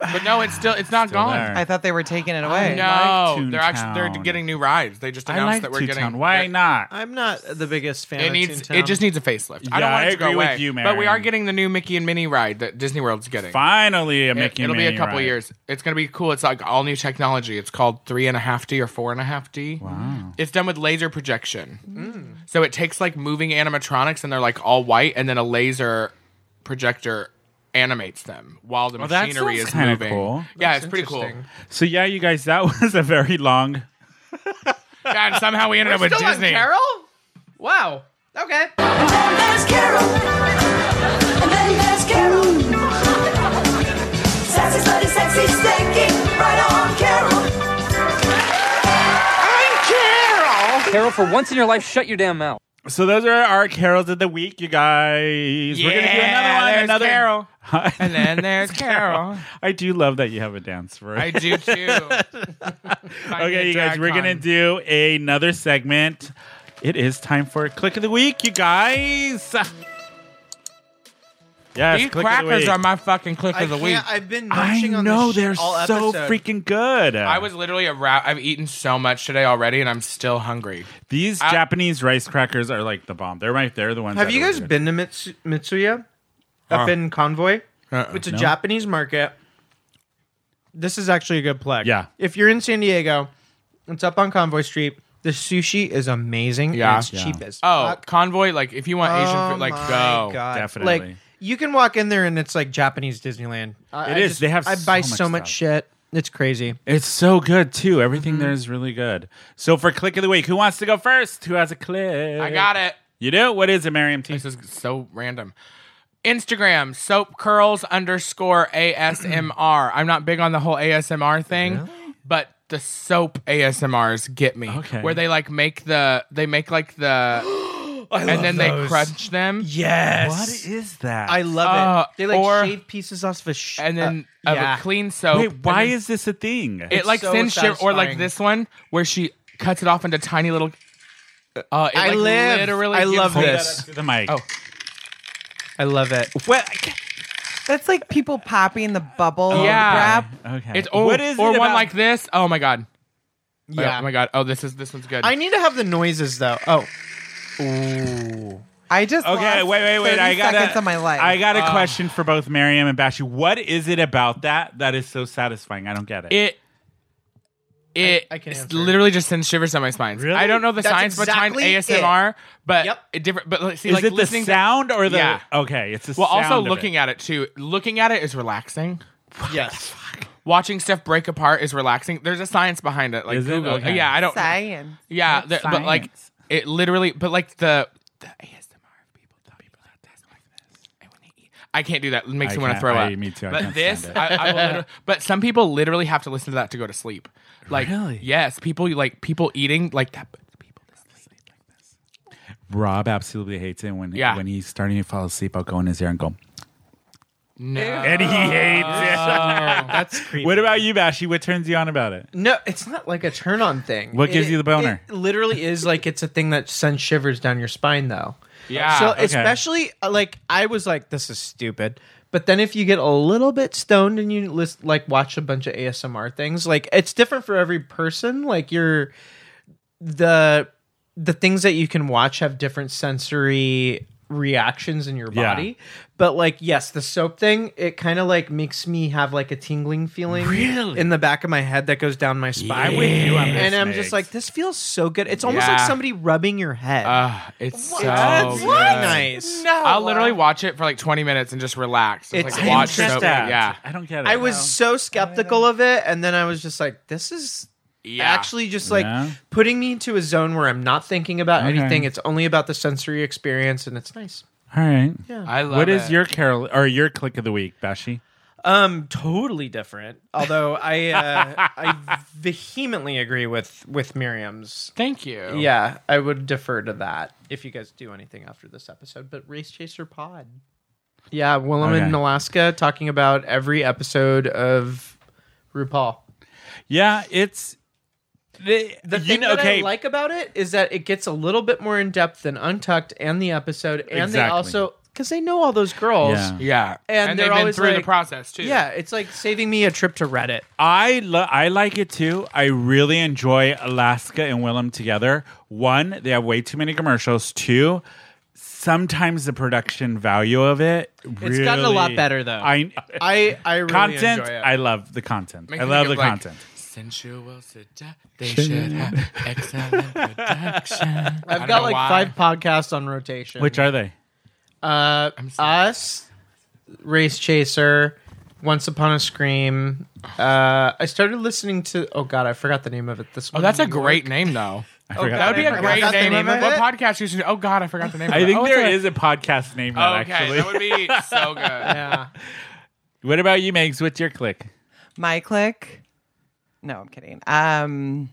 [SPEAKER 2] but no, it's still it's not gone.
[SPEAKER 3] there.
[SPEAKER 4] I thought they were taking it away.
[SPEAKER 2] No,
[SPEAKER 3] like
[SPEAKER 2] they're actually they're
[SPEAKER 3] Toontown.
[SPEAKER 2] getting new rides. They just
[SPEAKER 3] I
[SPEAKER 2] announced
[SPEAKER 3] like
[SPEAKER 2] that we're
[SPEAKER 3] Two-Town.
[SPEAKER 2] getting.
[SPEAKER 3] Why
[SPEAKER 2] they're-
[SPEAKER 3] not?
[SPEAKER 1] I'm not the biggest fan
[SPEAKER 2] It
[SPEAKER 1] of
[SPEAKER 2] needs.
[SPEAKER 1] Toontown.
[SPEAKER 2] It just needs a facelift. I
[SPEAKER 3] Yeah,
[SPEAKER 2] don't want
[SPEAKER 3] I
[SPEAKER 2] it to go
[SPEAKER 3] agree with
[SPEAKER 2] away.
[SPEAKER 3] you,
[SPEAKER 2] but we
[SPEAKER 3] Marion.
[SPEAKER 2] are getting the new Mickey and Minnie ride that Disney World's getting.
[SPEAKER 3] Finally, a Mickey
[SPEAKER 2] It, will be
[SPEAKER 3] Minnie
[SPEAKER 2] a couple
[SPEAKER 3] ride.
[SPEAKER 2] years. It's gonna be cool. It's like all new technology. It's called three and a half D or four and a half D. Wow. It's done with laser projection. So it takes like moving animatronics and they're like all white, and then a laser projector animates them while the
[SPEAKER 3] that
[SPEAKER 2] machinery
[SPEAKER 3] sounds
[SPEAKER 2] is
[SPEAKER 3] kinda
[SPEAKER 2] moving.
[SPEAKER 3] cool.
[SPEAKER 2] Yeah, it's pretty cool.
[SPEAKER 3] So yeah, you guys, that was a very long.
[SPEAKER 2] God, somehow we ended up with
[SPEAKER 1] Still on
[SPEAKER 2] Disney.
[SPEAKER 1] Carol? Wow. Okay.
[SPEAKER 5] Then there's Carol. And then there's Carol. Sexy, slutty, sexy, stinky. Right on, Carol.
[SPEAKER 10] Carol, for once in your life, shut your damn mouth.
[SPEAKER 3] So those are our carols of the week, you guys. We're gonna do another
[SPEAKER 2] Yeah,
[SPEAKER 3] one.
[SPEAKER 2] there's
[SPEAKER 3] another
[SPEAKER 2] Carol. And then there's Carol.
[SPEAKER 3] I do love that you have a dance for it.
[SPEAKER 2] I do too.
[SPEAKER 3] Okay, you guys, we're gonna do another segment. It is time for click of the week, you guys. Yes,
[SPEAKER 2] These
[SPEAKER 3] click of the
[SPEAKER 2] crackers
[SPEAKER 3] week.
[SPEAKER 2] are my fucking click
[SPEAKER 1] I
[SPEAKER 2] of the
[SPEAKER 1] can't-
[SPEAKER 2] week. I,
[SPEAKER 1] I've been
[SPEAKER 3] I
[SPEAKER 1] munching on
[SPEAKER 3] know
[SPEAKER 1] this sh-
[SPEAKER 3] they're
[SPEAKER 1] all
[SPEAKER 3] so
[SPEAKER 1] episode.
[SPEAKER 3] freaking good.
[SPEAKER 2] was literally a ra- I've eaten so much today already, and I'm still hungry.
[SPEAKER 3] These Japanese rice crackers are like the bomb. They're my they're the ones.
[SPEAKER 1] Have
[SPEAKER 3] that
[SPEAKER 1] you
[SPEAKER 3] are
[SPEAKER 1] guys
[SPEAKER 3] good.
[SPEAKER 1] been to Mitsu- Mitsuya up
[SPEAKER 2] Uh.
[SPEAKER 1] in Convoy?
[SPEAKER 2] Uh-uh.
[SPEAKER 1] it's a Japanese market. This is actually a good plug.
[SPEAKER 3] Yeah.
[SPEAKER 1] If you're in San Diego, it's up on Convoy Street. The sushi is amazing. and
[SPEAKER 2] Yeah.
[SPEAKER 1] it's
[SPEAKER 2] Yeah.
[SPEAKER 1] cheap as
[SPEAKER 2] Oh,
[SPEAKER 1] fuck.
[SPEAKER 2] convoy! Like if you want Asian
[SPEAKER 1] Uh, Oh
[SPEAKER 2] food, like
[SPEAKER 1] my
[SPEAKER 2] go.
[SPEAKER 1] God.
[SPEAKER 3] Definitely.
[SPEAKER 1] Like you can walk in there and it's like Japanese Disneyland. I,
[SPEAKER 3] It
[SPEAKER 1] I
[SPEAKER 3] is.
[SPEAKER 1] just-
[SPEAKER 3] They have
[SPEAKER 1] I buy
[SPEAKER 3] so much
[SPEAKER 1] so much
[SPEAKER 3] stuff.
[SPEAKER 1] shit. Mm-hmm. It's crazy.
[SPEAKER 3] It's so good too. Everything there is really good. So for click of the week, who wants to go first? Who has a click?
[SPEAKER 2] I got it.
[SPEAKER 3] You do? What is it, Miriam T?
[SPEAKER 2] This is so random. Instagram soap curls underscore ASMR. I'm not big on the whole ASMR thing, but the soap ASMRs get me.
[SPEAKER 3] Okay.
[SPEAKER 2] Where they like make the they make like the and then they crunch them.
[SPEAKER 1] Yes.
[SPEAKER 3] What is that?
[SPEAKER 1] I love
[SPEAKER 2] Uh,
[SPEAKER 1] it. They like
[SPEAKER 2] or-
[SPEAKER 1] shave pieces off of a sh-
[SPEAKER 2] And then
[SPEAKER 1] uh,
[SPEAKER 2] of
[SPEAKER 1] yeah.
[SPEAKER 2] a clean soap.
[SPEAKER 3] Wait,
[SPEAKER 2] and
[SPEAKER 3] why
[SPEAKER 2] then
[SPEAKER 3] is this a thing?
[SPEAKER 2] it like
[SPEAKER 1] so
[SPEAKER 2] thin shit or like
[SPEAKER 1] satisfying.
[SPEAKER 2] this one where she cuts it off into tiny little uh, it,
[SPEAKER 1] I
[SPEAKER 2] like,
[SPEAKER 1] live.
[SPEAKER 2] Literally
[SPEAKER 1] I
[SPEAKER 2] gives
[SPEAKER 1] love
[SPEAKER 2] me-
[SPEAKER 3] Hold that
[SPEAKER 1] this.
[SPEAKER 3] up to the mic.
[SPEAKER 2] Oh.
[SPEAKER 1] I love it.
[SPEAKER 3] Well,
[SPEAKER 4] That's like people popping the bubble
[SPEAKER 3] Oh,
[SPEAKER 2] Yeah.
[SPEAKER 4] wrap.
[SPEAKER 3] okay.
[SPEAKER 2] It's oh,
[SPEAKER 3] what is
[SPEAKER 2] or
[SPEAKER 3] it
[SPEAKER 2] one
[SPEAKER 3] about-
[SPEAKER 2] like this. Oh my god.
[SPEAKER 1] Yeah.
[SPEAKER 2] Oh my god. Oh, this is this one's good.
[SPEAKER 1] I need to have the noises though. Oh,
[SPEAKER 4] I just
[SPEAKER 3] Okay,
[SPEAKER 4] lost
[SPEAKER 3] wait, wait, wait.
[SPEAKER 4] 30
[SPEAKER 3] I got
[SPEAKER 4] seconds
[SPEAKER 3] a,
[SPEAKER 4] of my life.
[SPEAKER 3] I got a
[SPEAKER 2] Oh.
[SPEAKER 3] question for both Miriam and Bashy. What is it about that that is so satisfying? I don't get it.
[SPEAKER 2] It it
[SPEAKER 1] I can
[SPEAKER 2] s-
[SPEAKER 1] answer.
[SPEAKER 2] literally just sends shivers down my spine.
[SPEAKER 3] Really?
[SPEAKER 2] I don't know the
[SPEAKER 1] That's
[SPEAKER 2] science
[SPEAKER 1] exactly
[SPEAKER 2] behind ASMR, but
[SPEAKER 1] Yep.
[SPEAKER 2] it different. But like, see,
[SPEAKER 3] Is
[SPEAKER 2] like
[SPEAKER 3] it the
[SPEAKER 2] listening to-
[SPEAKER 3] sound or the?
[SPEAKER 2] Yeah.
[SPEAKER 3] Okay, it's the
[SPEAKER 2] well,
[SPEAKER 3] sound
[SPEAKER 2] also
[SPEAKER 3] of
[SPEAKER 2] looking
[SPEAKER 3] it.
[SPEAKER 2] at it too. Looking at it is relaxing.
[SPEAKER 1] yes.
[SPEAKER 2] Watching stuff break apart is relaxing. There's a science behind it. Like
[SPEAKER 3] Is it?
[SPEAKER 2] Google.
[SPEAKER 3] Okay.
[SPEAKER 2] Yeah, I don't.
[SPEAKER 4] Science.
[SPEAKER 2] Yeah,
[SPEAKER 3] That's
[SPEAKER 2] there- but like
[SPEAKER 3] science.
[SPEAKER 2] it literally, but like the the ASMR people, the people that taste like this, and when they eat, I can't do that. It makes
[SPEAKER 3] I
[SPEAKER 2] me want to
[SPEAKER 3] can't-
[SPEAKER 2] throw
[SPEAKER 3] I-
[SPEAKER 2] up.
[SPEAKER 3] me too, I
[SPEAKER 2] But
[SPEAKER 3] can't
[SPEAKER 2] this,
[SPEAKER 3] stand it.
[SPEAKER 2] I, I will literally, but some people literally have to listen to that to go to sleep. Like
[SPEAKER 3] Really?
[SPEAKER 2] yes, people like people eating like that. But people listen to sleep like this.
[SPEAKER 3] Rob absolutely hates it when
[SPEAKER 2] Yeah.
[SPEAKER 3] when he's starting to fall asleep. I'll go in his ear and go.
[SPEAKER 2] No, Oh,
[SPEAKER 3] And he hates
[SPEAKER 1] That's creepy.
[SPEAKER 3] it. What about you, Bashy? What turns you on about it?
[SPEAKER 1] No, it's not like a turn on thing.
[SPEAKER 3] What gives
[SPEAKER 1] It-
[SPEAKER 3] you the boner?
[SPEAKER 1] It literally is like it's a thing that sends shivers down your spine though.
[SPEAKER 2] yeah,
[SPEAKER 1] so
[SPEAKER 2] okay.
[SPEAKER 1] especially uh, like I was like this is stupid. But then if you get a little bit stoned and you list like watch a bunch of ASMR things, like it's different for every person. Like you're the the things that you can watch have different sensory reactions in your
[SPEAKER 3] Yeah.
[SPEAKER 1] body. But like yes, the soap thing, it kind of like makes me have like a tingling feeling
[SPEAKER 3] Really?
[SPEAKER 1] in the back of my head that goes down my spine.
[SPEAKER 3] I'm with you on this,
[SPEAKER 1] And I'm
[SPEAKER 3] Migs.
[SPEAKER 1] just like, this feels so good. It's almost
[SPEAKER 2] Yeah.
[SPEAKER 1] like somebody rubbing your head.
[SPEAKER 2] Ah, it's so
[SPEAKER 1] That's
[SPEAKER 2] good.
[SPEAKER 1] nice. No,
[SPEAKER 2] I'll literally watch it for like 20 minutes and just relax. Just,
[SPEAKER 1] It's
[SPEAKER 2] like
[SPEAKER 3] I
[SPEAKER 2] watch
[SPEAKER 3] don't
[SPEAKER 2] soap.
[SPEAKER 3] get that.
[SPEAKER 2] Yeah,
[SPEAKER 3] I don't get it.
[SPEAKER 1] I was so skeptical of it, and then I was just like, this is
[SPEAKER 2] yeah.
[SPEAKER 1] actually just like
[SPEAKER 3] Yeah.
[SPEAKER 1] putting me into a zone where I'm not thinking about
[SPEAKER 3] Okay.
[SPEAKER 1] anything. It's only about the sensory experience, and it's nice.
[SPEAKER 3] all right.
[SPEAKER 2] I love
[SPEAKER 3] What is
[SPEAKER 2] it.
[SPEAKER 3] your carol or your click of the week, Bashy?
[SPEAKER 1] Um, totally different. Although I, uh, I vehemently agree with with Miriam's.
[SPEAKER 2] Thank
[SPEAKER 1] Oh.
[SPEAKER 2] you.
[SPEAKER 1] Yeah, I would defer to that if you guys do anything after this episode. But Race Chaser Pod. Yeah, Willem
[SPEAKER 3] Okay.
[SPEAKER 1] in Alaska talking about every episode of RuPaul.
[SPEAKER 3] Yeah, it's the,
[SPEAKER 1] The thing that I like about it is that it gets a little bit more in depth than Untucked and the episode, and they
[SPEAKER 3] Exactly.
[SPEAKER 1] also because they know all those girls.
[SPEAKER 3] Yeah.
[SPEAKER 2] Yeah.
[SPEAKER 1] And
[SPEAKER 2] they've
[SPEAKER 1] they're
[SPEAKER 2] been
[SPEAKER 1] always
[SPEAKER 2] through the
[SPEAKER 1] like-
[SPEAKER 2] process too.
[SPEAKER 1] Yeah, it's like saving me a trip to Reddit.
[SPEAKER 3] I lo- I like it too. I really enjoy Alaska and Willem together. One, they have way too many commercials. Two, sometimes the production value of it.
[SPEAKER 1] It's gotten a lot
[SPEAKER 3] really-
[SPEAKER 1] better, though.
[SPEAKER 3] I, uh,
[SPEAKER 1] I I really
[SPEAKER 3] content.
[SPEAKER 1] enjoy it.
[SPEAKER 3] I love the content.
[SPEAKER 2] Makes
[SPEAKER 3] I
[SPEAKER 2] me
[SPEAKER 3] love the
[SPEAKER 2] think of, like,
[SPEAKER 3] content.
[SPEAKER 2] Sensual seduction. They should have excellent production.
[SPEAKER 1] I've got like five podcasts on rotation.
[SPEAKER 3] Which are they?
[SPEAKER 1] uh,
[SPEAKER 2] sorry.
[SPEAKER 1] us, Race Chaser, Once Upon a Scream. Uh, I started listening to. Oh God, I forgot the name of it. This.
[SPEAKER 2] Oh,
[SPEAKER 1] one
[SPEAKER 2] that's
[SPEAKER 1] in
[SPEAKER 2] a
[SPEAKER 1] New York.
[SPEAKER 2] great name though.
[SPEAKER 3] I forgot.
[SPEAKER 2] That would be
[SPEAKER 3] the
[SPEAKER 2] a
[SPEAKER 3] name.
[SPEAKER 2] great
[SPEAKER 1] That's the
[SPEAKER 2] name.
[SPEAKER 1] name of
[SPEAKER 2] What
[SPEAKER 1] it?
[SPEAKER 2] podcast you should Oh god, I forgot the name.
[SPEAKER 3] I think
[SPEAKER 2] there
[SPEAKER 3] there
[SPEAKER 2] is.
[SPEAKER 3] is a podcast name.
[SPEAKER 1] Oh,
[SPEAKER 3] Now,
[SPEAKER 2] Okay,
[SPEAKER 3] actually.
[SPEAKER 2] that would be so good.
[SPEAKER 1] Yeah.
[SPEAKER 3] what about you, Megs? What's your click?
[SPEAKER 4] My click. No, I'm kidding. Um,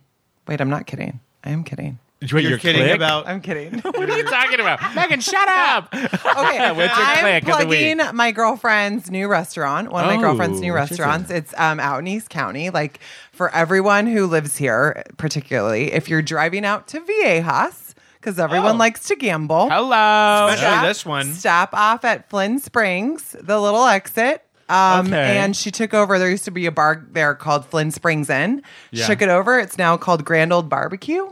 [SPEAKER 4] wait, I'm not kidding. I am kidding.
[SPEAKER 3] You're
[SPEAKER 1] kidding about
[SPEAKER 4] I'm kidding.
[SPEAKER 3] What are you talking about? Megan, shut up.
[SPEAKER 4] Okay,
[SPEAKER 3] What's your
[SPEAKER 4] I'm
[SPEAKER 3] click of the week?
[SPEAKER 4] plugging my girlfriend's new restaurant. One of
[SPEAKER 3] Oh,
[SPEAKER 4] my girlfriend's new
[SPEAKER 3] what is it?
[SPEAKER 4] restaurants. It's um, out in East County. Like for everyone who lives here, particularly if you're driving out to Viejas, because everyone
[SPEAKER 3] Oh.
[SPEAKER 4] likes to gamble.
[SPEAKER 3] Hello.
[SPEAKER 1] Especially
[SPEAKER 4] Stop-
[SPEAKER 1] this one.
[SPEAKER 4] Stop off at Flynn Springs, the little exit. Um,
[SPEAKER 3] Okay.
[SPEAKER 4] And she took over. There used to be a bar there called Flynn Springs Inn.
[SPEAKER 3] Yeah.
[SPEAKER 4] Shook it over. It's now called Grand Old Barbecue.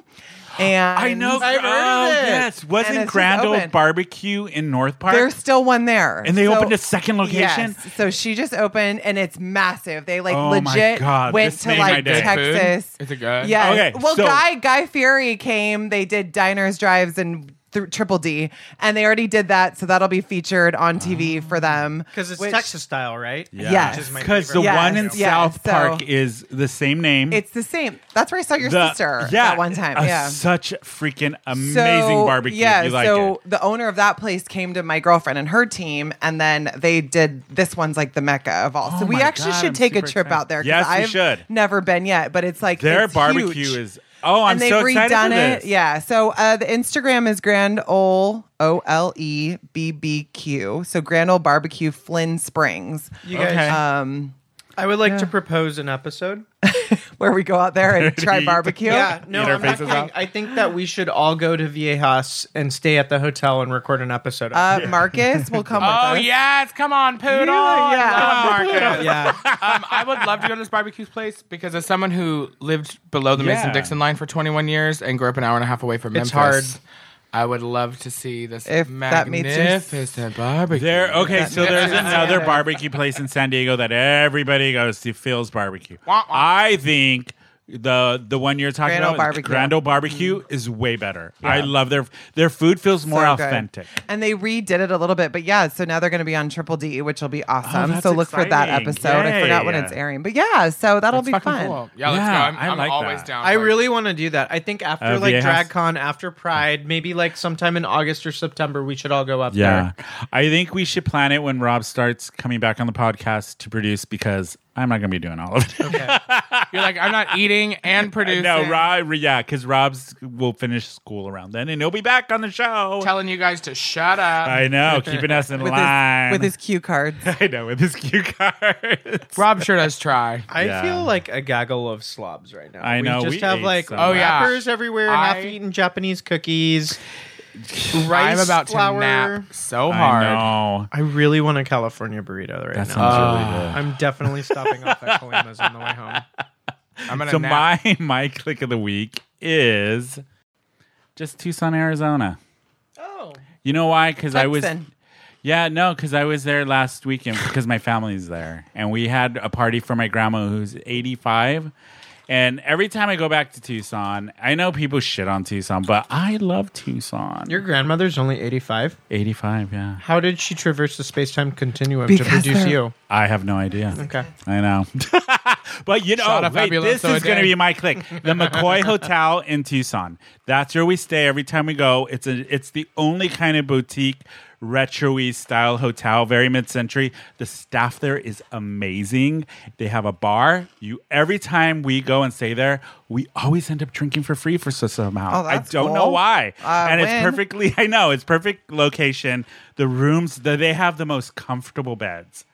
[SPEAKER 4] And
[SPEAKER 3] I know.
[SPEAKER 1] I've heard of
[SPEAKER 3] oh,
[SPEAKER 1] it.
[SPEAKER 3] Yes.
[SPEAKER 4] And
[SPEAKER 3] Wasn't
[SPEAKER 4] it's
[SPEAKER 3] Grand
[SPEAKER 4] just
[SPEAKER 3] Old
[SPEAKER 4] open.
[SPEAKER 3] Barbecue in North Park?
[SPEAKER 4] There's still one there.
[SPEAKER 3] And they opened a second location?
[SPEAKER 4] Yes. So she just opened and it's massive. They like
[SPEAKER 3] Oh my
[SPEAKER 4] legit
[SPEAKER 3] God,
[SPEAKER 4] went
[SPEAKER 3] this
[SPEAKER 4] to
[SPEAKER 3] made my
[SPEAKER 4] like
[SPEAKER 3] day.
[SPEAKER 2] Good food?
[SPEAKER 4] Texas.
[SPEAKER 2] Is it good?
[SPEAKER 4] Yeah.
[SPEAKER 3] Okay,
[SPEAKER 4] well,
[SPEAKER 3] so-
[SPEAKER 4] Guy Guy Fieri came. They did diners, drives, and th- Triple D, and they already did that. So that'll be featured on TV for them
[SPEAKER 2] Oh.
[SPEAKER 1] because it's
[SPEAKER 4] which-
[SPEAKER 1] Texas style, right?
[SPEAKER 4] Yeah. Yes.
[SPEAKER 1] Which is my
[SPEAKER 3] Because the
[SPEAKER 1] favorite
[SPEAKER 4] Yes,
[SPEAKER 3] one in
[SPEAKER 1] show.
[SPEAKER 4] yeah,
[SPEAKER 3] South
[SPEAKER 4] so-
[SPEAKER 3] Park is the same name.
[SPEAKER 4] It's the same. That's where I saw your
[SPEAKER 3] The-
[SPEAKER 4] sister
[SPEAKER 3] yeah,
[SPEAKER 4] that one time.
[SPEAKER 3] uh,
[SPEAKER 4] yeah.
[SPEAKER 3] Such freaking amazing
[SPEAKER 4] So,
[SPEAKER 3] barbecue.
[SPEAKER 4] Yeah,
[SPEAKER 3] You like
[SPEAKER 4] so
[SPEAKER 3] it.
[SPEAKER 4] the owner of that place came to my girlfriend and her team, and then they did this one's like the mecca of all. so we
[SPEAKER 3] my
[SPEAKER 4] actually
[SPEAKER 3] God,
[SPEAKER 4] should
[SPEAKER 3] I'm
[SPEAKER 4] take a
[SPEAKER 3] super
[SPEAKER 4] trip
[SPEAKER 3] excited.
[SPEAKER 4] out there. 'cause
[SPEAKER 3] Yes, we
[SPEAKER 4] I've
[SPEAKER 3] should.
[SPEAKER 4] Never been yet, but it's like
[SPEAKER 3] Their
[SPEAKER 4] it's
[SPEAKER 3] barbecue
[SPEAKER 4] huge.
[SPEAKER 3] is. Oh, I'm
[SPEAKER 4] and they've
[SPEAKER 3] so excited.
[SPEAKER 4] redone
[SPEAKER 3] for
[SPEAKER 4] it.
[SPEAKER 3] this.
[SPEAKER 4] Yeah. So uh, the Instagram is Grand Ole O L E B B Q. So Grand Ole Barbecue Flynn Springs,
[SPEAKER 1] You guys,
[SPEAKER 3] Okay.
[SPEAKER 4] um,
[SPEAKER 1] I would like to propose an episode.
[SPEAKER 4] where we go out there and try barbecue.
[SPEAKER 1] Yeah, no,
[SPEAKER 3] Eat our
[SPEAKER 1] I'm not
[SPEAKER 3] faces
[SPEAKER 1] kidding.
[SPEAKER 3] off.
[SPEAKER 1] I think that we should all go to Viejas and stay at the hotel and record an episode. of
[SPEAKER 4] Uh, Marcus will come with
[SPEAKER 2] Oh
[SPEAKER 4] us.
[SPEAKER 2] yes, come on, poodle.
[SPEAKER 4] yeah.
[SPEAKER 2] I love
[SPEAKER 1] it.
[SPEAKER 2] Marcus.
[SPEAKER 1] yeah,
[SPEAKER 2] um, I would love to go to this barbecue place because as someone who lived below the
[SPEAKER 3] Yeah.
[SPEAKER 2] Mason Dixon line for 21 years and grew up an hour and a half away from
[SPEAKER 1] It's
[SPEAKER 2] Memphis,
[SPEAKER 1] hard.
[SPEAKER 2] I would love to see this
[SPEAKER 4] If that meets your-
[SPEAKER 2] magnificent barbecue.
[SPEAKER 3] There. Okay, so there's
[SPEAKER 2] Yeah.
[SPEAKER 3] another barbecue place in San Diego that everybody goes to. Phil's Barbecue.
[SPEAKER 2] Wah, wah.
[SPEAKER 3] I think the the one you're talking
[SPEAKER 4] Grand Ole
[SPEAKER 3] about,
[SPEAKER 4] Barbecue. Mm.
[SPEAKER 3] Grand Ole Barbecue, is way better. I love their their food feels more
[SPEAKER 4] So good.
[SPEAKER 3] authentic.
[SPEAKER 4] And they redid it a little bit, but yeah, so now they're going to be on Triple D, which will be awesome.
[SPEAKER 3] Oh, that's
[SPEAKER 4] so look for that
[SPEAKER 3] exciting.
[SPEAKER 4] episode. I forgot when
[SPEAKER 3] Yay.
[SPEAKER 4] it's airing, but yeah, so that'll
[SPEAKER 2] It's
[SPEAKER 4] be
[SPEAKER 2] fucking
[SPEAKER 4] fun.
[SPEAKER 2] cool. Yeah, let's
[SPEAKER 3] Yeah,
[SPEAKER 2] go. I'm,
[SPEAKER 3] I
[SPEAKER 2] I'm
[SPEAKER 3] like
[SPEAKER 2] always
[SPEAKER 3] that.
[SPEAKER 2] down.
[SPEAKER 1] I
[SPEAKER 2] for it.
[SPEAKER 1] really want to do that. I think after
[SPEAKER 3] Uh,
[SPEAKER 1] like
[SPEAKER 3] Viejas?
[SPEAKER 1] DragCon, after Pride, maybe like sometime in August or September, we should all go up
[SPEAKER 3] Yeah,
[SPEAKER 1] there.
[SPEAKER 3] I think we should plan it when Rob starts coming back on the podcast to produce because I'm not going to be doing all of it.
[SPEAKER 2] You're like I'm not eating and producing.
[SPEAKER 3] no, Rob. Yeah, because Rob's will finish school around then, and he'll be back on the show.
[SPEAKER 2] telling you guys to shut up.
[SPEAKER 3] I know, keeping us in
[SPEAKER 4] With
[SPEAKER 3] line
[SPEAKER 4] his, with his cue cards.
[SPEAKER 3] I know with his cue cards.
[SPEAKER 2] Rob sure does try.
[SPEAKER 1] I
[SPEAKER 3] Yeah.
[SPEAKER 1] feel like a gaggle of slobs right now.
[SPEAKER 3] I know,
[SPEAKER 1] We just
[SPEAKER 3] we
[SPEAKER 1] have
[SPEAKER 3] ate
[SPEAKER 1] like
[SPEAKER 3] some.
[SPEAKER 2] Oh, yeah.
[SPEAKER 1] wrappers everywhere,
[SPEAKER 2] I-
[SPEAKER 1] half-eaten Japanese cookies, rice
[SPEAKER 2] I'm about
[SPEAKER 1] flour.
[SPEAKER 2] to nap so hard.
[SPEAKER 3] I know.
[SPEAKER 1] I really want a California burrito right
[SPEAKER 3] That
[SPEAKER 1] now. Ah,
[SPEAKER 3] sounds really good.
[SPEAKER 1] I'm definitely stopping off at Kalima's on the way home.
[SPEAKER 2] I'm gonna
[SPEAKER 3] So
[SPEAKER 2] nap.
[SPEAKER 3] my my click of the week is just Tucson, Arizona.
[SPEAKER 1] Oh,
[SPEAKER 3] You know why? Because I was
[SPEAKER 4] Texan.
[SPEAKER 3] yeah no because I was there last weekend because my family's there and we had a party for my grandma who's eighty five. And every time I go back to Tucson, I know people shit on Tucson, but I love Tucson.
[SPEAKER 1] your grandmother's only 85.
[SPEAKER 3] 85, yeah.
[SPEAKER 1] How did she traverse the space-time continuum to
[SPEAKER 4] Because
[SPEAKER 1] produce
[SPEAKER 4] they're-
[SPEAKER 1] you?
[SPEAKER 3] I have no idea.
[SPEAKER 1] Okay.
[SPEAKER 3] I know. but you know,
[SPEAKER 2] Shot
[SPEAKER 3] oh,
[SPEAKER 2] of
[SPEAKER 3] wait,
[SPEAKER 2] Fabuloso
[SPEAKER 3] this is going
[SPEAKER 2] again.
[SPEAKER 3] to be my click. The McCoy Hotel in Tucson. That's where we stay every time we go. It's a, it's the only kind of boutique retro-y style hotel, very mid-century. The staff there is amazing. They have a bar. You every time we go and stay there, we always end up drinking for free for so somehow.
[SPEAKER 4] Oh,
[SPEAKER 3] I
[SPEAKER 4] that's
[SPEAKER 3] don't
[SPEAKER 4] cool.
[SPEAKER 3] know why.
[SPEAKER 4] Uh,
[SPEAKER 3] and
[SPEAKER 4] win.
[SPEAKER 3] it's perfectly I know, it's perfect location. The rooms, the, they have the most comfortable beds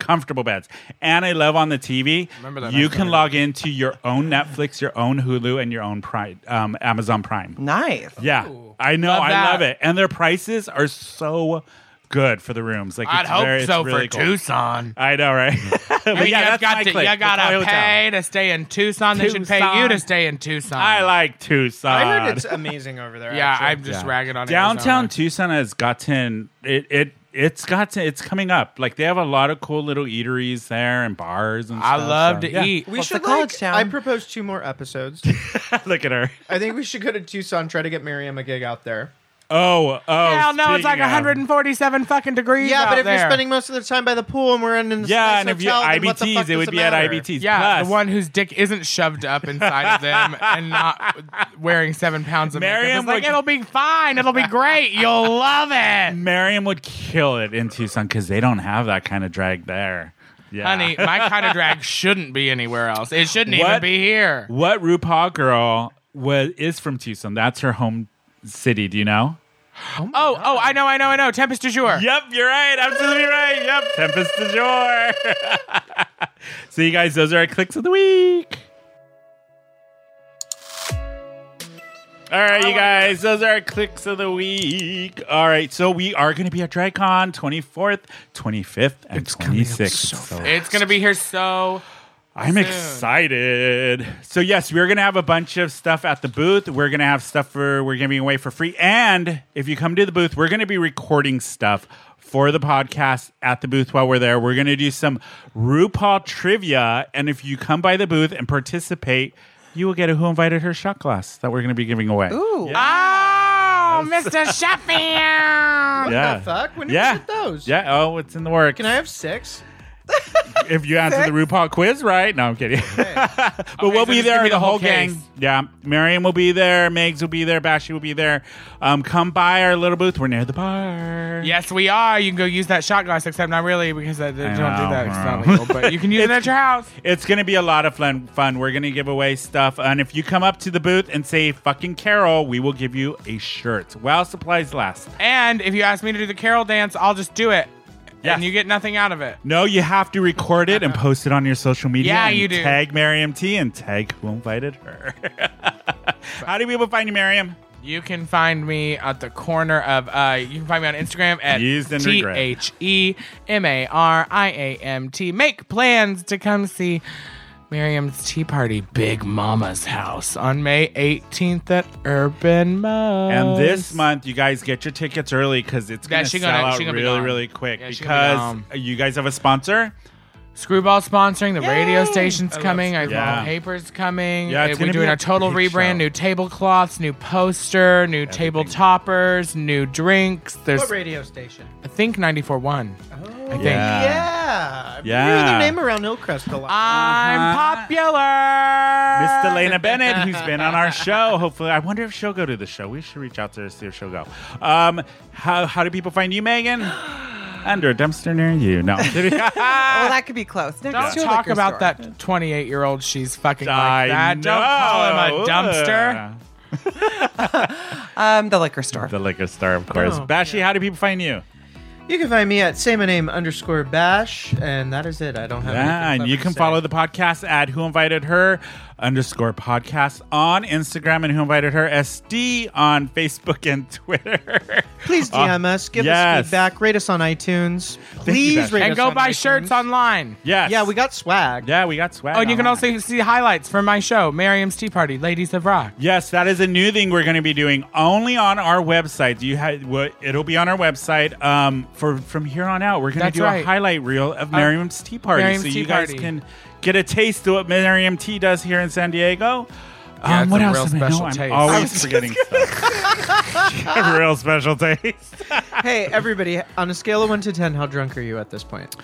[SPEAKER 3] comfortable beds. And I love on the TV,
[SPEAKER 2] Remember that
[SPEAKER 3] you
[SPEAKER 2] next
[SPEAKER 3] can
[SPEAKER 2] time.
[SPEAKER 3] log into your own Netflix, your own Hulu, and your own Prime, um, Amazon Prime.
[SPEAKER 4] Nice.
[SPEAKER 3] Yeah, I know,
[SPEAKER 2] Love
[SPEAKER 3] I
[SPEAKER 2] that.
[SPEAKER 3] love it, and their prices are so good for the rooms. Like,
[SPEAKER 2] I'd
[SPEAKER 3] it's
[SPEAKER 2] hope
[SPEAKER 3] very, it's
[SPEAKER 2] so
[SPEAKER 3] really
[SPEAKER 2] for
[SPEAKER 3] cool.
[SPEAKER 2] Tucson.
[SPEAKER 3] I know, right? but
[SPEAKER 2] you
[SPEAKER 3] yeah, that's
[SPEAKER 2] got
[SPEAKER 3] my
[SPEAKER 2] to,
[SPEAKER 3] click.
[SPEAKER 2] you gotta
[SPEAKER 3] Hotel.
[SPEAKER 2] pay to stay in Tucson. They should pay you
[SPEAKER 3] Tucson.
[SPEAKER 2] to stay in Tucson.
[SPEAKER 3] I like Tucson.
[SPEAKER 1] I heard it's amazing over there.
[SPEAKER 2] Yeah,
[SPEAKER 1] actually.
[SPEAKER 2] I'm just ragging on
[SPEAKER 3] downtown
[SPEAKER 2] Arizona.
[SPEAKER 3] Tucson has gotten it it it's gotten it's coming up. Like they have a lot of cool little eateries there and bars and
[SPEAKER 2] I
[SPEAKER 3] stuff,
[SPEAKER 2] love
[SPEAKER 3] so,
[SPEAKER 2] to
[SPEAKER 3] yeah.
[SPEAKER 2] eat.
[SPEAKER 1] We
[SPEAKER 4] Well, it's
[SPEAKER 1] should
[SPEAKER 4] a college
[SPEAKER 1] like,
[SPEAKER 4] town.
[SPEAKER 1] I propose two more episodes.
[SPEAKER 3] Look at her.
[SPEAKER 1] I think we should go to Tucson, try to get Miriam a gig out there.
[SPEAKER 3] Oh, oh.
[SPEAKER 2] Hell no, it's like
[SPEAKER 3] speaking of-
[SPEAKER 2] 147 fucking degrees.
[SPEAKER 1] Yeah,
[SPEAKER 2] out
[SPEAKER 1] but if
[SPEAKER 2] there.
[SPEAKER 1] you're spending most of the time by the pool and we're in this
[SPEAKER 3] Yeah,
[SPEAKER 1] nice
[SPEAKER 3] and if you
[SPEAKER 1] hotel, then what the fuck
[SPEAKER 3] IBTs, it
[SPEAKER 1] does
[SPEAKER 3] would be
[SPEAKER 1] matter?
[SPEAKER 3] at IBTs.
[SPEAKER 2] Yeah,
[SPEAKER 3] Plus,
[SPEAKER 2] the one whose dick isn't shoved up inside of them and not wearing seven pounds of makeup.
[SPEAKER 3] Miriam
[SPEAKER 2] It's like,
[SPEAKER 3] would-
[SPEAKER 2] it'll be fine. It'll be great. You'll love it.
[SPEAKER 3] Miriam would kill it in Tucson because they don't have that kind of drag there. Yeah.
[SPEAKER 2] Honey, my kind of drag shouldn't be anywhere else. It shouldn't even
[SPEAKER 3] What?
[SPEAKER 2] be here.
[SPEAKER 3] what RuPaul girl was is from Tucson? That's her home city. Do you know?
[SPEAKER 2] Oh, oh, I know, I know, I know. Tempest du jour.
[SPEAKER 3] Yep, you're right. Absolutely right. Yep, Tempest du jour. so, you guys, those are our clicks of the week. All right, you guys, those are our clicks of the week. All right, so we are going to be at DryCon 24th, 25th, and 26th. So
[SPEAKER 2] It's gonna be here so.
[SPEAKER 3] I'm excited. So, yes, we're going to have a bunch of stuff at the booth. We're going to have stuff for, we're giving away for free. And if you come to the booth, we're going to be recording stuff for the podcast at the booth while we're there. We're going to do some RuPaul trivia. And if you come by the booth and participate, you will get a Who Invited Her shot glass that we're going to be giving away.
[SPEAKER 4] Ooh.
[SPEAKER 2] Oh, Mr. Sheffield.
[SPEAKER 3] yeah.
[SPEAKER 1] the fuck? When did
[SPEAKER 3] yeah.
[SPEAKER 1] we get those?
[SPEAKER 3] Yeah. Oh, it's in the works.
[SPEAKER 1] Can I have six?
[SPEAKER 3] if you answer the RuPaul quiz right. No, I'm kidding. but
[SPEAKER 2] so
[SPEAKER 3] we'll be
[SPEAKER 2] just
[SPEAKER 3] there,
[SPEAKER 2] give me
[SPEAKER 3] the,
[SPEAKER 2] the
[SPEAKER 3] whole
[SPEAKER 2] whole case.
[SPEAKER 3] gang. Yeah, Marion will be there. Megs will be there. Bashi will be there. Um, come by our little booth. We're near the bar.
[SPEAKER 2] Yes, we are. You can go use that shot glass, except not really because that, they
[SPEAKER 3] I
[SPEAKER 2] don't
[SPEAKER 3] know,
[SPEAKER 2] do that. It's not
[SPEAKER 3] bro.
[SPEAKER 2] legal. But you can use it at your house.
[SPEAKER 3] It's going to be a lot of fun. Fun. We're going to give away stuff, and if you come up to the booth and say "fucking Carol," we will give you a shirt while supplies last.
[SPEAKER 2] And if you ask me to do the carol dance, I'll just do it.
[SPEAKER 3] Yes.
[SPEAKER 2] And you get nothing out of it.
[SPEAKER 3] No, you have to record it and post it on your social media.
[SPEAKER 2] Yeah,
[SPEAKER 3] and
[SPEAKER 2] you do.
[SPEAKER 3] Tag Mariam T and tag who invited her. How do people find you, Mariam?
[SPEAKER 2] You can find me at the corner of. Uh, you can find me on Instagram at
[SPEAKER 3] Used and
[SPEAKER 2] T
[SPEAKER 3] regret.
[SPEAKER 2] H E M A R I A M T. Make plans to come see Miriam's Tea Party, Big Mama's house, on May 18th at Urban Mode.
[SPEAKER 3] And this month, you guys get your tickets early because it's
[SPEAKER 2] Yeah,
[SPEAKER 3] gonna
[SPEAKER 2] she
[SPEAKER 3] sell
[SPEAKER 2] gonna-
[SPEAKER 3] out
[SPEAKER 2] she gonna be
[SPEAKER 3] really,
[SPEAKER 2] gone.
[SPEAKER 3] really quick
[SPEAKER 2] Yeah, she gonna
[SPEAKER 3] because
[SPEAKER 2] be
[SPEAKER 3] you guys have a sponsor.
[SPEAKER 2] Screwball sponsoring the radio station's coming. I
[SPEAKER 3] Yeah.
[SPEAKER 2] love papers coming.
[SPEAKER 3] Yeah,
[SPEAKER 2] Yeah,
[SPEAKER 3] it's gonna
[SPEAKER 2] we're
[SPEAKER 3] be
[SPEAKER 2] doing
[SPEAKER 3] a
[SPEAKER 2] a total
[SPEAKER 3] big
[SPEAKER 2] rebrand:
[SPEAKER 3] show.
[SPEAKER 2] new tablecloths, new poster, new table toppers, new drinks. There's,
[SPEAKER 1] What radio station?
[SPEAKER 2] I think, ninety four one. I think.
[SPEAKER 1] yeah.
[SPEAKER 3] Yeah.
[SPEAKER 1] You're the name around Hillcrest a lot.
[SPEAKER 2] I'm
[SPEAKER 3] Miss
[SPEAKER 2] popular.
[SPEAKER 3] Delana Bennett, who's been on our show. Hopefully, I wonder if she'll go to the show. We should reach out to her see if she'll go. Um, how how do people find you, Megan? Under a dumpster near you. No, I'm kidding.
[SPEAKER 4] Well, Oh, that could be close. Next
[SPEAKER 2] Don't
[SPEAKER 4] to a
[SPEAKER 2] talk
[SPEAKER 4] liquor
[SPEAKER 2] about
[SPEAKER 4] store.
[SPEAKER 2] that 28 year old. She's fucking
[SPEAKER 3] I
[SPEAKER 2] like that. Don't
[SPEAKER 3] know.
[SPEAKER 2] call him a dumpster.
[SPEAKER 3] Ugh.
[SPEAKER 4] Um, the liquor store.
[SPEAKER 3] The liquor store, of course.
[SPEAKER 2] Oh.
[SPEAKER 1] No.
[SPEAKER 3] Bashi, how do people find you?
[SPEAKER 2] Uh,
[SPEAKER 1] You can find me at same name underscore bash, and that is it. I don't have.
[SPEAKER 3] Yeah,
[SPEAKER 1] anything
[SPEAKER 3] and you
[SPEAKER 1] clever
[SPEAKER 3] can
[SPEAKER 1] to
[SPEAKER 3] follow
[SPEAKER 1] say.
[SPEAKER 3] the podcast at Who Invited Her underscore podcast on Instagram and Who Invited Her SD on Facebook and Twitter.
[SPEAKER 1] Please DM us, give
[SPEAKER 3] Uh, yes.
[SPEAKER 1] us feedback, rate us on iTunes.
[SPEAKER 3] you,
[SPEAKER 1] Please
[SPEAKER 3] Bash.
[SPEAKER 1] rate
[SPEAKER 2] And
[SPEAKER 1] us
[SPEAKER 2] go
[SPEAKER 1] on
[SPEAKER 2] buy
[SPEAKER 1] iTunes.
[SPEAKER 2] shirts online.
[SPEAKER 3] Yes.
[SPEAKER 1] Yeah, we got swag.
[SPEAKER 3] Yeah, we got swag.
[SPEAKER 2] Oh, and you can
[SPEAKER 3] online.
[SPEAKER 2] also see highlights from my show, Miriam's Tea Party, Ladies of Rock.
[SPEAKER 3] Yes, that is a new thing we're going to be doing only on our website. Do you have what it'll be on our website um for from here on out. We're going
[SPEAKER 2] That's
[SPEAKER 3] to do a
[SPEAKER 2] right.
[SPEAKER 3] highlight reel of Miriam's Tea Party
[SPEAKER 2] Miriam's
[SPEAKER 3] so
[SPEAKER 2] Tea
[SPEAKER 3] you guys
[SPEAKER 2] Party.
[SPEAKER 3] can get a taste of what Miriam Tea does here in San Diego.
[SPEAKER 2] Yeah,
[SPEAKER 3] um,
[SPEAKER 2] it's
[SPEAKER 3] what
[SPEAKER 2] a
[SPEAKER 3] else
[SPEAKER 2] real
[SPEAKER 3] am I know?
[SPEAKER 2] special
[SPEAKER 3] I'm
[SPEAKER 2] taste. I
[SPEAKER 3] always forgetting stuff. a real special taste.
[SPEAKER 1] Hey, everybody, on a scale of one to ten, how drunk are you at this point?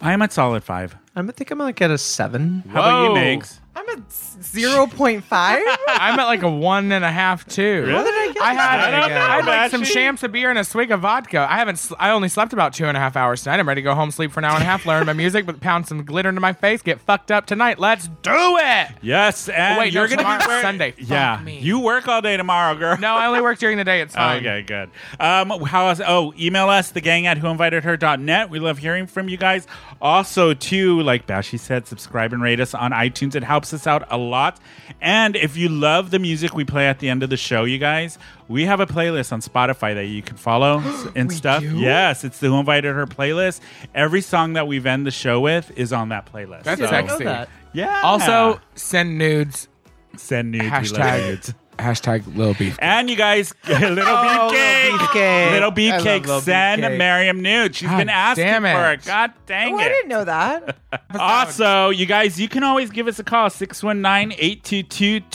[SPEAKER 3] I'm at solid five.
[SPEAKER 1] I'm I think I'm like at a seven.
[SPEAKER 3] How about you,
[SPEAKER 2] Whoa.
[SPEAKER 3] Megs?
[SPEAKER 4] I'm at zero point five.
[SPEAKER 2] I'm at like a one and a half, two.
[SPEAKER 3] Really?
[SPEAKER 2] I had,
[SPEAKER 3] I
[SPEAKER 2] I
[SPEAKER 3] don't know,
[SPEAKER 2] had like
[SPEAKER 3] Bashi.
[SPEAKER 2] some shams of beer and a swig of vodka. I haven't. sl- I only slept about two and a half hours tonight. I'm ready to go home, sleep for an hour and a half, learn my music, but pound some glitter into my face, get fucked up tonight. Let's do it.
[SPEAKER 3] Yes, and
[SPEAKER 2] Oh, wait, no,
[SPEAKER 3] you're going to be
[SPEAKER 2] tomorrow's
[SPEAKER 3] wearing-
[SPEAKER 2] Sunday. Fuck
[SPEAKER 3] Yeah,
[SPEAKER 2] me.
[SPEAKER 3] you work all day tomorrow, girl.
[SPEAKER 2] No, I only work during the day. It's fine.
[SPEAKER 3] Okay, good. Um, how else? Oh, email us the gang at whoinvitedher.net. We love hearing from you guys. Also, too, like Bashi said, subscribe and rate us on iTunes. It helps us out a lot. And if you love the music we play at the end of the show, you guys, we have a playlist on Spotify that you can follow and stuff. Yes, it's the Who Invited Her playlist. Every song that we end the show with is on that playlist.
[SPEAKER 2] That's
[SPEAKER 3] So-
[SPEAKER 1] I know
[SPEAKER 2] sexy.
[SPEAKER 1] that.
[SPEAKER 3] Yeah.
[SPEAKER 2] Also, send nudes.
[SPEAKER 3] send nudes. We love
[SPEAKER 2] Hashtag-
[SPEAKER 3] nudes.
[SPEAKER 2] Hashtag Lil Beef.
[SPEAKER 3] And you guys, little beefcake,
[SPEAKER 1] Oh, Little Beefcake.
[SPEAKER 3] little
[SPEAKER 1] I love
[SPEAKER 3] beefcake,
[SPEAKER 1] Little
[SPEAKER 3] send
[SPEAKER 1] Beefcake.
[SPEAKER 3] Mariam nude. She's
[SPEAKER 2] God
[SPEAKER 3] been asking
[SPEAKER 2] damn it.
[SPEAKER 3] for it. God dang
[SPEAKER 4] Oh, I
[SPEAKER 3] it!
[SPEAKER 4] didn't know that.
[SPEAKER 3] Also, you guys, you can always give us a call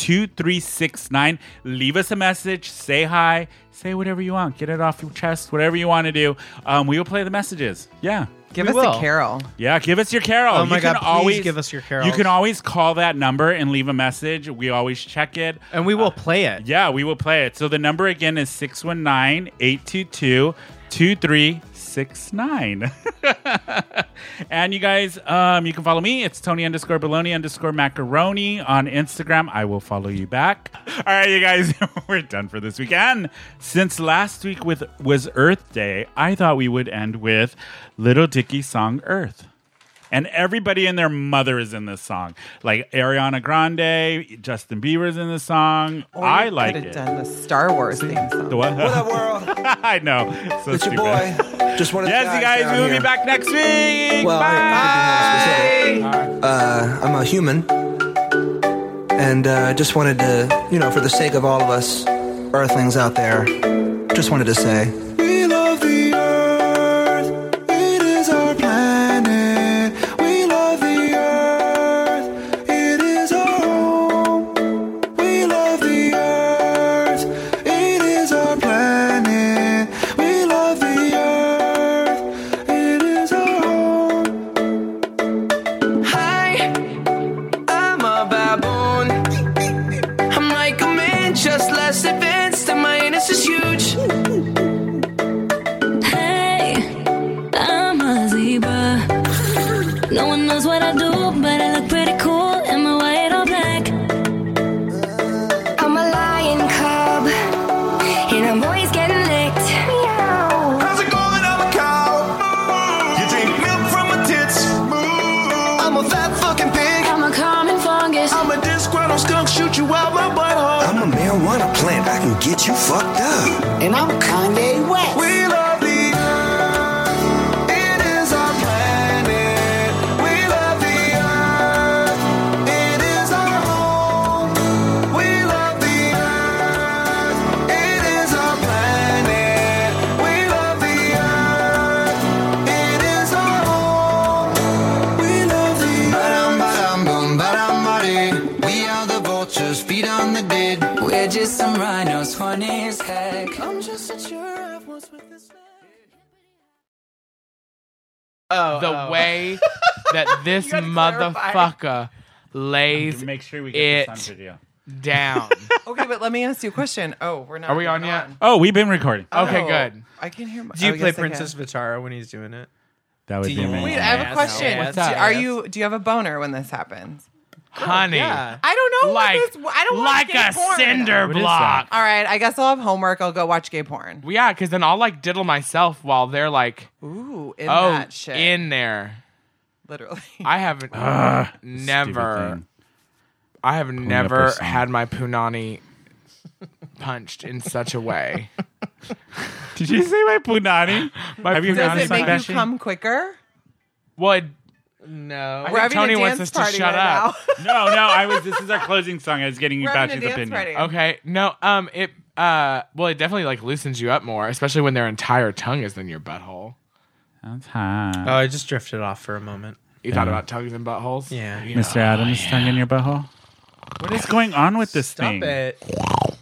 [SPEAKER 3] 619-822-2369. Leave us a message. Say hi. Say whatever you want. Get it off your chest. Whatever you want to do. Um, we will play the messages. Yeah.
[SPEAKER 4] Give
[SPEAKER 1] We
[SPEAKER 4] us
[SPEAKER 1] will.
[SPEAKER 4] a carol.
[SPEAKER 3] Yeah, give us your carol.
[SPEAKER 1] Oh my
[SPEAKER 3] you can
[SPEAKER 1] God, please
[SPEAKER 3] always
[SPEAKER 1] give us your
[SPEAKER 3] You
[SPEAKER 1] carols.
[SPEAKER 3] can always call that number and leave a message. We always check it.
[SPEAKER 1] And we will play it.
[SPEAKER 3] Yeah, we will play it. So the number again is 619 822 2369. And you guys, um, you can follow me. It's Tony underscore baloney underscore macaroni on Instagram. I will follow you back. All right, you guys, we're done for this weekend. Since last week with was Earth Day, I thought we would end with Little Dicky song Earth. and everybody and their mother is in this song. Like Ariana Grande, Justin Bieber's in this song. I like
[SPEAKER 4] Could
[SPEAKER 3] it.
[SPEAKER 4] have Oh, done the Star Wars theme song.
[SPEAKER 3] The what?
[SPEAKER 9] What up, world?
[SPEAKER 3] I know. So
[SPEAKER 9] It's your
[SPEAKER 3] stupid.
[SPEAKER 9] boy. Just one of the
[SPEAKER 3] Yes, you guys,
[SPEAKER 9] down
[SPEAKER 3] we will
[SPEAKER 9] here.
[SPEAKER 3] be back next week.
[SPEAKER 9] Well, I- I
[SPEAKER 3] Bye.
[SPEAKER 9] Uh, I'm a human, and uh, just wanted to, you know, for the sake of all of us Earthlings out there, just wanted to say we love the Earth. It is our planet. We love the Earth. It is our home. We love the Earth. It is our planet. We love the Earth. It is our home.
[SPEAKER 6] Hi, I'm a baboon. I'm like a man, just less advanced, and my anus is huge.
[SPEAKER 5] Hey, I'm a zebra. No one knows what I do, but I look pretty cool. Am I white or black?
[SPEAKER 11] I'm a lion cub, and I'm always getting licked. Meow.
[SPEAKER 9] How's it going? I'm a cow. You drink milk from my tits. I'm a fat fucking pig.
[SPEAKER 5] I'm a common fungus.
[SPEAKER 9] I'm a disgruntled skunk. Shoot you out my butthole. I'm a marijuana plant. I can get you fucked up.
[SPEAKER 6] And I'm Kanye West.
[SPEAKER 9] We love the earth. It is our planet. We love the earth. It is our home. We love the earth. It is our planet. We love the earth. It is our home. We love the earth.
[SPEAKER 6] We are the vultures, feed on the dead. We're just some rhinos, horny as heck.
[SPEAKER 9] I'm just a giraffe once with this leg.
[SPEAKER 1] Oh,
[SPEAKER 2] the way that this motherfucker lays
[SPEAKER 3] Make sure we
[SPEAKER 2] it
[SPEAKER 3] get this on video.
[SPEAKER 2] down.
[SPEAKER 4] Okay, but let me ask you a question. Oh, we're not.
[SPEAKER 2] Are we
[SPEAKER 4] even
[SPEAKER 2] on yet?
[SPEAKER 3] Oh, we've been recording.
[SPEAKER 2] Okay,
[SPEAKER 4] Oh,
[SPEAKER 2] good.
[SPEAKER 4] I can hear. My,
[SPEAKER 1] Do you
[SPEAKER 4] oh,
[SPEAKER 1] play
[SPEAKER 4] yes, I can.
[SPEAKER 1] Princess Vitara when he's doing it?
[SPEAKER 3] That would
[SPEAKER 1] Do
[SPEAKER 3] be
[SPEAKER 1] you-
[SPEAKER 3] amazing.
[SPEAKER 4] Wait, I have a
[SPEAKER 1] Yes,
[SPEAKER 4] question.
[SPEAKER 1] yes,
[SPEAKER 4] Do- are
[SPEAKER 1] yes.
[SPEAKER 4] you? Do you have a boner when this happens?
[SPEAKER 2] Honey.
[SPEAKER 1] Yeah.
[SPEAKER 4] I don't know.
[SPEAKER 2] Uh, Like,
[SPEAKER 4] what this, I don't watch
[SPEAKER 2] like
[SPEAKER 4] gay
[SPEAKER 2] a
[SPEAKER 4] porn.
[SPEAKER 2] cinder
[SPEAKER 3] What is
[SPEAKER 2] block.
[SPEAKER 4] All right, I guess I'll have homework. I'll go watch gay porn.
[SPEAKER 2] Yeah, because then I'll like diddle myself while they're like,
[SPEAKER 4] Ooh, in
[SPEAKER 2] oh,
[SPEAKER 4] that shit,
[SPEAKER 2] in there.
[SPEAKER 4] literally.
[SPEAKER 2] I haven't
[SPEAKER 3] Ah, Stupid
[SPEAKER 2] never,
[SPEAKER 3] thing.
[SPEAKER 2] I have
[SPEAKER 3] or
[SPEAKER 2] never
[SPEAKER 3] something.
[SPEAKER 2] had my punani punched in such a way.
[SPEAKER 3] Did you see my punani?
[SPEAKER 2] My
[SPEAKER 3] Have you
[SPEAKER 2] punani-
[SPEAKER 3] heard
[SPEAKER 4] Does it
[SPEAKER 3] Honestly,
[SPEAKER 4] make
[SPEAKER 3] Beshi-
[SPEAKER 4] you come quicker?
[SPEAKER 2] Well, it-
[SPEAKER 1] No.
[SPEAKER 2] I think Tony wants us
[SPEAKER 4] dance
[SPEAKER 2] to
[SPEAKER 4] party
[SPEAKER 2] shut
[SPEAKER 4] right
[SPEAKER 2] up.
[SPEAKER 4] now.
[SPEAKER 3] no, no. I was. This is our closing song. I was getting you
[SPEAKER 4] We're having
[SPEAKER 3] Batchy's
[SPEAKER 4] a dance
[SPEAKER 3] opinion.
[SPEAKER 4] party.
[SPEAKER 2] Okay. No, um, it, uh, well, it definitely like loosens you up more, especially when their entire tongue is in your butthole.
[SPEAKER 3] That's hot.
[SPEAKER 1] Oh, I just drifted off for a moment.
[SPEAKER 2] You thought about tongues and buttholes?
[SPEAKER 1] Yeah.
[SPEAKER 2] You know.
[SPEAKER 3] Mr. Adams, tongue in your butthole. What is going on with this
[SPEAKER 1] Stop
[SPEAKER 3] thing?
[SPEAKER 1] it.